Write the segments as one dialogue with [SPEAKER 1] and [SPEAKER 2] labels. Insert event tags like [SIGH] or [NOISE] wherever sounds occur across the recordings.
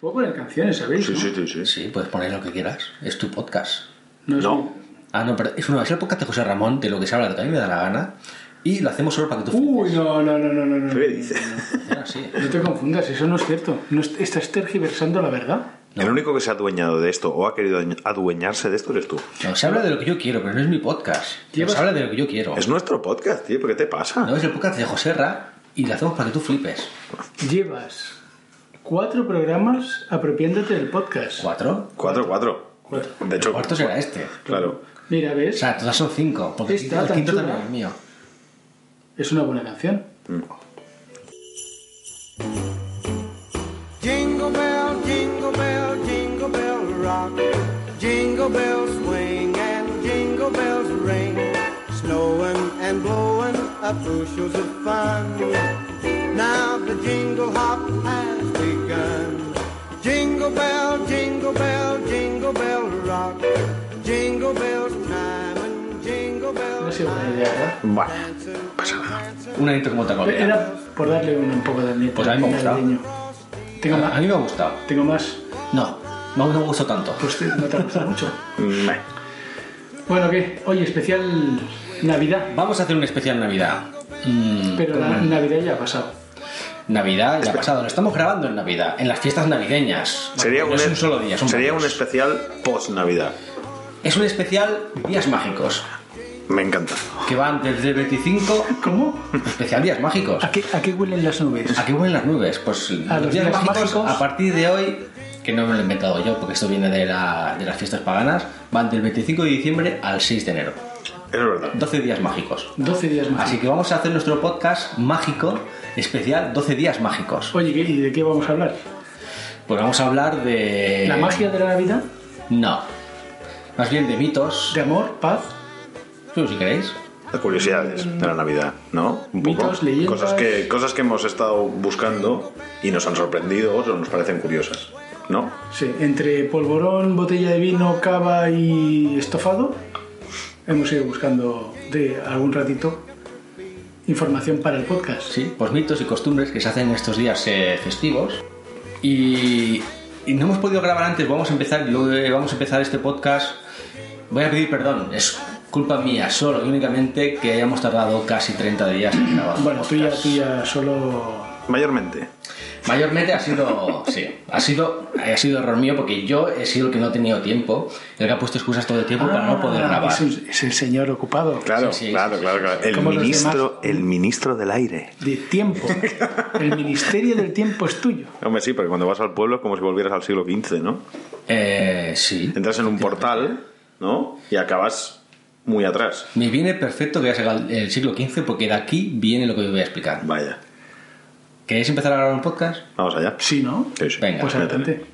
[SPEAKER 1] Puedo poner canciones, ¿sabéis?
[SPEAKER 2] Sí,
[SPEAKER 1] no?
[SPEAKER 2] sí, sí, sí.
[SPEAKER 3] Sí, puedes poner lo que quieras. Es tu podcast.
[SPEAKER 1] No es
[SPEAKER 2] No.
[SPEAKER 1] mi-
[SPEAKER 2] [LAUGHS]
[SPEAKER 3] Ah, no, pero es, una, es el podcast de José Ramón, de lo que se habla, de lo que a mí me da la gana. Y lo hacemos solo para que tú
[SPEAKER 1] Uy, no, no, no, no, no. no.
[SPEAKER 2] ¿Qué dice?
[SPEAKER 3] flipes. Ah, sí.
[SPEAKER 1] No te confundas, eso no es cierto. No est- estás tergiversando la verdad.
[SPEAKER 2] El único que se ha adueñado de esto o ha querido adueñarse de esto eres tú.
[SPEAKER 3] No, se habla de lo que yo quiero, pero no es mi podcast. Pero
[SPEAKER 1] Llevas-
[SPEAKER 3] Se habla de lo que yo quiero.
[SPEAKER 2] Es nuestro podcast, tío. ¿Pero qué te pasa?
[SPEAKER 3] No, es el podcast de José Ra y lo hacemos para que tú flipes.
[SPEAKER 1] Llevas cuatro programas apropiándote del podcast.
[SPEAKER 3] ¿Cuatro?
[SPEAKER 2] Cuatro, cuatro.
[SPEAKER 1] Cuatro.
[SPEAKER 2] De hecho,
[SPEAKER 3] ¿Cuánto será este?
[SPEAKER 2] claro.
[SPEAKER 1] Mira,
[SPEAKER 3] O
[SPEAKER 1] ¿ves?
[SPEAKER 3] sea, todas son cinco. Porque
[SPEAKER 1] Esta
[SPEAKER 3] el
[SPEAKER 1] tan
[SPEAKER 3] quinto
[SPEAKER 1] chula.
[SPEAKER 3] también es mío.
[SPEAKER 1] Es una buena canción.
[SPEAKER 4] Jingle bell, jingle bell, jingle bell rock. Jingle bells swing and jingle bells ring. Snowing and blowing up bushels of fun. Now the jingle hop has begun. Jingle bell, jingle bell, jingle bell rock. Jingle bells time and jingle
[SPEAKER 1] No ha
[SPEAKER 4] bells
[SPEAKER 1] sido buena idea, ¿verdad?
[SPEAKER 2] Bueno,
[SPEAKER 4] dancing. dancing.
[SPEAKER 3] Un anito como te
[SPEAKER 1] Era por darle un, un poco de ambiente.
[SPEAKER 3] Pues a mí me ha gustado.
[SPEAKER 1] navideño. Tengo
[SPEAKER 3] A
[SPEAKER 1] más.
[SPEAKER 3] mí me ha gustado.
[SPEAKER 1] Tengo más.
[SPEAKER 3] No, no me gustó tanto.
[SPEAKER 1] Pues te- no te ha gustado mucho.
[SPEAKER 2] meh.
[SPEAKER 1] Bueno, ¿qué? Oye, especial Navidad.
[SPEAKER 3] Vamos a hacer un especial Navidad. Mm,
[SPEAKER 1] Pero la Navidad ya ha pasado.
[SPEAKER 3] Navidad ya ha pasado. Lo estamos grabando en Navidad, en las fiestas navideñas.
[SPEAKER 2] Sería,
[SPEAKER 3] No
[SPEAKER 2] un, e-
[SPEAKER 3] es un solo día. son
[SPEAKER 2] sería un
[SPEAKER 3] varios.
[SPEAKER 2] especial post-Navidad.
[SPEAKER 3] Es un especial Días Mágicos,
[SPEAKER 2] Me encanta.
[SPEAKER 3] que van desde el 25...
[SPEAKER 1] ¿Cómo?
[SPEAKER 3] especial Días Mágicos.
[SPEAKER 1] ¿A qué, a qué huelen las nubes?
[SPEAKER 3] ¿A qué huelen las nubes? Pues
[SPEAKER 1] A los días mágicos.
[SPEAKER 3] a partir de hoy, que no me lo he inventado yo, porque esto viene de, la- de las fiestas paganas, van del 25 de diciembre al 6 de enero.
[SPEAKER 2] Es verdad.
[SPEAKER 3] 12 días mágicos.
[SPEAKER 1] 12 días más.
[SPEAKER 3] Así que vamos a hacer nuestro podcast mágico, especial 12 días mágicos.
[SPEAKER 1] Oye, ¿qué- ¿y de qué vamos a hablar?
[SPEAKER 3] Pues vamos a hablar de...
[SPEAKER 1] ¿La magia de la Navidad?
[SPEAKER 3] No. Más bien de mitos,
[SPEAKER 1] ¿De amor? ¿Paz?
[SPEAKER 3] Tú, si queréis.
[SPEAKER 2] Las curiosidades de la Navidad, ¿no? Un
[SPEAKER 1] Mitos, leyendas.
[SPEAKER 2] Cosas que, cosas que hemos estado buscando y nos han sorprendido o nos parecen curiosas, ¿no?
[SPEAKER 1] Sí, entre polvorón, botella de vino, cava y estofado, hemos ido buscando de algún ratito información para el podcast.
[SPEAKER 3] Sí, pues mitos y costumbres que se hacen en estos días eh, festivos. Y, y no hemos podido grabar antes, vamos a empezar, lo- eh, vamos a empezar este podcast. Voy a pedir perdón, es culpa mía solo y únicamente que hayamos tardado casi 30 días en grabar.
[SPEAKER 1] Bueno, tú ya,
[SPEAKER 3] podcast.
[SPEAKER 1] tú ya solo...
[SPEAKER 2] Mayormente.
[SPEAKER 3] Mayormente ha sido, sí, ha sido, ha sido error mío porque yo he sido el que no ha tenido tiempo, el que ha puesto excusas todo el tiempo para no poder
[SPEAKER 1] Ah,
[SPEAKER 3] grabar.
[SPEAKER 1] Es, un- es el señor ocupado.
[SPEAKER 2] Claro,
[SPEAKER 3] Sí, sí,
[SPEAKER 2] claro,
[SPEAKER 3] sí,
[SPEAKER 2] claro,
[SPEAKER 3] sí,
[SPEAKER 2] claro.
[SPEAKER 3] sí.
[SPEAKER 2] El
[SPEAKER 1] Como los
[SPEAKER 2] ministro, el ministro del aire.
[SPEAKER 1] De
[SPEAKER 3] [LAUGHS]
[SPEAKER 1] tiempo. El ministerio del tiempo es tuyo.
[SPEAKER 2] Hombre, sí, porque cuando vas al pueblo es como si volvieras al siglo XV, ¿no?
[SPEAKER 3] Eh, sí.
[SPEAKER 2] Entras en un portal, ¿no? Y acabas muy atrás.
[SPEAKER 3] Me viene perfecto que haya llegado el siglo XV porque de aquí viene lo que yo voy a explicar.
[SPEAKER 2] Vaya,
[SPEAKER 3] ¿Queréis empezar a grabar un podcast?
[SPEAKER 2] vamos allá.
[SPEAKER 1] Sí, ¿no?
[SPEAKER 2] Sí, sí.
[SPEAKER 3] Venga,
[SPEAKER 1] Pues
[SPEAKER 2] métele.
[SPEAKER 1] adelante.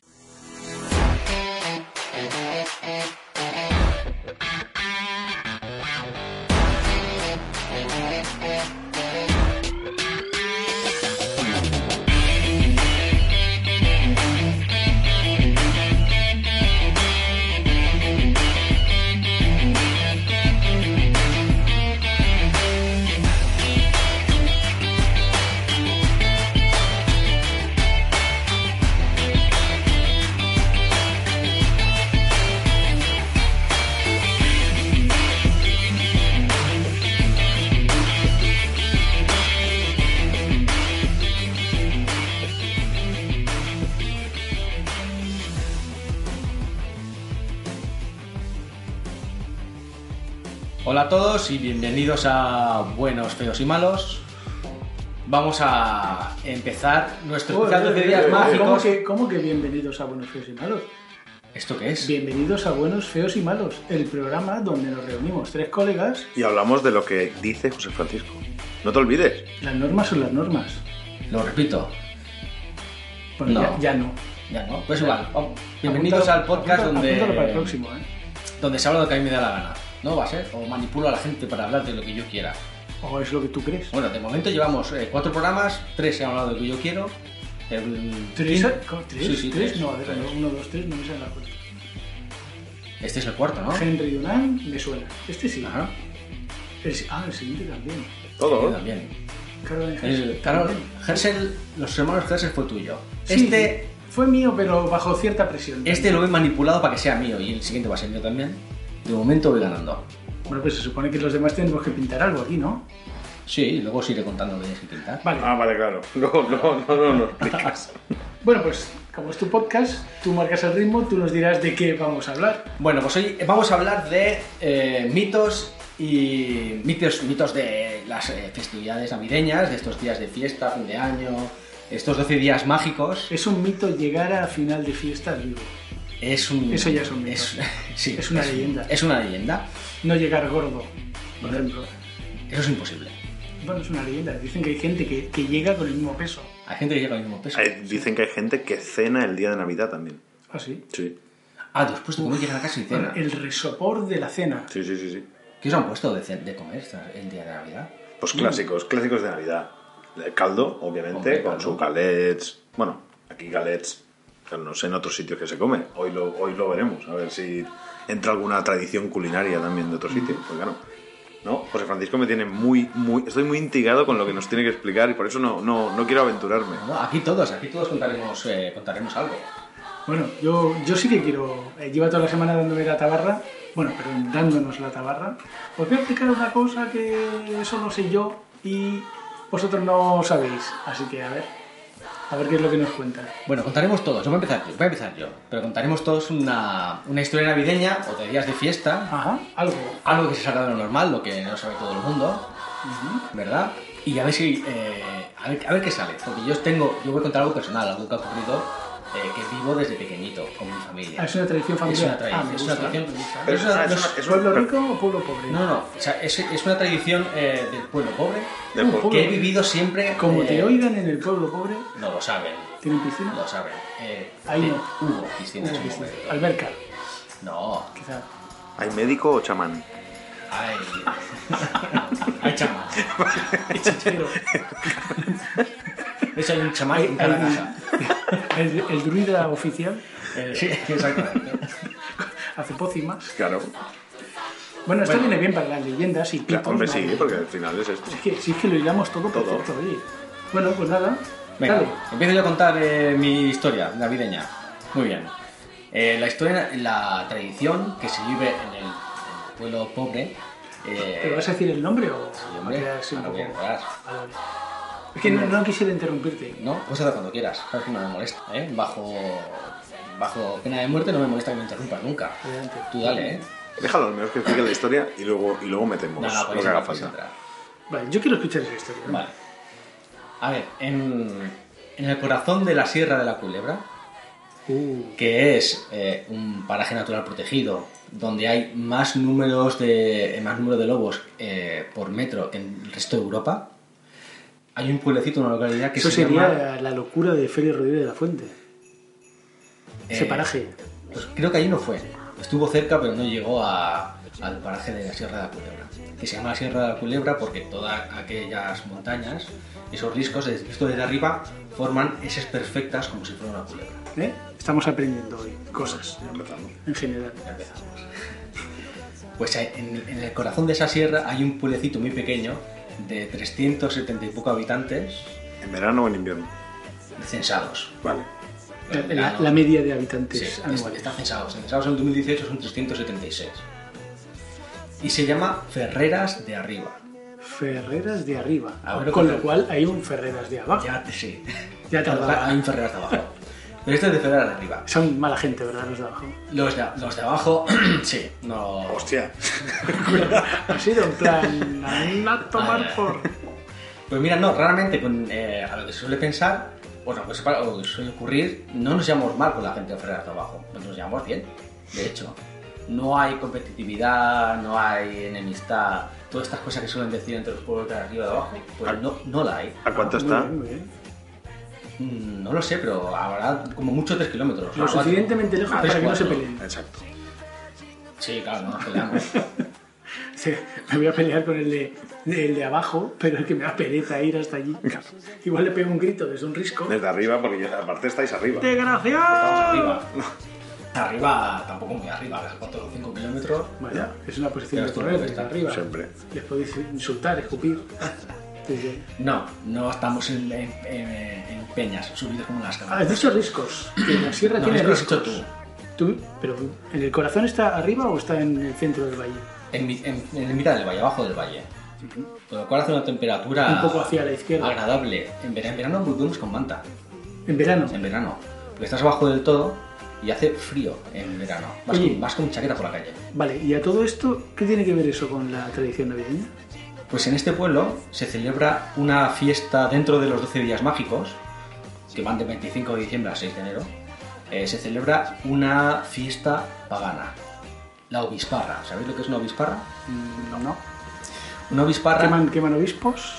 [SPEAKER 3] Hola a todos y bienvenidos a Buenos, Feos y Malos. Vamos a empezar nuestro especial de días
[SPEAKER 1] eh, ¿Cómo
[SPEAKER 3] mágicos.
[SPEAKER 1] que, cómo que bienvenidos a Buenos Feos y Malos?
[SPEAKER 3] ¿Esto qué es?
[SPEAKER 1] Bienvenidos a Buenos Feos y Malos, el programa donde nos reunimos tres colegas.
[SPEAKER 2] Y hablamos de lo que dice José Francisco. No te olvides.
[SPEAKER 1] Las normas son las normas.
[SPEAKER 3] Lo repito.
[SPEAKER 1] Bueno,
[SPEAKER 3] No.
[SPEAKER 1] ya, ya no.
[SPEAKER 3] Ya no, pues igual. vamos. Bienvenidos
[SPEAKER 1] Apúntalo,
[SPEAKER 3] al podcast
[SPEAKER 1] apúntalo,
[SPEAKER 3] donde,
[SPEAKER 1] apúntalo para el próximo, ¿eh?
[SPEAKER 3] donde se habla lo que a mí me da la gana. ¿No va a ser? O manipulo a la gente para hablar de lo que yo quiera.
[SPEAKER 1] O Oh, es lo que tú crees.
[SPEAKER 3] Bueno, de momento llevamos eh, cuatro programas, tres he hablado de lo que yo quiero. el-
[SPEAKER 1] ¿Tres?
[SPEAKER 3] Sí,
[SPEAKER 1] ¿Cómo? ¿Tres?
[SPEAKER 3] sí, sí,
[SPEAKER 1] ¿Tres? No, a ver,
[SPEAKER 3] tres.
[SPEAKER 1] no, uno, dos, tres, no me sale la cuenta.
[SPEAKER 3] Este es el cuarto, ¿no?
[SPEAKER 1] Henry Dunant me suena. Este sí.
[SPEAKER 3] Ajá.
[SPEAKER 1] El si- ah, el siguiente también.
[SPEAKER 3] Yo
[SPEAKER 2] Todo.
[SPEAKER 3] también.
[SPEAKER 1] Caroline
[SPEAKER 3] El-
[SPEAKER 1] Hershey.
[SPEAKER 3] Carol, Herschel, los hermanos Herschel fue tuyo.
[SPEAKER 1] Sí.
[SPEAKER 3] Este
[SPEAKER 1] Fue mío, pero bajo cierta presión.
[SPEAKER 3] Este lo he manipulado para que sea mío y el siguiente va a ser mío también. De momento voy ganando.
[SPEAKER 1] Bueno, pues se supone que los demás tenemos que pintar algo aquí, ¿no?
[SPEAKER 3] Sí, luego os iré contando lo que tenéis que pintar.
[SPEAKER 1] Vale.
[SPEAKER 2] Ah, vale, claro. [LAUGHS] No, no, no, no, no. [LAUGHS] explicas.
[SPEAKER 1] Bueno, pues como es tu podcast, tú marcas el ritmo, tú nos dirás de qué vamos a hablar.
[SPEAKER 3] Bueno, pues hoy vamos a hablar de eh, mitos y mitos, mitos de las eh, festividades navideñas, de estos días de fiesta, fin de año, estos 12 días mágicos.
[SPEAKER 1] Es un mito llegar a final de fiesta vivo.
[SPEAKER 3] Es un,
[SPEAKER 1] Eso ya es un mito.
[SPEAKER 3] [LAUGHS] sí,
[SPEAKER 1] Es una
[SPEAKER 3] un-
[SPEAKER 1] leyenda.
[SPEAKER 3] Es una leyenda.
[SPEAKER 1] No llegar gordo, por ejemplo.
[SPEAKER 3] Eso es imposible.
[SPEAKER 1] Bueno, es una leyenda. Dicen que hay gente que, que llega con el mismo peso.
[SPEAKER 3] Hay gente que llega al mismo peso.
[SPEAKER 2] Hay- Dicen que hay gente que cena el día de Navidad también.
[SPEAKER 1] Ah, sí.
[SPEAKER 2] Sí,
[SPEAKER 3] Ah, después de comer llegan a casa y cena.
[SPEAKER 1] El resopor de la cena.
[SPEAKER 2] sí, sí, sí. sí.
[SPEAKER 3] ¿Qué os han puesto de, ce- de comer esta- el día de Navidad?
[SPEAKER 2] Pues clásicos, clásicos de Navidad. El caldo, obviamente,
[SPEAKER 3] Hombre,
[SPEAKER 2] con
[SPEAKER 3] caldo.
[SPEAKER 2] su galets. Bueno, aquí galets, pero no sé en otros sitios que se come. Hoy lo, hoy lo veremos, a ver si entra alguna tradición culinaria también de
[SPEAKER 3] Mm.
[SPEAKER 2] otro sitio. Pues claro. No, José Francisco me tiene muy, muy. Estoy muy intrigado con lo que nos tiene que explicar y por eso no, no, no quiero aventurarme.
[SPEAKER 3] Bueno, aquí todos, aquí todos contaremos, eh, contaremos algo.
[SPEAKER 1] Bueno, yo, yo sí que quiero. eh, lleva toda la semana dándome la tabarra. Bueno, perdón, dándonos la tabarra. Os voy a explicar una cosa que eso no sé yo y vosotros no sabéis. Así que a ver. A ver qué es lo que nos cuentan.
[SPEAKER 3] Bueno, contaremos todos, no voy a empezar yo, voy a empezar yo. Pero contaremos todos una, una historia navideña o de días de fiesta,
[SPEAKER 1] Ajá, algo.
[SPEAKER 3] algo que se salga de lo normal, lo que no sabe todo el mundo, ¿verdad? Y a ver si. eh, a, ver, a ver qué sale, porque yo tengo. Yo voy a contar algo personal, algo que ha ocurrido eh, que vivo desde pequeñito con mi familia.
[SPEAKER 1] Ah, es una tradición familiar.
[SPEAKER 3] Es una tradición,
[SPEAKER 1] Ah, me
[SPEAKER 3] es una
[SPEAKER 1] gusta,
[SPEAKER 3] tradición.
[SPEAKER 1] me gusta.
[SPEAKER 2] Pero
[SPEAKER 3] es
[SPEAKER 2] es
[SPEAKER 3] una-
[SPEAKER 2] una-
[SPEAKER 3] no
[SPEAKER 2] es
[SPEAKER 3] es-
[SPEAKER 2] una- es
[SPEAKER 1] ¿Pueblo
[SPEAKER 2] una-
[SPEAKER 1] rico o pueblo pobre?
[SPEAKER 3] No, no, o sea, es, es una tradición eh, del pueblo pobre
[SPEAKER 2] de-
[SPEAKER 1] Un poco-
[SPEAKER 3] que he vivido siempre.
[SPEAKER 1] Como te
[SPEAKER 3] eh,
[SPEAKER 1] oigan en el pueblo pobre,
[SPEAKER 3] No lo saben,
[SPEAKER 1] tienen piscina.
[SPEAKER 3] lo saben. Eh,
[SPEAKER 1] Ahí
[SPEAKER 3] eh,
[SPEAKER 1] no.
[SPEAKER 3] Hubo piscinas
[SPEAKER 1] Una
[SPEAKER 3] en
[SPEAKER 1] piscina.
[SPEAKER 3] Bovedor.
[SPEAKER 1] Alberca,
[SPEAKER 3] No, [LAUGHS]
[SPEAKER 1] quizá.
[SPEAKER 2] ¿Hay médico o chamán?
[SPEAKER 3] hay.
[SPEAKER 1] [LAUGHS]
[SPEAKER 3] hay chamán.
[SPEAKER 1] Pero
[SPEAKER 3] De hecho, hay un chamán
[SPEAKER 1] hay-
[SPEAKER 3] en cada
[SPEAKER 1] hay-
[SPEAKER 3] casa.
[SPEAKER 1] [LAUGHS] el, el druida oficial
[SPEAKER 3] Eh, sí, exactamente.
[SPEAKER 1] hace pócimas.
[SPEAKER 2] Claro.
[SPEAKER 1] Bueno, esto
[SPEAKER 3] Bueno.
[SPEAKER 1] viene bien para las leyendas y
[SPEAKER 2] Claro,
[SPEAKER 1] pitos,
[SPEAKER 2] hombre,
[SPEAKER 1] ¿no?
[SPEAKER 2] sí, porque al final es esto.
[SPEAKER 1] Es que, si es que lo hilamos todo,
[SPEAKER 2] Todo.
[SPEAKER 1] perfecto, oye. Bueno, pues nada.
[SPEAKER 3] [LAUGHS] Venga,
[SPEAKER 1] dale.
[SPEAKER 3] empiezo yo a contar eh, mi historia navideña. Muy bien. Eh, la historia, la tradición que se vive en el, en el pueblo pobre. eh,
[SPEAKER 1] ¿Pero vas a decir el nombre o
[SPEAKER 3] hombre,
[SPEAKER 1] va a quedar así un
[SPEAKER 3] ahora
[SPEAKER 1] poco- Ah,
[SPEAKER 3] voy a parar.
[SPEAKER 1] Vale, vale. Es que no, no quisiera interrumpirte.
[SPEAKER 3] No, puedes hacer cuando quieras, sabes que no me molesta, ¿eh? Bajo, bajo pena de muerte no me molesta que me interrumpas nunca.
[SPEAKER 1] Adelante.
[SPEAKER 3] Tú dale, ¿eh?
[SPEAKER 2] Déjalo al menos que explique la historia y luego, y luego metemos
[SPEAKER 3] No, pues no,
[SPEAKER 2] Pues lo
[SPEAKER 3] podéis
[SPEAKER 2] que haga
[SPEAKER 3] entrar, podéis
[SPEAKER 2] falta.
[SPEAKER 3] entrar.
[SPEAKER 1] Vale, yo quiero escuchar esa historia. ¿no?
[SPEAKER 3] Vale. A ver, en, en el corazón de la Sierra de la Culebra,
[SPEAKER 1] Uh,
[SPEAKER 3] que es eh, un paraje natural protegido, donde hay más números de, más número de lobos eh, por metro que en el resto de Europa, hay un pueblecito, una localidad que
[SPEAKER 1] eso
[SPEAKER 3] se
[SPEAKER 1] sería
[SPEAKER 3] llama...
[SPEAKER 1] la locura de Feria Rodríguez de la Fuente. Ese
[SPEAKER 3] eh,
[SPEAKER 1] paraje.
[SPEAKER 3] Pues creo que ahí no fue. Estuvo cerca, pero no llegó a- al paraje de la Sierra de la Culebra. Que se llama Sierra de la Culebra porque todas aquellas montañas, esos riscos, esto desde arriba, forman esas perfectas como si fuera una culebra.
[SPEAKER 1] ¿eh? Estamos aprendiendo hoy cosas
[SPEAKER 2] Ya empezamos.
[SPEAKER 1] en general.
[SPEAKER 3] Ya empezamos. [LAUGHS] Pues eh, en, en el corazón de esa sierra hay un pueblecito muy pequeño de 370 y poco habitantes
[SPEAKER 2] ¿En verano o en invierno?
[SPEAKER 3] censados.
[SPEAKER 2] Vale.
[SPEAKER 1] La,
[SPEAKER 3] Pero
[SPEAKER 1] la-
[SPEAKER 3] no-
[SPEAKER 1] la media de habitantes
[SPEAKER 3] Sí, está,
[SPEAKER 1] anuales.
[SPEAKER 3] está censados. Censados en 2018 son 376. Y se llama Ferreras de Arriba.
[SPEAKER 1] Ferreras de arriba.
[SPEAKER 3] Ah, bueno,
[SPEAKER 1] Con
[SPEAKER 3] que-
[SPEAKER 1] lo cual hay un Ferreras de abajo.
[SPEAKER 3] Ya, te- sí.
[SPEAKER 1] Ya te hablaba.
[SPEAKER 3] Hay un Ferreras de abajo. Pero este es de Ferreras de arriba.
[SPEAKER 1] Son mala gente, ¿verdad? Los de abajo.
[SPEAKER 3] Los de, los de abajo, [CLEARS THROAT] sí, no.
[SPEAKER 2] Hostia.
[SPEAKER 1] Ha sido en plan. A un a tomar por.
[SPEAKER 3] Pues mira, no, raramente con, eh, a lo que se suele pensar, bueno, pues para- o que suele ocurrir, no nos llevamos mal con la gente de Ferreras de abajo, pues nos llevamos bien, de hecho. No hay competitividad, no hay enemistad, todas estas cosas que suelen decir entre los pueblos de arriba y de abajo, pues no, no la hay.
[SPEAKER 2] ¿A cuánto
[SPEAKER 1] Muy
[SPEAKER 2] está?
[SPEAKER 1] bien, muy bien.
[SPEAKER 3] Mm, No lo sé, pero habrá como mucho 3 kilómetros.
[SPEAKER 1] Lo
[SPEAKER 3] o cuatro.
[SPEAKER 1] suficientemente lejos
[SPEAKER 3] Ah,
[SPEAKER 1] para que no se
[SPEAKER 3] cuatro.
[SPEAKER 1] peleen.
[SPEAKER 2] Exacto.
[SPEAKER 3] Sí, claro, no nos peleamos.
[SPEAKER 1] Sí, me voy a pelear con el de, el de abajo, pero es que me da pereza ir hasta allí. Igual le pego un grito desde un risco.
[SPEAKER 2] Desde arriba, porque ya- aparte estáis arriba.
[SPEAKER 3] Estamos
[SPEAKER 1] ¡Desgraciado!
[SPEAKER 3] arriba. [LAUGHS] Arriba, tampoco muy arriba, a 4 o 5 kilómetros.
[SPEAKER 1] Bueno, es una posición
[SPEAKER 3] Ya
[SPEAKER 1] de
[SPEAKER 3] estoy
[SPEAKER 1] poder
[SPEAKER 3] perfecta,
[SPEAKER 1] desde arriba.
[SPEAKER 2] Siempre.
[SPEAKER 1] [LAUGHS] Les podéis insultar, escupir. empezasteis ahí?
[SPEAKER 3] No, no estamos en, en- en- en peñas, subidos como las
[SPEAKER 1] Ah, Has
[SPEAKER 3] cabras.
[SPEAKER 1] dicho riscos. que La sierra
[SPEAKER 3] No,
[SPEAKER 1] tiene
[SPEAKER 3] eso lo has
[SPEAKER 1] riscos.
[SPEAKER 3] dicho
[SPEAKER 1] Tú, pero ¿en el corazón está arriba o está en el centro del valle?
[SPEAKER 3] En, mi- en, en mitad del valle, abajo del valle. Con lo cual hace una temperatura
[SPEAKER 1] Un poco hacia la izquierda.
[SPEAKER 3] agradable. En verano, en verano duermes con manta.
[SPEAKER 1] En verano.
[SPEAKER 3] En verano. Porque estás abajo del todo y hace frío en verano. Vas,
[SPEAKER 1] Oye.
[SPEAKER 3] con, vas con chaqueta por la calle.
[SPEAKER 1] Vale, y a todo esto, ¿qué tiene que ver eso con la tradición navideña?
[SPEAKER 3] Pues en este pueblo se celebra una fiesta dentro de los 12 días mágicos, que van de 25 de diciembre a 6 de enero. eh, se celebra una fiesta pagana, la obisparra. ¿Sabéis lo que es una obisparra? Mm,
[SPEAKER 1] No, no.
[SPEAKER 3] Una obisparra.
[SPEAKER 1] ¿Queman, queman obispos?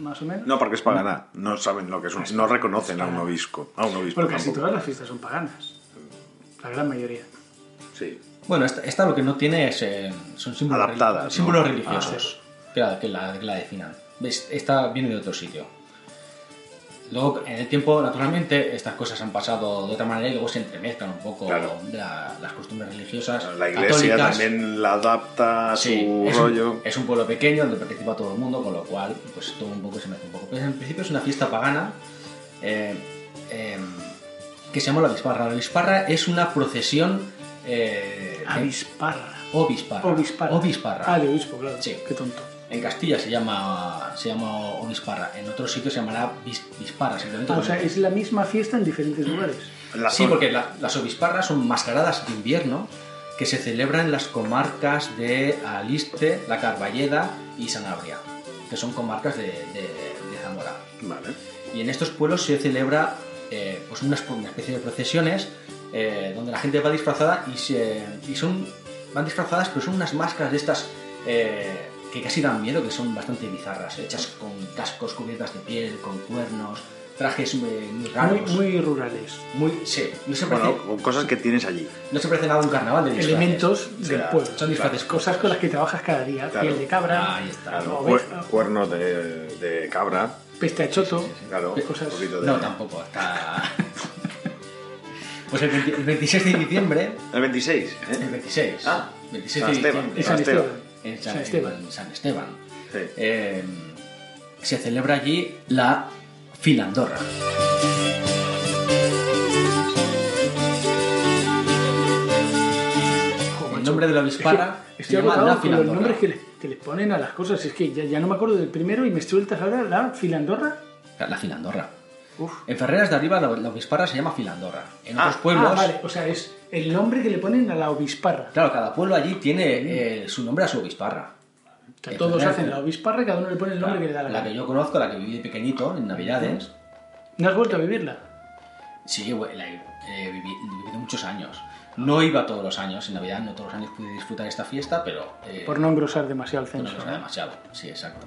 [SPEAKER 1] Más o menos.
[SPEAKER 2] No, porque es pagana. No saben lo que es. un- No reconocen a un obispo. A un obispo
[SPEAKER 1] Bueno, casi
[SPEAKER 2] tampoco.
[SPEAKER 1] todas las fiestas son paganas. La gran mayoría.
[SPEAKER 2] Sí.
[SPEAKER 3] Bueno, esta, esta lo que no tiene es, eh, son símbolos,
[SPEAKER 2] Adaptadas, ¿no? Ah,
[SPEAKER 3] símbolos religiosos que, la, que la- que la definan. ¿Ves? Esta viene de otro sitio. Luego, en el tiempo, naturalmente, estas cosas han pasado de otra manera y luego se entremezclan un poco
[SPEAKER 2] Claro.
[SPEAKER 3] de la- las costumbres religiosas.
[SPEAKER 2] La iglesia
[SPEAKER 3] católicas.
[SPEAKER 2] también la adapta a su
[SPEAKER 3] [LAUGHS] Sí, es un-
[SPEAKER 2] rollo.
[SPEAKER 3] es Un, pueblo pequeño donde participa todo el mundo, con lo cual, pues todo un poco se mete un poco. Pero en principio es una fiesta pagana eh, eh, que se llama la Bisparra. La Bisparra es una procesión. eh, de-
[SPEAKER 1] Avisparra.
[SPEAKER 3] Obisparra.
[SPEAKER 1] Obisparra.
[SPEAKER 3] Obisparra.
[SPEAKER 1] Ah, de obispo, claro.
[SPEAKER 3] Sí.
[SPEAKER 1] Qué tonto.
[SPEAKER 3] En Castilla se llama, se llama obisparra, en otros sitios se llamará bis- bisparra, simplemente.
[SPEAKER 1] Ah, o
[SPEAKER 3] porque-
[SPEAKER 1] sea, es la misma fiesta en diferentes lugares.
[SPEAKER 2] La
[SPEAKER 3] Sí,
[SPEAKER 2] zona-
[SPEAKER 3] porque la- las obisparras son mascaradas de invierno que se celebran en las comarcas de Aliste, La Carballeda y Sanabria, que son comarcas de, de- de Zamora.
[SPEAKER 2] Vale.
[SPEAKER 3] Y en estos pueblos se celebra eh, pues una, esp- una especie de procesiones eh, donde la gente va disfrazada y, se, y son, van disfrazadas, pero son unas máscaras de estas eh, que casi dan miedo, que son bastante bizarras, hechas con cascos cubiertas de piel, con cuernos, trajes eh, muy
[SPEAKER 1] Muy,
[SPEAKER 3] raros.
[SPEAKER 1] muy rurales.
[SPEAKER 3] muy- sí, no se, parece,
[SPEAKER 2] Bueno, con cosas que tienes allí.
[SPEAKER 3] no se parece nada a un carnaval de disfraces.
[SPEAKER 1] Elementos del
[SPEAKER 2] sea,
[SPEAKER 1] pueblo.
[SPEAKER 3] son disfraces Ah,
[SPEAKER 1] Cosas con las que trabajas cada día.
[SPEAKER 2] Claro.
[SPEAKER 1] Piel de cabra,
[SPEAKER 3] Ahí está.
[SPEAKER 2] Claro,
[SPEAKER 1] No,
[SPEAKER 2] cue-
[SPEAKER 1] ves-
[SPEAKER 2] cuernos de, de cabra.
[SPEAKER 1] peste a choto.
[SPEAKER 2] Claro,
[SPEAKER 1] Cosas-
[SPEAKER 2] un poquito de.
[SPEAKER 3] No, tampoco, está... [LAUGHS] pues el, 20 el 26 de diciembre...
[SPEAKER 2] El 26,
[SPEAKER 3] El
[SPEAKER 2] ¿eh?
[SPEAKER 3] 26.
[SPEAKER 2] Ah,
[SPEAKER 3] 26
[SPEAKER 2] San
[SPEAKER 3] de
[SPEAKER 2] Esteban.
[SPEAKER 3] diciembre.
[SPEAKER 1] Y San
[SPEAKER 2] Ah, Esteban.
[SPEAKER 1] Esteban.
[SPEAKER 3] en San,
[SPEAKER 1] San Esteban.
[SPEAKER 3] en San Esteban.
[SPEAKER 2] Sí.
[SPEAKER 3] Eh, se celebra allí la Filandorra.
[SPEAKER 1] Jo,
[SPEAKER 3] El
[SPEAKER 1] macho.
[SPEAKER 3] nombre de la obispara
[SPEAKER 1] Es que
[SPEAKER 3] se
[SPEAKER 1] Estoy
[SPEAKER 3] llama
[SPEAKER 1] agotado
[SPEAKER 3] la
[SPEAKER 1] con los
[SPEAKER 3] Filandorra.
[SPEAKER 1] nombres que le, que le ponen a las cosas. Es que ya, ya no me acuerdo del primero y me sueltas ahora la filandorra.
[SPEAKER 3] La Filandorra.
[SPEAKER 1] Uf.
[SPEAKER 3] En Ferreras de Arriba la, la obispara se llama Filandorra. En otros
[SPEAKER 2] Ah,
[SPEAKER 3] pueblos...
[SPEAKER 1] Ah, vale. O sea, es el nombre que le ponen a la obisparra.
[SPEAKER 3] Claro, cada pueblo allí
[SPEAKER 1] Mm.
[SPEAKER 3] tiene eh, su nombre a su obisparra.
[SPEAKER 1] O sea, todos
[SPEAKER 3] Claro.
[SPEAKER 1] hacen la obisparra y cada uno le pone el nombre que le da la
[SPEAKER 3] la que
[SPEAKER 1] gana.
[SPEAKER 3] yo conozco, la que viví de pequeñito, en Navidades,
[SPEAKER 1] Mm. ¿No has vuelto a vivirla?
[SPEAKER 3] Sí, güey, la he eh, viví, viví de muchos años. No iba todos los años, en Navidad no todos los años pude disfrutar esta fiesta, pero... eh,
[SPEAKER 1] Por no engrosar demasiado el
[SPEAKER 3] no
[SPEAKER 1] censo.
[SPEAKER 3] nos da
[SPEAKER 1] ¿no?
[SPEAKER 3] demasiado, sí, exacto.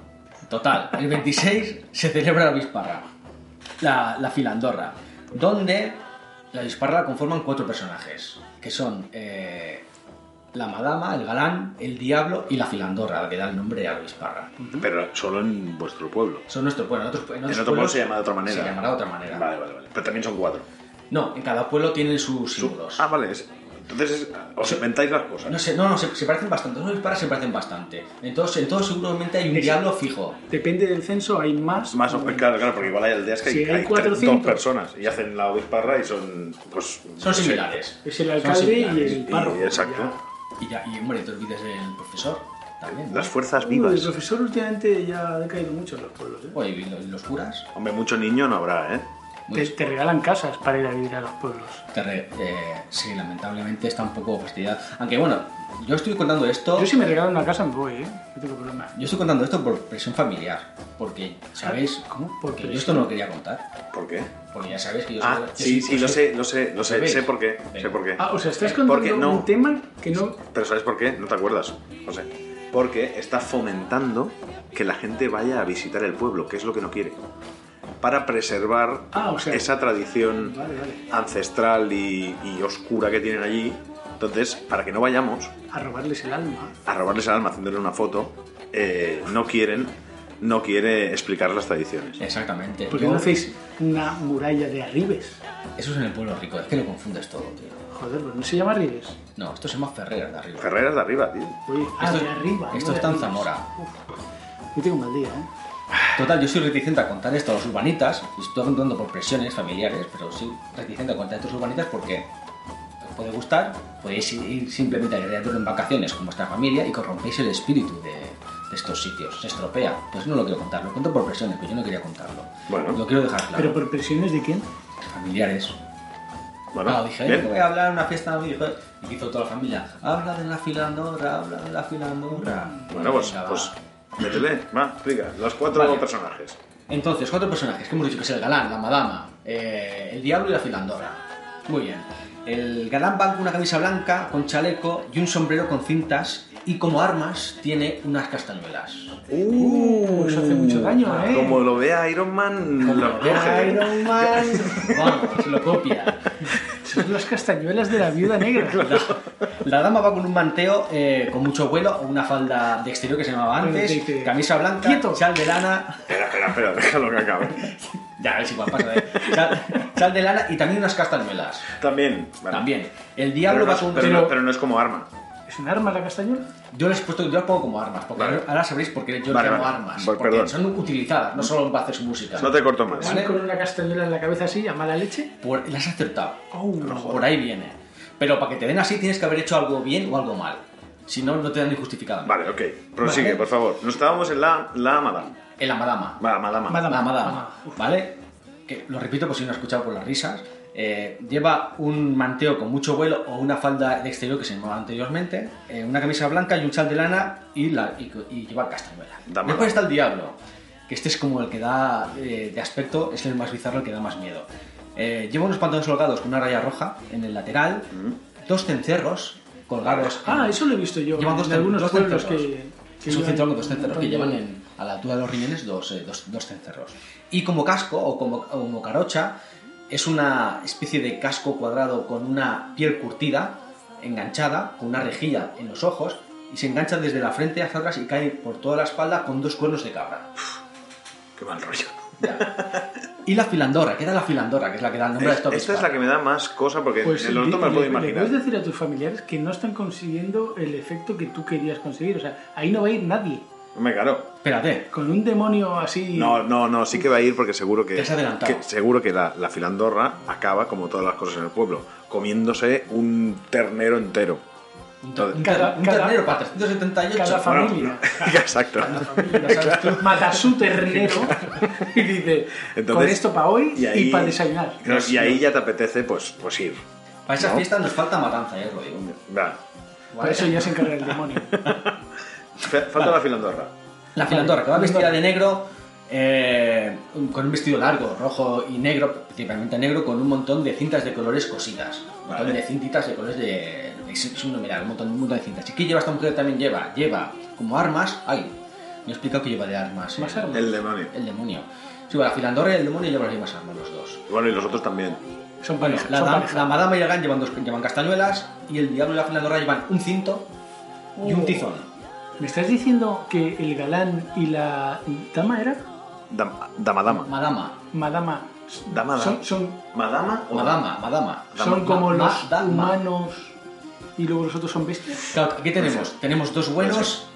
[SPEAKER 3] Total, el 26 se celebra la Bisparra, la, la Filandorra, donde la Bisparra la conforman cuatro personajes, que son eh, la Madama, el Galán, el Diablo y la Filandorra, la que da el nombre a la Bisparra.
[SPEAKER 2] Pero solo en vuestro pueblo.
[SPEAKER 3] Son nuestros, bueno, en otros, en
[SPEAKER 2] En
[SPEAKER 3] otros
[SPEAKER 2] otro pueblo
[SPEAKER 3] pueblos
[SPEAKER 2] se llama de otra manera.
[SPEAKER 3] Se llamará de otra manera.
[SPEAKER 2] Vale, vale, vale. Pero también son cuatro.
[SPEAKER 3] No, en cada pueblo tienen sus símbolos.
[SPEAKER 2] Ah, vale. es- Entonces es- os inventáis las cosas.
[SPEAKER 3] No sé, no, no, se, se parecen bastante. Los disparas se parecen bastante. En todos, en todos seguramente hay un diablo fijo.
[SPEAKER 1] Depende del censo, hay más. eh,
[SPEAKER 2] Más o claro, claro, porque igual hay aldeas que
[SPEAKER 1] Si hay
[SPEAKER 2] hay, hay tres-
[SPEAKER 1] 400.
[SPEAKER 2] dos personas y hacen la obisparra y son, pues, no
[SPEAKER 3] Son
[SPEAKER 2] sé.
[SPEAKER 3] similares.
[SPEAKER 1] Es el
[SPEAKER 3] Son
[SPEAKER 1] alcalde y
[SPEAKER 3] similares.
[SPEAKER 1] el
[SPEAKER 2] Y-
[SPEAKER 1] párroco.
[SPEAKER 2] exacto.
[SPEAKER 3] Y ya, y hombre, te olvides del profesor también. ¿no?
[SPEAKER 2] Las fuerzas
[SPEAKER 1] Ya. Uy, el
[SPEAKER 2] vivas.
[SPEAKER 1] profesor últimamente ya ha decaído mucho en los pueblos. ¿eh?
[SPEAKER 3] Oye, y los, y los curas.
[SPEAKER 2] Hombre, mucho niño no habrá, ¿eh?
[SPEAKER 1] Te, te regalan casas para ir a vivir a los pueblos.
[SPEAKER 3] Te re- eh, sí, lamentablemente está un poco fastidiado. Aunque bueno, yo estoy contando esto.
[SPEAKER 1] Yo si me regalan una casa me voy, ¿eh? No tengo problema.
[SPEAKER 3] yo estoy contando esto por presión familiar. Porque, ¿sabéis?
[SPEAKER 1] ¿Cómo? Por
[SPEAKER 3] Porque yo
[SPEAKER 1] presión.
[SPEAKER 3] esto no lo quería contar.
[SPEAKER 2] ¿Por qué?
[SPEAKER 3] Porque ya sabéis que yo
[SPEAKER 2] Ah,
[SPEAKER 3] soy- yo
[SPEAKER 2] sí,
[SPEAKER 3] soy-
[SPEAKER 2] sí,
[SPEAKER 3] yo
[SPEAKER 2] lo
[SPEAKER 3] soy-
[SPEAKER 2] sé, lo sé, lo sé,
[SPEAKER 3] ¿Sabéis?
[SPEAKER 2] sé por qué,
[SPEAKER 3] Venga.
[SPEAKER 2] sé por qué.
[SPEAKER 1] Ah, o sea, estás
[SPEAKER 3] Eh,
[SPEAKER 1] contando
[SPEAKER 2] porque no.
[SPEAKER 1] un tema que no...
[SPEAKER 2] Pero ¿sabes por qué? No te acuerdas, José. Porque está fomentando que la gente vaya a visitar el pueblo, que es lo que no quiere. Para preservar
[SPEAKER 1] Ah, o sea-
[SPEAKER 2] esa tradición
[SPEAKER 1] Vale, vale.
[SPEAKER 2] ancestral y, y oscura que tienen allí. Entonces, para que no vayamos
[SPEAKER 1] A robarles el alma.
[SPEAKER 2] a robarles el alma, haciéndole una foto, eh, no quieren, no quiere explicar las tradiciones.
[SPEAKER 3] Exactamente.
[SPEAKER 1] ¿Por qué
[SPEAKER 3] Yo-
[SPEAKER 1] no hacéis una muralla de arribes?
[SPEAKER 3] Eso es en el pueblo rico. Es que lo confundes todo, tío.
[SPEAKER 1] Joder, pues no se llama arribes.
[SPEAKER 3] No, esto se llama Ferreras de arriba.
[SPEAKER 2] Ferreras de arriba, tío.
[SPEAKER 1] Oye, ah,
[SPEAKER 3] Esto-
[SPEAKER 1] de arriba.
[SPEAKER 3] esto
[SPEAKER 1] no de
[SPEAKER 3] está en
[SPEAKER 1] arribes.
[SPEAKER 3] Zamora.
[SPEAKER 1] Uf. Yo tengo un mal día, ¿eh?
[SPEAKER 3] Total, yo soy reticente a contar esto a los urbanitas. y Estoy contando por presiones familiares, pero soy reticente a contar esto a los urbanitas porque os puede gustar, podéis ir simplemente a Guerrero en vacaciones con vuestra familia y corrompéis el espíritu de, de estos sitios. Se estropea. Pues no lo quiero contar, lo cuento por presiones, pero yo no quería contarlo.
[SPEAKER 2] Bueno.
[SPEAKER 3] Lo quiero dejar claro.
[SPEAKER 1] ¿Pero por presiones de quién?
[SPEAKER 3] Familiares.
[SPEAKER 2] Bueno,
[SPEAKER 3] Ah, dije, "Eh,
[SPEAKER 2] bien.
[SPEAKER 3] voy a hablar en una fiesta de mi hijo. Y hizo toda la familia. Habla de la filandora, habla de la filandora.
[SPEAKER 2] Bueno, pues,
[SPEAKER 3] Venga, va.
[SPEAKER 2] pues métele, va, explica, los cuatro
[SPEAKER 3] Vale.
[SPEAKER 2] personajes.
[SPEAKER 3] Entonces, cuatro personajes que hemos dicho que es el galán, la madama, eh, el diablo y la filandora. Muy bien. El galán va con una camisa blanca, con chaleco y un sombrero con cintas y como armas tiene unas castañuelas.
[SPEAKER 1] Uh, eso hace mucho daño,
[SPEAKER 3] Ah,
[SPEAKER 1] ¿eh?
[SPEAKER 2] Como lo vea Iron Man, lo coge.
[SPEAKER 1] Iron Man.
[SPEAKER 3] [LAUGHS] Vamos, lo copia.
[SPEAKER 1] Son las castañuelas de la viuda
[SPEAKER 2] [LAUGHS]
[SPEAKER 1] negra.
[SPEAKER 3] La dama va con un manteo eh, con mucho vuelo o una falda de exterior que se llamaba antes,
[SPEAKER 1] Dice,
[SPEAKER 3] camisa blanca,
[SPEAKER 1] "Quieto".
[SPEAKER 3] chal de lana,
[SPEAKER 2] Espera, espera, espera, déjalo que acabe.
[SPEAKER 3] ya es igual, pasa, eh. chal, chal de lana y también unas castañuelas.
[SPEAKER 2] También, vale.
[SPEAKER 3] También. El
[SPEAKER 2] Pero
[SPEAKER 3] diablo
[SPEAKER 2] no,
[SPEAKER 3] va
[SPEAKER 2] es-
[SPEAKER 3] con un
[SPEAKER 2] pero,
[SPEAKER 3] tiro-
[SPEAKER 2] no, pero no es como arma.
[SPEAKER 1] ¿Es un arma la castañuela?
[SPEAKER 3] Yo les he puesto, yo las pongo como armas, porque
[SPEAKER 2] Vale.
[SPEAKER 3] ahora sabréis por qué yo
[SPEAKER 2] Vale,
[SPEAKER 3] llamo
[SPEAKER 2] vale.
[SPEAKER 3] armas.
[SPEAKER 2] Pues,
[SPEAKER 3] porque
[SPEAKER 2] perdón.
[SPEAKER 3] son utilizadas, no solo para hacer su música.
[SPEAKER 2] No te corto más.
[SPEAKER 3] Vale.
[SPEAKER 1] ¿Así con una castañuela en la cabeza así, a mala leche?
[SPEAKER 3] Por- las has acertado.
[SPEAKER 1] Oh,
[SPEAKER 3] por ahí viene. Pero para que te den así tienes que haber hecho algo bien o algo mal. Si no, no te dan ni justificado.
[SPEAKER 2] Vale, ok. Prosigue,
[SPEAKER 3] Vale.
[SPEAKER 2] por favor. No estábamos en la, la madama.
[SPEAKER 3] En la madama.
[SPEAKER 2] Va, madama.
[SPEAKER 1] Madama.
[SPEAKER 3] La madama.
[SPEAKER 1] Madama.
[SPEAKER 3] ¿Vale? Que lo repito por si no he escuchado por las risas. Eh, lleva un manteo con mucho vuelo o una falda de exterior que se llamaba anteriormente, eh, una camisa blanca y un chal de lana y, la, y, y lleva castañuela.
[SPEAKER 2] Dama.
[SPEAKER 3] Después está el diablo, que este es como el que da eh, de aspecto, es el más bizarro, el que da más miedo. Eh, lleva unos pantalones holgados con una raya roja en el lateral, dos cencerros colgados. en-
[SPEAKER 1] Ah, eso lo he visto yo.
[SPEAKER 3] Llevan
[SPEAKER 1] en
[SPEAKER 3] dos cen-
[SPEAKER 1] algunos
[SPEAKER 3] dos
[SPEAKER 1] pueblos
[SPEAKER 3] cencerros.
[SPEAKER 1] que, que
[SPEAKER 3] es un
[SPEAKER 1] llevan
[SPEAKER 3] centro con dos cencerros
[SPEAKER 1] un
[SPEAKER 3] que llevan
[SPEAKER 1] rollo-
[SPEAKER 3] en- a la altura de los riñones dos, eh, dos, dos cencerros. Y como casco o como, o como carocha, es una especie de casco cuadrado con una piel curtida, enganchada, con una rejilla en los ojos, y se engancha desde la frente hacia atrás y cae por toda la espalda con dos cuernos de cabra.
[SPEAKER 2] Qué mal rollo.
[SPEAKER 3] Ya. y la filandora, queda la filandora, que es la que da el nombre
[SPEAKER 2] Es-
[SPEAKER 3] a
[SPEAKER 2] esta es la que me da más cosa porque
[SPEAKER 1] Pues
[SPEAKER 2] en los
[SPEAKER 1] di-
[SPEAKER 2] dos me
[SPEAKER 1] le-
[SPEAKER 2] las puedo
[SPEAKER 1] le
[SPEAKER 2] imaginar.
[SPEAKER 1] puedes decir a tus familiares que no están consiguiendo el efecto que tú querías conseguir. O sea, ahí no va a ir nadie.
[SPEAKER 2] Hombre, claro.
[SPEAKER 3] Espérate,
[SPEAKER 1] Con un demonio así.
[SPEAKER 2] No, no, no, sí que va a ir porque seguro que.
[SPEAKER 3] Te has adelantado.
[SPEAKER 2] que- seguro que la, la filandorra acaba, como todas las cosas en el pueblo, comiéndose un ternero entero.
[SPEAKER 3] un, ter- un
[SPEAKER 1] Cada-
[SPEAKER 3] ter- un
[SPEAKER 1] cada-
[SPEAKER 3] ternero para 378.
[SPEAKER 1] Cada
[SPEAKER 3] Bueno,
[SPEAKER 1] familia.
[SPEAKER 2] [LAUGHS] Exacto.
[SPEAKER 1] Ya sabes, tú Mata a su ternero y dice:
[SPEAKER 2] Entonces,
[SPEAKER 1] Con esto para hoy y,
[SPEAKER 2] ahí-
[SPEAKER 1] para desayunar.
[SPEAKER 2] claro, y ahí ya te apetece, pues, pues ir.
[SPEAKER 3] Para esas
[SPEAKER 2] ¿no?
[SPEAKER 3] fiestas nos falta matanza, eh, ya os lo digo.
[SPEAKER 2] Va.
[SPEAKER 1] Para eso ya se encarga el demonio.
[SPEAKER 2] Fe- Falta la filandorra.
[SPEAKER 3] La filandora, que va
[SPEAKER 1] Vale.
[SPEAKER 3] vestida de negro, eh, con un vestido largo, rojo y negro, principalmente negro, con un montón de cintas de colores cosidas. Un montón
[SPEAKER 2] Vale.
[SPEAKER 3] de cintitas de colores de. Es, es un numeral, un montón, un montón de cintas. ¿Y qué lleva esta mujer también? Lleva, lleva como armas. Ay, me he explicado que lleva de armas.
[SPEAKER 1] Más
[SPEAKER 3] eh,
[SPEAKER 1] armas.
[SPEAKER 2] El demonio.
[SPEAKER 3] El demonio. Sí, bueno, la filandora y el demonio llevan las mismas armas, los dos.
[SPEAKER 2] Bueno, y los otros también.
[SPEAKER 1] Son
[SPEAKER 3] Bueno,
[SPEAKER 1] pareja.
[SPEAKER 3] la,
[SPEAKER 1] son
[SPEAKER 3] dam-
[SPEAKER 1] pareja.
[SPEAKER 3] la madama y el gan llevan, dos, llevan castañuelas y el diablo y la filandora llevan un cinto y un
[SPEAKER 1] Oh.
[SPEAKER 3] tizón.
[SPEAKER 1] ¿Me estás diciendo que el galán y la dama era?
[SPEAKER 2] Dam- Dama, dama.
[SPEAKER 3] Madama,
[SPEAKER 1] Madama.
[SPEAKER 2] Dama, dama.
[SPEAKER 1] Son, son,
[SPEAKER 2] ¿Madama o
[SPEAKER 3] madama,
[SPEAKER 2] Dama.
[SPEAKER 3] madama.
[SPEAKER 1] Oh. son como
[SPEAKER 3] Ma-
[SPEAKER 1] los
[SPEAKER 3] ma- dama.
[SPEAKER 1] humanos y luego los otros son bestias.
[SPEAKER 3] Claro, aquí tenemos, tenemos dos buenos.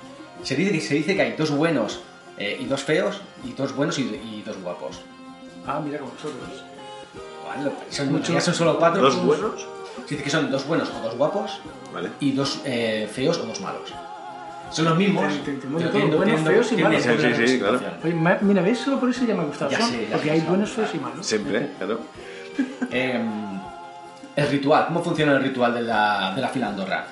[SPEAKER 3] Se dice, que- se dice que hay dos buenos eh, y dos feos, y dos buenos y, y dos guapos.
[SPEAKER 1] Ah, mira con nosotros.
[SPEAKER 3] Vale, son,
[SPEAKER 1] Mucho.
[SPEAKER 3] ya son solo cuatro.
[SPEAKER 2] ¿Dos buenos?
[SPEAKER 3] Se dice que son dos buenos o dos guapos
[SPEAKER 2] Vale.
[SPEAKER 3] y dos eh, feos o dos malos. Son los mismos.
[SPEAKER 1] Te- te- te-
[SPEAKER 3] pero
[SPEAKER 1] todo,
[SPEAKER 3] teniendo-
[SPEAKER 1] buenos,
[SPEAKER 3] teniendo-
[SPEAKER 1] feos y
[SPEAKER 3] teniendo
[SPEAKER 1] malos.
[SPEAKER 2] Sí, sí,
[SPEAKER 3] una
[SPEAKER 2] sí, claro.
[SPEAKER 3] representación.
[SPEAKER 1] Oye, ma- mira, ¿ves? Solo por eso ya me ha gustado.
[SPEAKER 3] Ya
[SPEAKER 1] Son-
[SPEAKER 3] sé, ya
[SPEAKER 1] porque
[SPEAKER 3] sé,
[SPEAKER 1] hay
[SPEAKER 3] son-
[SPEAKER 1] buenos, feos y malos.
[SPEAKER 2] Siempre, claro.
[SPEAKER 3] Em, el ritual, ¿cómo funciona el ritual de la, de la filandorra?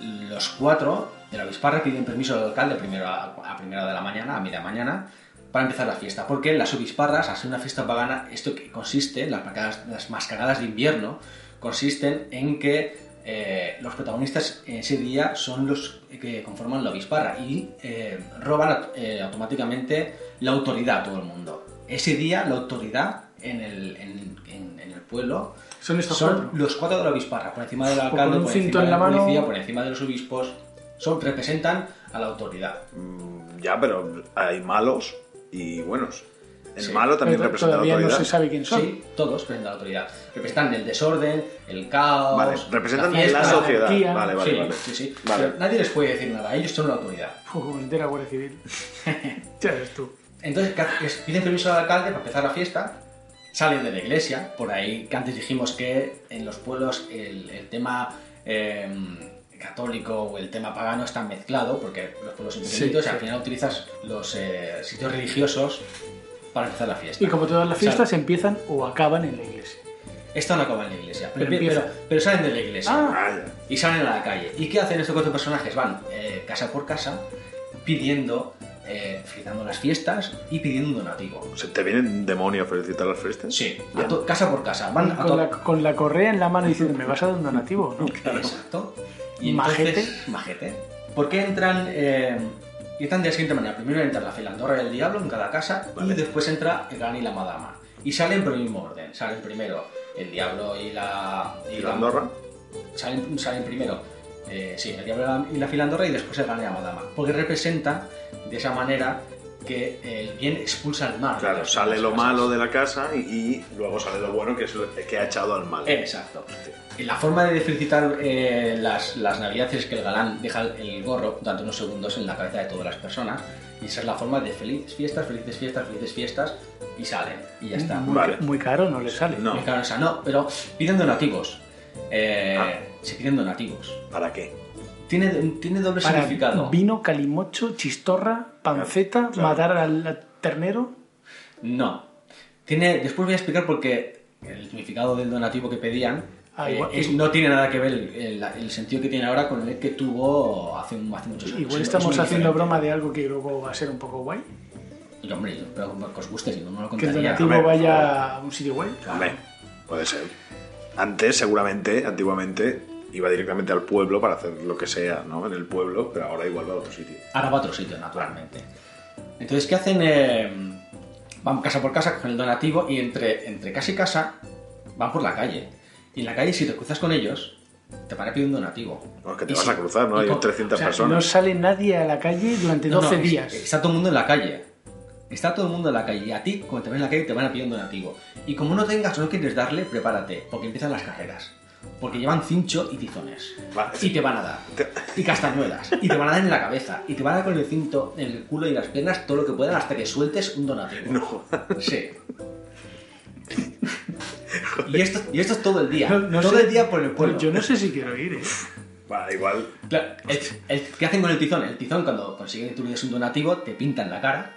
[SPEAKER 3] Los cuatro de la obisparra piden permiso al alcalde primero a, a primera de la mañana, a media mañana, para empezar la fiesta. Porque las obisparras, al ser una fiesta pagana, esto que consiste, las, mascaradas- las mascaradas de invierno, consisten en que eh, los protagonistas ese día son los que conforman la obisparra y eh, roban eh, automáticamente la autoridad a todo el mundo. Ese día la autoridad en el, en- en- en el pueblo
[SPEAKER 1] Son estos
[SPEAKER 3] son
[SPEAKER 1] cuatro.
[SPEAKER 3] los cuatro de la obisparra, por encima del
[SPEAKER 1] con
[SPEAKER 3] alcalde,
[SPEAKER 1] un
[SPEAKER 3] por
[SPEAKER 1] cinto
[SPEAKER 3] encima
[SPEAKER 1] en
[SPEAKER 3] de la
[SPEAKER 1] la mano.
[SPEAKER 3] policía, por encima de los obispos, son representan a la autoridad.
[SPEAKER 2] Mm, Ya, pero hay malos y buenos. El malo también
[SPEAKER 1] Pero
[SPEAKER 2] representa a la
[SPEAKER 1] todavía
[SPEAKER 2] autoridad.
[SPEAKER 1] no se sabe quién son.
[SPEAKER 3] Sí, todos presentan la autoridad. Representan el desorden, el caos.
[SPEAKER 2] Vale, representan
[SPEAKER 3] la,
[SPEAKER 2] la,
[SPEAKER 3] fiesta.
[SPEAKER 2] sociedad.
[SPEAKER 1] anarquía.
[SPEAKER 2] Vale, vale,
[SPEAKER 3] sí,
[SPEAKER 2] vale.
[SPEAKER 3] sí, sí.
[SPEAKER 2] Vale.
[SPEAKER 3] Pero nadie les puede decir nada, ellos son la autoridad.
[SPEAKER 1] Uf, entera Guardia
[SPEAKER 3] [LAUGHS]
[SPEAKER 1] Civil. ya ves tú.
[SPEAKER 3] Entonces ¿qué hace? Es- piden permiso al alcalde para empezar la fiesta, salen de la iglesia, por ahí que antes dijimos que en los pueblos el, el tema eh, católico o el tema pagano está mezclado, porque los pueblos son
[SPEAKER 1] Sí,
[SPEAKER 3] pequeñitos y
[SPEAKER 1] sí.
[SPEAKER 3] al final utilizas los eh, sitios religiosos para empezar la fiesta.
[SPEAKER 1] Y como todas las fiestas, empiezan o acaban en la iglesia.
[SPEAKER 3] Esta no acaba en la iglesia, pero,
[SPEAKER 1] Pero
[SPEAKER 3] pero,
[SPEAKER 1] empieza. Ah.
[SPEAKER 3] pero salen de la iglesia.
[SPEAKER 2] Vaya.
[SPEAKER 3] Y salen a la calle. ¿Y qué hacen estos cuatro personajes? Van eh, casa por casa pidiendo, eh, felicitando las fiestas y pidiendo un donativo.
[SPEAKER 2] ¿Se te viene un demonio a felicitar las fiestas?
[SPEAKER 3] Sí, a to- casa por casa. Van a
[SPEAKER 1] con,
[SPEAKER 3] to-
[SPEAKER 1] la, con la correa en la mano diciendo, ¿me vas a dar un donativo? No.
[SPEAKER 3] [LAUGHS] Exacto.
[SPEAKER 1] Majete.
[SPEAKER 3] Majete. ¿Por qué entran? eh, y entran de la siguiente manera. Primero entra la filandorra del diablo en cada casa
[SPEAKER 2] Vale.
[SPEAKER 3] y después entra el gran y la madama. Y salen por el mismo orden. Salen primero el diablo y la...
[SPEAKER 2] ¿Y la Andorra?
[SPEAKER 3] salen, salen primero, eh, sí, el diablo y la filandorra y después el gran y la madama. Porque representa de esa manera que el bien expulsa al mal.
[SPEAKER 2] Claro, sale lo malo de la casa y, y luego sale lo bueno que es lo que ha echado al mal.
[SPEAKER 3] Exacto. Y La forma de felicitar eh, las, las navidades es que el galán deja el gorro durante unos segundos en la cabeza de todas las personas. Y esa es la forma de felices fiestas, felices fiestas, felices fiestas. Y salen. Y ya está.
[SPEAKER 1] Muy,
[SPEAKER 2] Vale.
[SPEAKER 1] muy caro no le sale.
[SPEAKER 2] No.
[SPEAKER 3] Me cago en esa. No, pero piden donativos. Eh,
[SPEAKER 2] Ah.
[SPEAKER 3] Se piden donativos.
[SPEAKER 2] ¿Para qué?
[SPEAKER 3] Tiene, tiene doble
[SPEAKER 1] Para
[SPEAKER 3] significado.
[SPEAKER 1] vino, calimocho, chistorra, panceta,
[SPEAKER 2] Claro, claro.
[SPEAKER 1] matar al al ternero.
[SPEAKER 3] No. Tiene, después voy a explicar por qué el significado del donativo que pedían
[SPEAKER 1] Ah,
[SPEAKER 3] eh,
[SPEAKER 1] igual-
[SPEAKER 3] es- no tiene nada que ver el, el- el sentido que tiene ahora con el que tuvo hace, un- hace muchos años.
[SPEAKER 1] Igual
[SPEAKER 3] Es- es
[SPEAKER 1] estamos
[SPEAKER 3] muy
[SPEAKER 1] haciendo
[SPEAKER 3] diferente.
[SPEAKER 1] broma de algo que luego va a ser un poco guay.
[SPEAKER 3] Y hombre, yo espero que os guste, si no, no lo
[SPEAKER 1] Que el
[SPEAKER 3] contaría.
[SPEAKER 1] donativo
[SPEAKER 2] a ver,
[SPEAKER 1] vaya a un sitio guay.
[SPEAKER 2] Hombre, puede ser. Antes, seguramente, antiguamente, iba directamente al pueblo para hacer lo que sea, ¿no? En el pueblo, pero ahora igual va a otro sitio.
[SPEAKER 3] Ahora va a otro sitio, naturalmente. Entonces, ¿qué hacen? Eh, van casa por casa con el donativo y entre, entre casa y casa van por la calle. Y en la calle, si te cruzas con ellos, te van a pedir un donativo.
[SPEAKER 2] Bueno, que te
[SPEAKER 3] Y
[SPEAKER 2] vas
[SPEAKER 3] si-
[SPEAKER 2] a cruzar, ¿no?
[SPEAKER 3] y
[SPEAKER 2] Hay
[SPEAKER 3] con-
[SPEAKER 2] 300
[SPEAKER 1] O sea, no
[SPEAKER 2] personas.
[SPEAKER 1] sale nadie a la calle durante 12
[SPEAKER 3] No, no,
[SPEAKER 1] días.
[SPEAKER 3] es- Está todo el mundo en la calle. Está todo el mundo en la calle. Y a ti, cuando te ven en la calle, te van a pedir un donativo. Y como no tengas o no quieres darle, prepárate, porque empiezan las carreras. Porque llevan cincho y tizones.
[SPEAKER 2] Va,
[SPEAKER 3] y te van a dar. Y castañuelas. Y te van a dar en la cabeza. Y te van a dar con el cinto, en el culo y las piernas, todo lo que puedan hasta que sueltes un donativo.
[SPEAKER 2] No.
[SPEAKER 3] Sí. y, esto, y esto es todo el día.
[SPEAKER 1] No- no
[SPEAKER 3] todo
[SPEAKER 1] sé- Pues
[SPEAKER 3] el día por el pueblo.
[SPEAKER 1] Yo no sé si quiero ir, ¿eh?
[SPEAKER 2] Va, igual.
[SPEAKER 3] Claro, el, el- ¿qué hacen con el tizón? El tizón, cuando consiguen que tú le des un donativo, te pintan la cara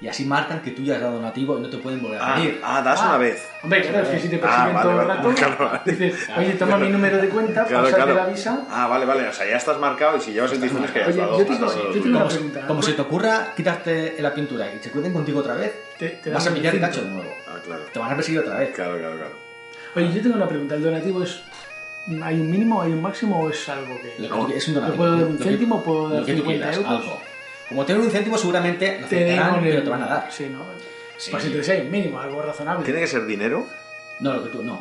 [SPEAKER 3] y así marcan que tú ya has dado donativo y no te pueden volver a
[SPEAKER 2] Ah,
[SPEAKER 3] pedir.
[SPEAKER 2] ah, das
[SPEAKER 1] Ah.
[SPEAKER 2] una vez.
[SPEAKER 1] Hombre, claro, es que si te persiguen
[SPEAKER 2] Ah, vale,
[SPEAKER 1] todo el
[SPEAKER 2] vale,
[SPEAKER 1] rato,
[SPEAKER 2] [LAUGHS] claro, vale.
[SPEAKER 1] dices, oye, toma mi número de cuenta,
[SPEAKER 2] Claro,
[SPEAKER 1] pásate
[SPEAKER 2] claro.
[SPEAKER 1] la visa.
[SPEAKER 2] Ah, vale, vale. O sea, ya estás marcado y si llevas el tizón es que ya has
[SPEAKER 1] Oye,
[SPEAKER 2] dado.
[SPEAKER 1] yo te
[SPEAKER 2] has
[SPEAKER 1] digo-
[SPEAKER 2] dado
[SPEAKER 1] yo
[SPEAKER 2] dos.
[SPEAKER 1] te digo-
[SPEAKER 3] como,
[SPEAKER 1] una pregunta.
[SPEAKER 3] como se te ocurra quitarte la pintura y se cuiden contigo otra vez,
[SPEAKER 1] Te- te
[SPEAKER 3] vas a
[SPEAKER 1] dan
[SPEAKER 3] pillar el
[SPEAKER 1] cinco.
[SPEAKER 3] cacho de nuevo.
[SPEAKER 2] Ah, claro.
[SPEAKER 3] Te van a perseguir otra vez.
[SPEAKER 2] Claro, claro, claro.
[SPEAKER 1] Oye, yo tengo una pregunta. ¿El donativo es. ¿Hay un mínimo, hay un máximo o es algo que.?
[SPEAKER 3] Lo que tú quieres es un
[SPEAKER 1] ¿Yo
[SPEAKER 3] donativo.
[SPEAKER 1] puedo dar un
[SPEAKER 3] Lo que-
[SPEAKER 1] céntimo? ¿Puedo
[SPEAKER 3] lo
[SPEAKER 1] dar
[SPEAKER 3] que tú
[SPEAKER 1] 50
[SPEAKER 3] quieras,
[SPEAKER 1] euros?
[SPEAKER 3] algo. Como te den un céntimo, seguramente lo
[SPEAKER 1] den
[SPEAKER 3] aceptarán,
[SPEAKER 1] con el-
[SPEAKER 3] pero te van a dar.
[SPEAKER 1] Sí, ¿no?
[SPEAKER 3] Sí.
[SPEAKER 1] Pues entonces hay un mínimo, algo razonable.
[SPEAKER 2] ¿Tiene que ser dinero?
[SPEAKER 3] No, lo que tú, no.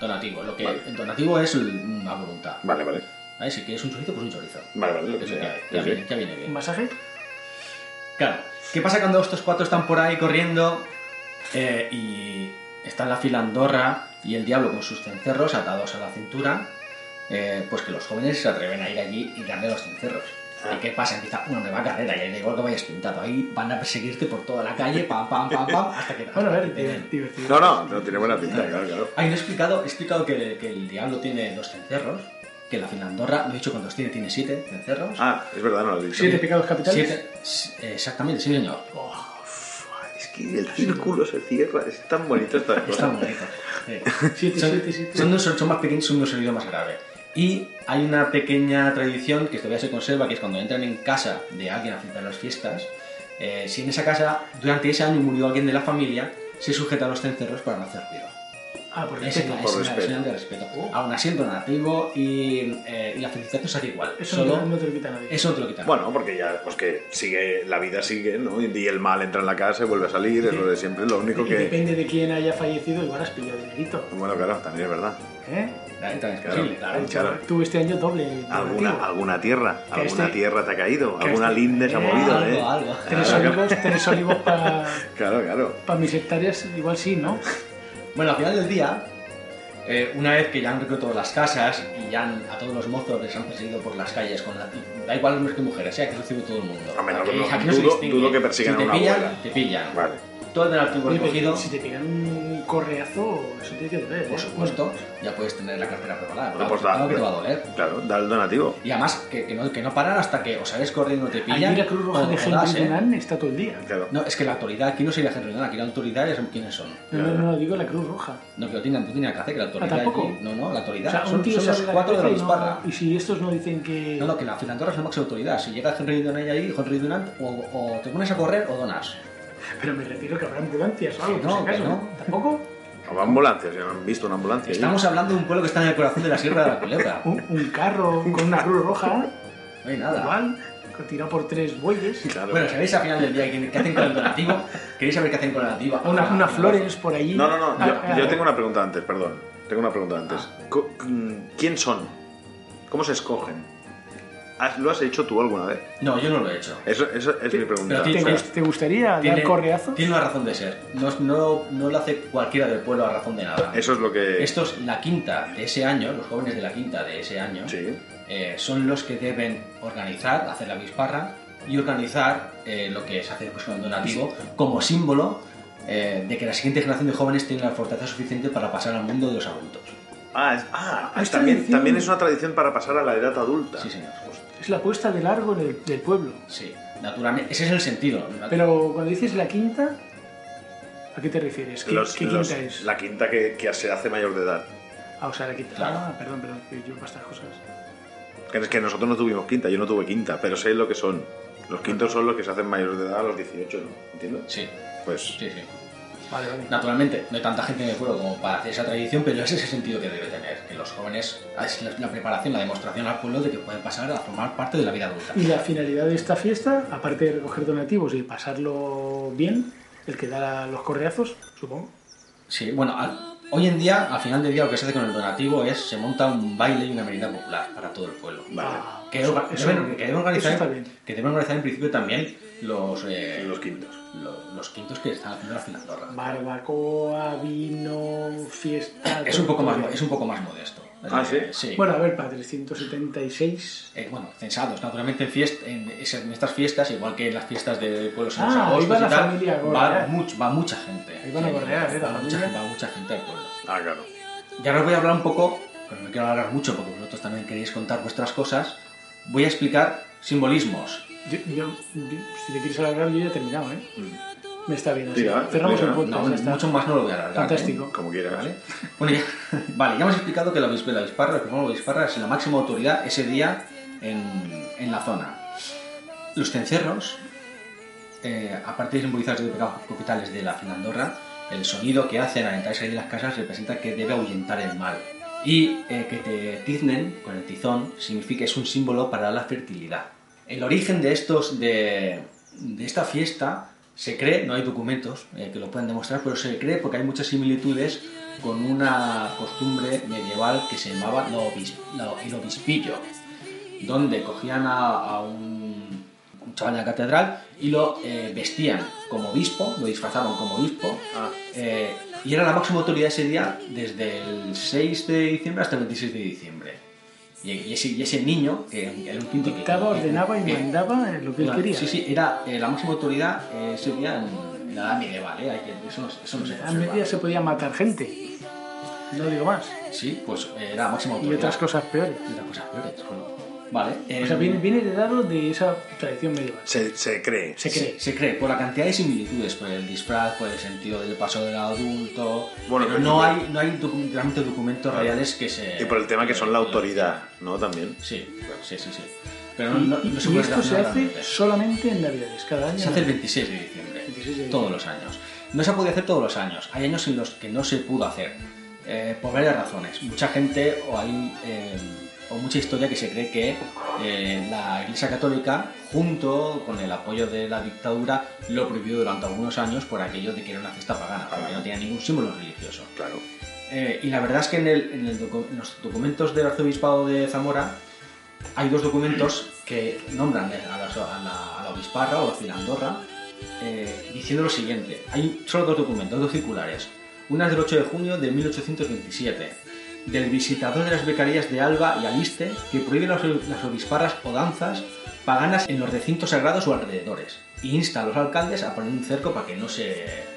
[SPEAKER 3] Donativo. Lo que,
[SPEAKER 2] Vale.
[SPEAKER 3] El donativo es el- la voluntad.
[SPEAKER 2] Vale, vale.
[SPEAKER 3] ¿Vale? Si quieres un chorizo, pues un chorizo.
[SPEAKER 2] Vale, vale, lo que
[SPEAKER 3] Eso
[SPEAKER 2] sea.
[SPEAKER 3] Ya, ya
[SPEAKER 2] Sí, sí.
[SPEAKER 3] viene, ya viene
[SPEAKER 1] ¿Un
[SPEAKER 3] bien.
[SPEAKER 1] masaje?
[SPEAKER 3] Claro, ¿qué pasa cuando estos cuatro están por ahí corriendo eh, y está la fila Andorra y el diablo con sus cencerros atados a la cintura? eh, pues que los jóvenes se atreven a ir allí y darle los cencerros.
[SPEAKER 2] Ah.
[SPEAKER 3] ¿Y qué pasa? Empieza una nueva carrera y ahí da igual que vayas pintado. Ahí van a perseguirte por toda la calle, pam, pam,
[SPEAKER 1] [LAUGHS]
[SPEAKER 3] pam, pam, hasta que...
[SPEAKER 1] Bueno, a
[SPEAKER 3] hasta
[SPEAKER 1] ver,
[SPEAKER 3] que te den.
[SPEAKER 1] di- divertido.
[SPEAKER 2] No, no, no tiene buena pinta, claro, claro.
[SPEAKER 3] Ahí no he explicado, he explicado que, que el diablo tiene dos cencerros, que la fila Andorra, no he dicho cuántos tiene, tiene siete cencerros.
[SPEAKER 2] Ah, es verdad, no lo he dicho.
[SPEAKER 1] ¿Siete pecados capitales?
[SPEAKER 3] Siete, s- exactamente, sí señor.
[SPEAKER 1] Oh,
[SPEAKER 2] Es que el círculo se cierra, es tan bonito esta cosa.
[SPEAKER 3] Está bonito. Sí.
[SPEAKER 1] Siete,
[SPEAKER 3] son,
[SPEAKER 1] siete, siete.
[SPEAKER 3] son de un son más pequeños, son de un sonido más grave. Y hay una pequeña tradición que todavía se conserva, que es cuando entran en casa de alguien a celebrar las fiestas, eh, si en esa casa durante ese año murió alguien de la familia, se sujetan los cencerros para no hacer ruido.
[SPEAKER 1] Ah, por
[SPEAKER 3] Es
[SPEAKER 1] respeto.
[SPEAKER 3] una,
[SPEAKER 2] Por
[SPEAKER 3] es una
[SPEAKER 2] respeto.
[SPEAKER 3] señal de respeto.
[SPEAKER 1] Oh.
[SPEAKER 3] Aún así, el donativo y, eh, y la felicitación es igual.
[SPEAKER 1] Eso
[SPEAKER 3] Solo-
[SPEAKER 1] no, te- no te lo quita nadie.
[SPEAKER 3] eso te lo quitan.
[SPEAKER 2] Bueno, porque ya, pues que sigue, la vida sigue, ¿no? Y el mal entra en la casa y vuelve a salir, es lo de siempre, lo único
[SPEAKER 1] Y
[SPEAKER 2] que...
[SPEAKER 1] Depende de quién haya fallecido, igual has pillado dinerito.
[SPEAKER 2] Bueno, claro, también es verdad.
[SPEAKER 1] ¿eh?
[SPEAKER 3] También es
[SPEAKER 2] Claro.
[SPEAKER 3] posible, claro.
[SPEAKER 2] Claro.
[SPEAKER 1] Tú este año doble.
[SPEAKER 2] Alguna,
[SPEAKER 1] donativo.
[SPEAKER 2] alguna tierra,
[SPEAKER 1] Que
[SPEAKER 2] alguna
[SPEAKER 1] este-
[SPEAKER 2] tierra te ha caído,
[SPEAKER 1] que
[SPEAKER 2] alguna
[SPEAKER 1] este-
[SPEAKER 2] linde se ha
[SPEAKER 1] eh,
[SPEAKER 2] movido,
[SPEAKER 3] algo,
[SPEAKER 2] ¿eh?
[SPEAKER 3] algo.
[SPEAKER 1] Tres
[SPEAKER 2] Claro,
[SPEAKER 1] olivos, tres
[SPEAKER 2] [LAUGHS]
[SPEAKER 1] olivos para
[SPEAKER 2] Claro, claro.
[SPEAKER 1] mis hectáreas, igual sí, ¿no?
[SPEAKER 3] Bueno, al final del día, eh, una vez que ya han recogido todas las casas y ya han- a todos los mozos les han perseguido por las calles, con la- da igual hombres que mujeres, ¿eh? aquí recibe todo el mundo.
[SPEAKER 2] A menos
[SPEAKER 3] Aquí-
[SPEAKER 2] que no-
[SPEAKER 3] aquí se
[SPEAKER 2] dudo-
[SPEAKER 3] distingue.
[SPEAKER 2] dudo que persigan
[SPEAKER 3] si te
[SPEAKER 2] a una
[SPEAKER 3] pillan,
[SPEAKER 2] abuela.
[SPEAKER 3] te pillan.
[SPEAKER 2] Vale.
[SPEAKER 3] Todo el donativo
[SPEAKER 1] Oye, pero
[SPEAKER 3] recogido,
[SPEAKER 1] Si te pegan un correazo, eso tiene que doler.
[SPEAKER 3] por
[SPEAKER 1] ¿eh?
[SPEAKER 3] supuesto, ya puedes tener la cartera preparada.
[SPEAKER 2] Bueno,
[SPEAKER 3] Claro,
[SPEAKER 2] pues da-
[SPEAKER 3] claro que te va a doler.
[SPEAKER 2] Claro, da el donativo.
[SPEAKER 3] Y además, que, que no, que no paran hasta que o sales corriendo te
[SPEAKER 1] Allí
[SPEAKER 3] pillan.
[SPEAKER 1] la Cruz Roja
[SPEAKER 3] o-
[SPEAKER 1] de
[SPEAKER 3] o
[SPEAKER 1] Henry
[SPEAKER 3] das, ¿eh?
[SPEAKER 1] Dunant está todo el día.
[SPEAKER 2] Claro.
[SPEAKER 3] No, es que la autoridad aquí no sería gente nada, aquí la autoridad es quiénes son.
[SPEAKER 1] No, no, no, digo la Cruz Roja.
[SPEAKER 3] No, que lo tengan, tú tienes que hacer que la autoridad.
[SPEAKER 1] Ah, ¿tampoco?
[SPEAKER 3] aquí- no, no, la autoridad.
[SPEAKER 1] O sea,
[SPEAKER 3] son,
[SPEAKER 1] un tío
[SPEAKER 3] son
[SPEAKER 1] se
[SPEAKER 3] los
[SPEAKER 1] abre la
[SPEAKER 3] cuatro de la
[SPEAKER 1] cabeza y no-
[SPEAKER 3] disparra.
[SPEAKER 1] Y si estos no dicen que.
[SPEAKER 3] No, no, que la filantora es la máxima autoridad. Si llega Henry Dunant ahí, Henry Dunant, o, o te pones a correr o donas.
[SPEAKER 1] Pero me refiero que habrá ambulancias o algo,
[SPEAKER 3] Que
[SPEAKER 1] por si
[SPEAKER 3] no, que
[SPEAKER 1] acaso.
[SPEAKER 3] no.
[SPEAKER 1] ¿Tampoco?
[SPEAKER 2] O ambulancias, ya han visto una ambulancia. allí.
[SPEAKER 3] Estamos hablando de un pueblo que está en el corazón de la Sierra de la Culebra.
[SPEAKER 2] Uh.
[SPEAKER 1] Un, un carro con una Cruz Roja,
[SPEAKER 3] No hay nada.
[SPEAKER 1] igual, que tirado por tres bueyes.
[SPEAKER 2] Claro.
[SPEAKER 3] Bueno, ¿sabéis al final del día qué qué hacen con el donativo? ¿Queréis saber qué hacen con el donativo?
[SPEAKER 1] Unas unas flores por allí.
[SPEAKER 2] No, no, no.
[SPEAKER 1] Ah,
[SPEAKER 2] yo,
[SPEAKER 1] ah,
[SPEAKER 2] yo tengo una pregunta antes, perdón. Tengo una pregunta antes. Co- mm, ¿Quién son? ¿Cómo se escogen? ¿Has- ¿Lo has hecho tú alguna vez?
[SPEAKER 3] No, yo no lo he hecho.
[SPEAKER 2] Eso, eso es mi pregunta.
[SPEAKER 3] Pero
[SPEAKER 1] ¿Te,
[SPEAKER 3] Espera.
[SPEAKER 1] gust- te gustaría dar correazo?
[SPEAKER 3] tiene una razón de ser. No, es- no, no lo hace cualquiera del pueblo a razón de nada.
[SPEAKER 2] Eso es lo que.
[SPEAKER 3] Esto es la quinta de ese año, los jóvenes de la quinta de ese año,
[SPEAKER 2] Sí.
[SPEAKER 3] eh, son los que deben organizar, hacer la bisparra y organizar eh, lo que se hace pues, con el donativo como símbolo eh, de que la siguiente generación de jóvenes tiene la fortaleza suficiente para pasar al mundo de los adultos.
[SPEAKER 2] Ah, es- ah,
[SPEAKER 1] Ah, es
[SPEAKER 2] también,
[SPEAKER 1] tradición.
[SPEAKER 2] también es una tradición para pasar a la edad adulta.
[SPEAKER 3] Sí, señor.
[SPEAKER 1] Es la puesta de largo en el- del pueblo.
[SPEAKER 3] Sí, naturalmente. Ese es el sentido. ¿no?
[SPEAKER 1] Pero cuando dices la quinta, ¿a qué te refieres? ¿Qué,
[SPEAKER 2] Los-
[SPEAKER 1] qué
[SPEAKER 2] los-
[SPEAKER 1] quinta es?
[SPEAKER 2] La quinta que, que se hace mayor de edad.
[SPEAKER 1] Ah, o sea, la quinta.
[SPEAKER 3] Claro.
[SPEAKER 1] Ah, perdón, perdón, que yo para estas cosas.
[SPEAKER 2] Que Es que nosotros no tuvimos quinta, yo no tuve quinta, pero sé lo que son. Los quintos son los que se hacen mayor de edad a los 18, ¿no? ¿Entiendes?
[SPEAKER 3] Sí,
[SPEAKER 2] Pues
[SPEAKER 3] sí, sí.
[SPEAKER 1] Vale, vale.
[SPEAKER 3] Naturalmente, no hay tanta gente en el pueblo como para hacer esa tradición, pero ese es el sentido que debe tener, que los jóvenes es la, la preparación, la demostración al pueblo de que pueden pasar a formar parte de la vida adulta.
[SPEAKER 1] Y la finalidad de esta fiesta, aparte de recoger donativos y pasarlo bien, el que da los correazos, supongo.
[SPEAKER 3] Sí, bueno, al- hoy en día, al final del día, lo que se hace con el donativo es se monta un baile y una merienda popular para todo el pueblo.
[SPEAKER 2] Vale.
[SPEAKER 1] Ah,
[SPEAKER 3] Que,
[SPEAKER 1] eso-
[SPEAKER 3] orga-
[SPEAKER 1] eso-
[SPEAKER 3] deben, que deben organizar,
[SPEAKER 1] eso está bien.
[SPEAKER 3] que deben organizar en principio también los, eh,
[SPEAKER 2] los quintos.
[SPEAKER 3] lo- los quintos que están haciendo la filandorra.
[SPEAKER 1] Barbacoa, vino, fiesta.
[SPEAKER 3] Es un poco
[SPEAKER 1] todo.
[SPEAKER 3] más, mo- es un poco más modesto.
[SPEAKER 2] Ah, ¿sí?
[SPEAKER 1] Bueno, a ver, para 376.
[SPEAKER 3] Eh, bueno, censados, naturalmente en, fiest- en, es- en estas fiestas, igual que en las fiestas de pueblos en
[SPEAKER 1] Ah,
[SPEAKER 3] los
[SPEAKER 1] ahí va
[SPEAKER 3] agostos
[SPEAKER 1] la
[SPEAKER 3] y tal,
[SPEAKER 1] familia a
[SPEAKER 3] va,
[SPEAKER 1] gorrear.
[SPEAKER 3] much- va mucha gente.
[SPEAKER 1] Ahí van a gorrear, ¿eh? La
[SPEAKER 3] Va mucha,
[SPEAKER 1] familia.
[SPEAKER 3] va mucha gente al pueblo.
[SPEAKER 2] Ah, claro.
[SPEAKER 3] Y ahora os voy a hablar un poco, pero no me quiero alargar mucho porque vosotros también queréis contar vuestras cosas, voy a explicar simbolismos.
[SPEAKER 1] Yo, yo- yo- si te quieres alargar, yo ya he terminado, ¿eh? Me está bien. así.
[SPEAKER 2] Tira,
[SPEAKER 1] Cerramos
[SPEAKER 2] tira.
[SPEAKER 1] el podcast.
[SPEAKER 3] Mm. No,
[SPEAKER 1] Pues ya está.
[SPEAKER 3] mucho más no lo voy a alargar. ¿eh?
[SPEAKER 1] Fantástico.
[SPEAKER 2] Como quieras.
[SPEAKER 3] ¿Vale? Bueno, ya, [LAUGHS] vale, ya hemos explicado que la obispa- la obisparra, el primero de la obisparra es la máxima autoridad ese día en, en la zona. Los cencerros, eh, aparte de simbolizar los pecados capitales de la Finlandorra, el sonido que hacen al entrar y salir de las casas representa que debe ahuyentar el mal. Y eh, que te tiznen con el tizón significa es un símbolo para la fertilidad. El origen de estos de, de esta fiesta se cree, no hay documentos eh, que lo puedan demostrar, pero se cree porque hay muchas similitudes con una costumbre medieval que se llamaba la obis- la- el obispillo, donde cogían a, a un, un chaval de la catedral y lo eh, vestían como obispo, lo disfrazaban como obispo,
[SPEAKER 2] Ah.
[SPEAKER 3] eh, y era la máxima autoridad ese día desde el 6 de diciembre hasta el 26 de diciembre. Y, y ese, y ese niño, que era un quinto que-
[SPEAKER 1] Dictaba,
[SPEAKER 3] que-
[SPEAKER 1] ordenaba y
[SPEAKER 3] que-
[SPEAKER 1] mandaba eh, lo que él
[SPEAKER 3] era-
[SPEAKER 1] quería.
[SPEAKER 3] Sí, sí, era eh, la máxima autoridad eh, ese día en, en la edad medieval, ¿eh? Hay que- eso, no, eso no se
[SPEAKER 1] A
[SPEAKER 3] conserva.
[SPEAKER 1] media se podía matar gente. No digo más.
[SPEAKER 3] Sí, pues eh, era la máxima
[SPEAKER 1] Y
[SPEAKER 3] autoridad.
[SPEAKER 1] otras cosas peores.
[SPEAKER 3] Y otras cosas peores, bueno. Vale.
[SPEAKER 1] O
[SPEAKER 3] eh,
[SPEAKER 1] sea, viene, viene heredado de esa tradición medieval.
[SPEAKER 2] Se, se cree.
[SPEAKER 1] Se cree.
[SPEAKER 3] Se, se cree por la cantidad de similitudes, por el disfraz, por el sentido del paso del adulto.
[SPEAKER 2] Bueno, pero-
[SPEAKER 3] pero no hay, no hay docu- realmente documentos reales que se.
[SPEAKER 2] Y por el tema que son la autoridad, ¿no? También.
[SPEAKER 3] Sí, sí, sí. sí. Pero no,
[SPEAKER 1] Y,
[SPEAKER 3] no-
[SPEAKER 1] y-
[SPEAKER 3] no se
[SPEAKER 1] y
[SPEAKER 3] puede
[SPEAKER 1] esto se
[SPEAKER 3] relacionar
[SPEAKER 1] hace
[SPEAKER 3] realmente.
[SPEAKER 1] solamente en Navidades, cada año.
[SPEAKER 3] Se hace el 26 de diciembre,
[SPEAKER 1] 26 de diciembre.
[SPEAKER 3] todos los años. No se ha podido hacer todos los años. Hay años en los que no se pudo hacer. eh, por varias razones. Mucha gente o hay eh, o mucha historia que se cree que eh, la Iglesia Católica, junto con el apoyo de la dictadura, lo prohibió durante algunos años por aquello de que era una fiesta pagana, porque no tenía ningún símbolo religioso.
[SPEAKER 2] Claro.
[SPEAKER 3] Eh, y la verdad es que en, el- en el docu- en los documentos del arzobispado de Zamora hay dos documentos que nombran a la, a la- a la obisparra o a Andorra eh, diciendo lo siguiente. Hay solo dos documentos, dos circulares. Una es del 8 de junio de 1827, del visitador de las becarías de Alba y Aliste, que prohíbe las, las obisparras o danzas paganas en los recintos sagrados o alrededores. E insta a los alcaldes a poner un cerco para que no se,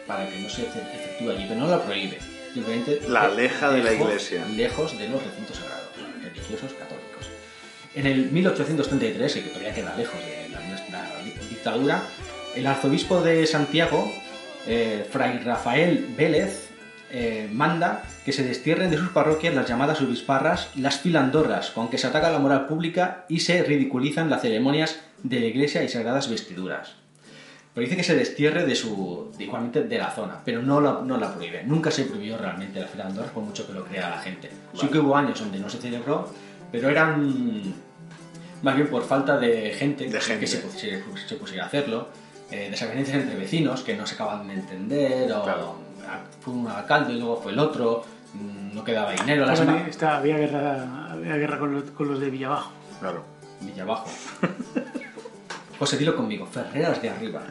[SPEAKER 3] para que no se efe- efectúe allí, pero no la prohíbe. Simplemente
[SPEAKER 2] La aleja de la
[SPEAKER 3] lejos-
[SPEAKER 2] iglesia.
[SPEAKER 3] Lejos de los recintos sagrados, religiosos católicos. En el 1833, que todavía queda lejos de la, la di- dictadura, el arzobispo de Santiago, eh, Fray Rafael Vélez, eh, manda que se destierren de sus parroquias las llamadas obisparras y las filandorras, con que se ataca la moral pública y se ridiculizan las ceremonias de la iglesia y sagradas vestiduras. Pero dice que se destierre de su, de- igualmente de la zona, pero no la, no la prohíbe. Nunca se prohibió realmente la filandorra, por mucho que lo crea la gente. Sí que hubo años donde no se celebró, pero eran más bien por falta de gente,
[SPEAKER 2] De gente.
[SPEAKER 3] que se, pus- se pus- se pusiera a hacerlo, eh, desavenencias entre vecinos que no se acaban de entender, o
[SPEAKER 2] Claro.
[SPEAKER 3] ah, fue un alcalde y luego fue el otro, mm, no quedaba dinero, la
[SPEAKER 1] También
[SPEAKER 3] semana...
[SPEAKER 1] está- había guerra, había guerra con, los, con los de Villabajo.
[SPEAKER 2] Claro.
[SPEAKER 3] Villabajo. [LAUGHS] José, dilo conmigo, Ferreras de Arriba.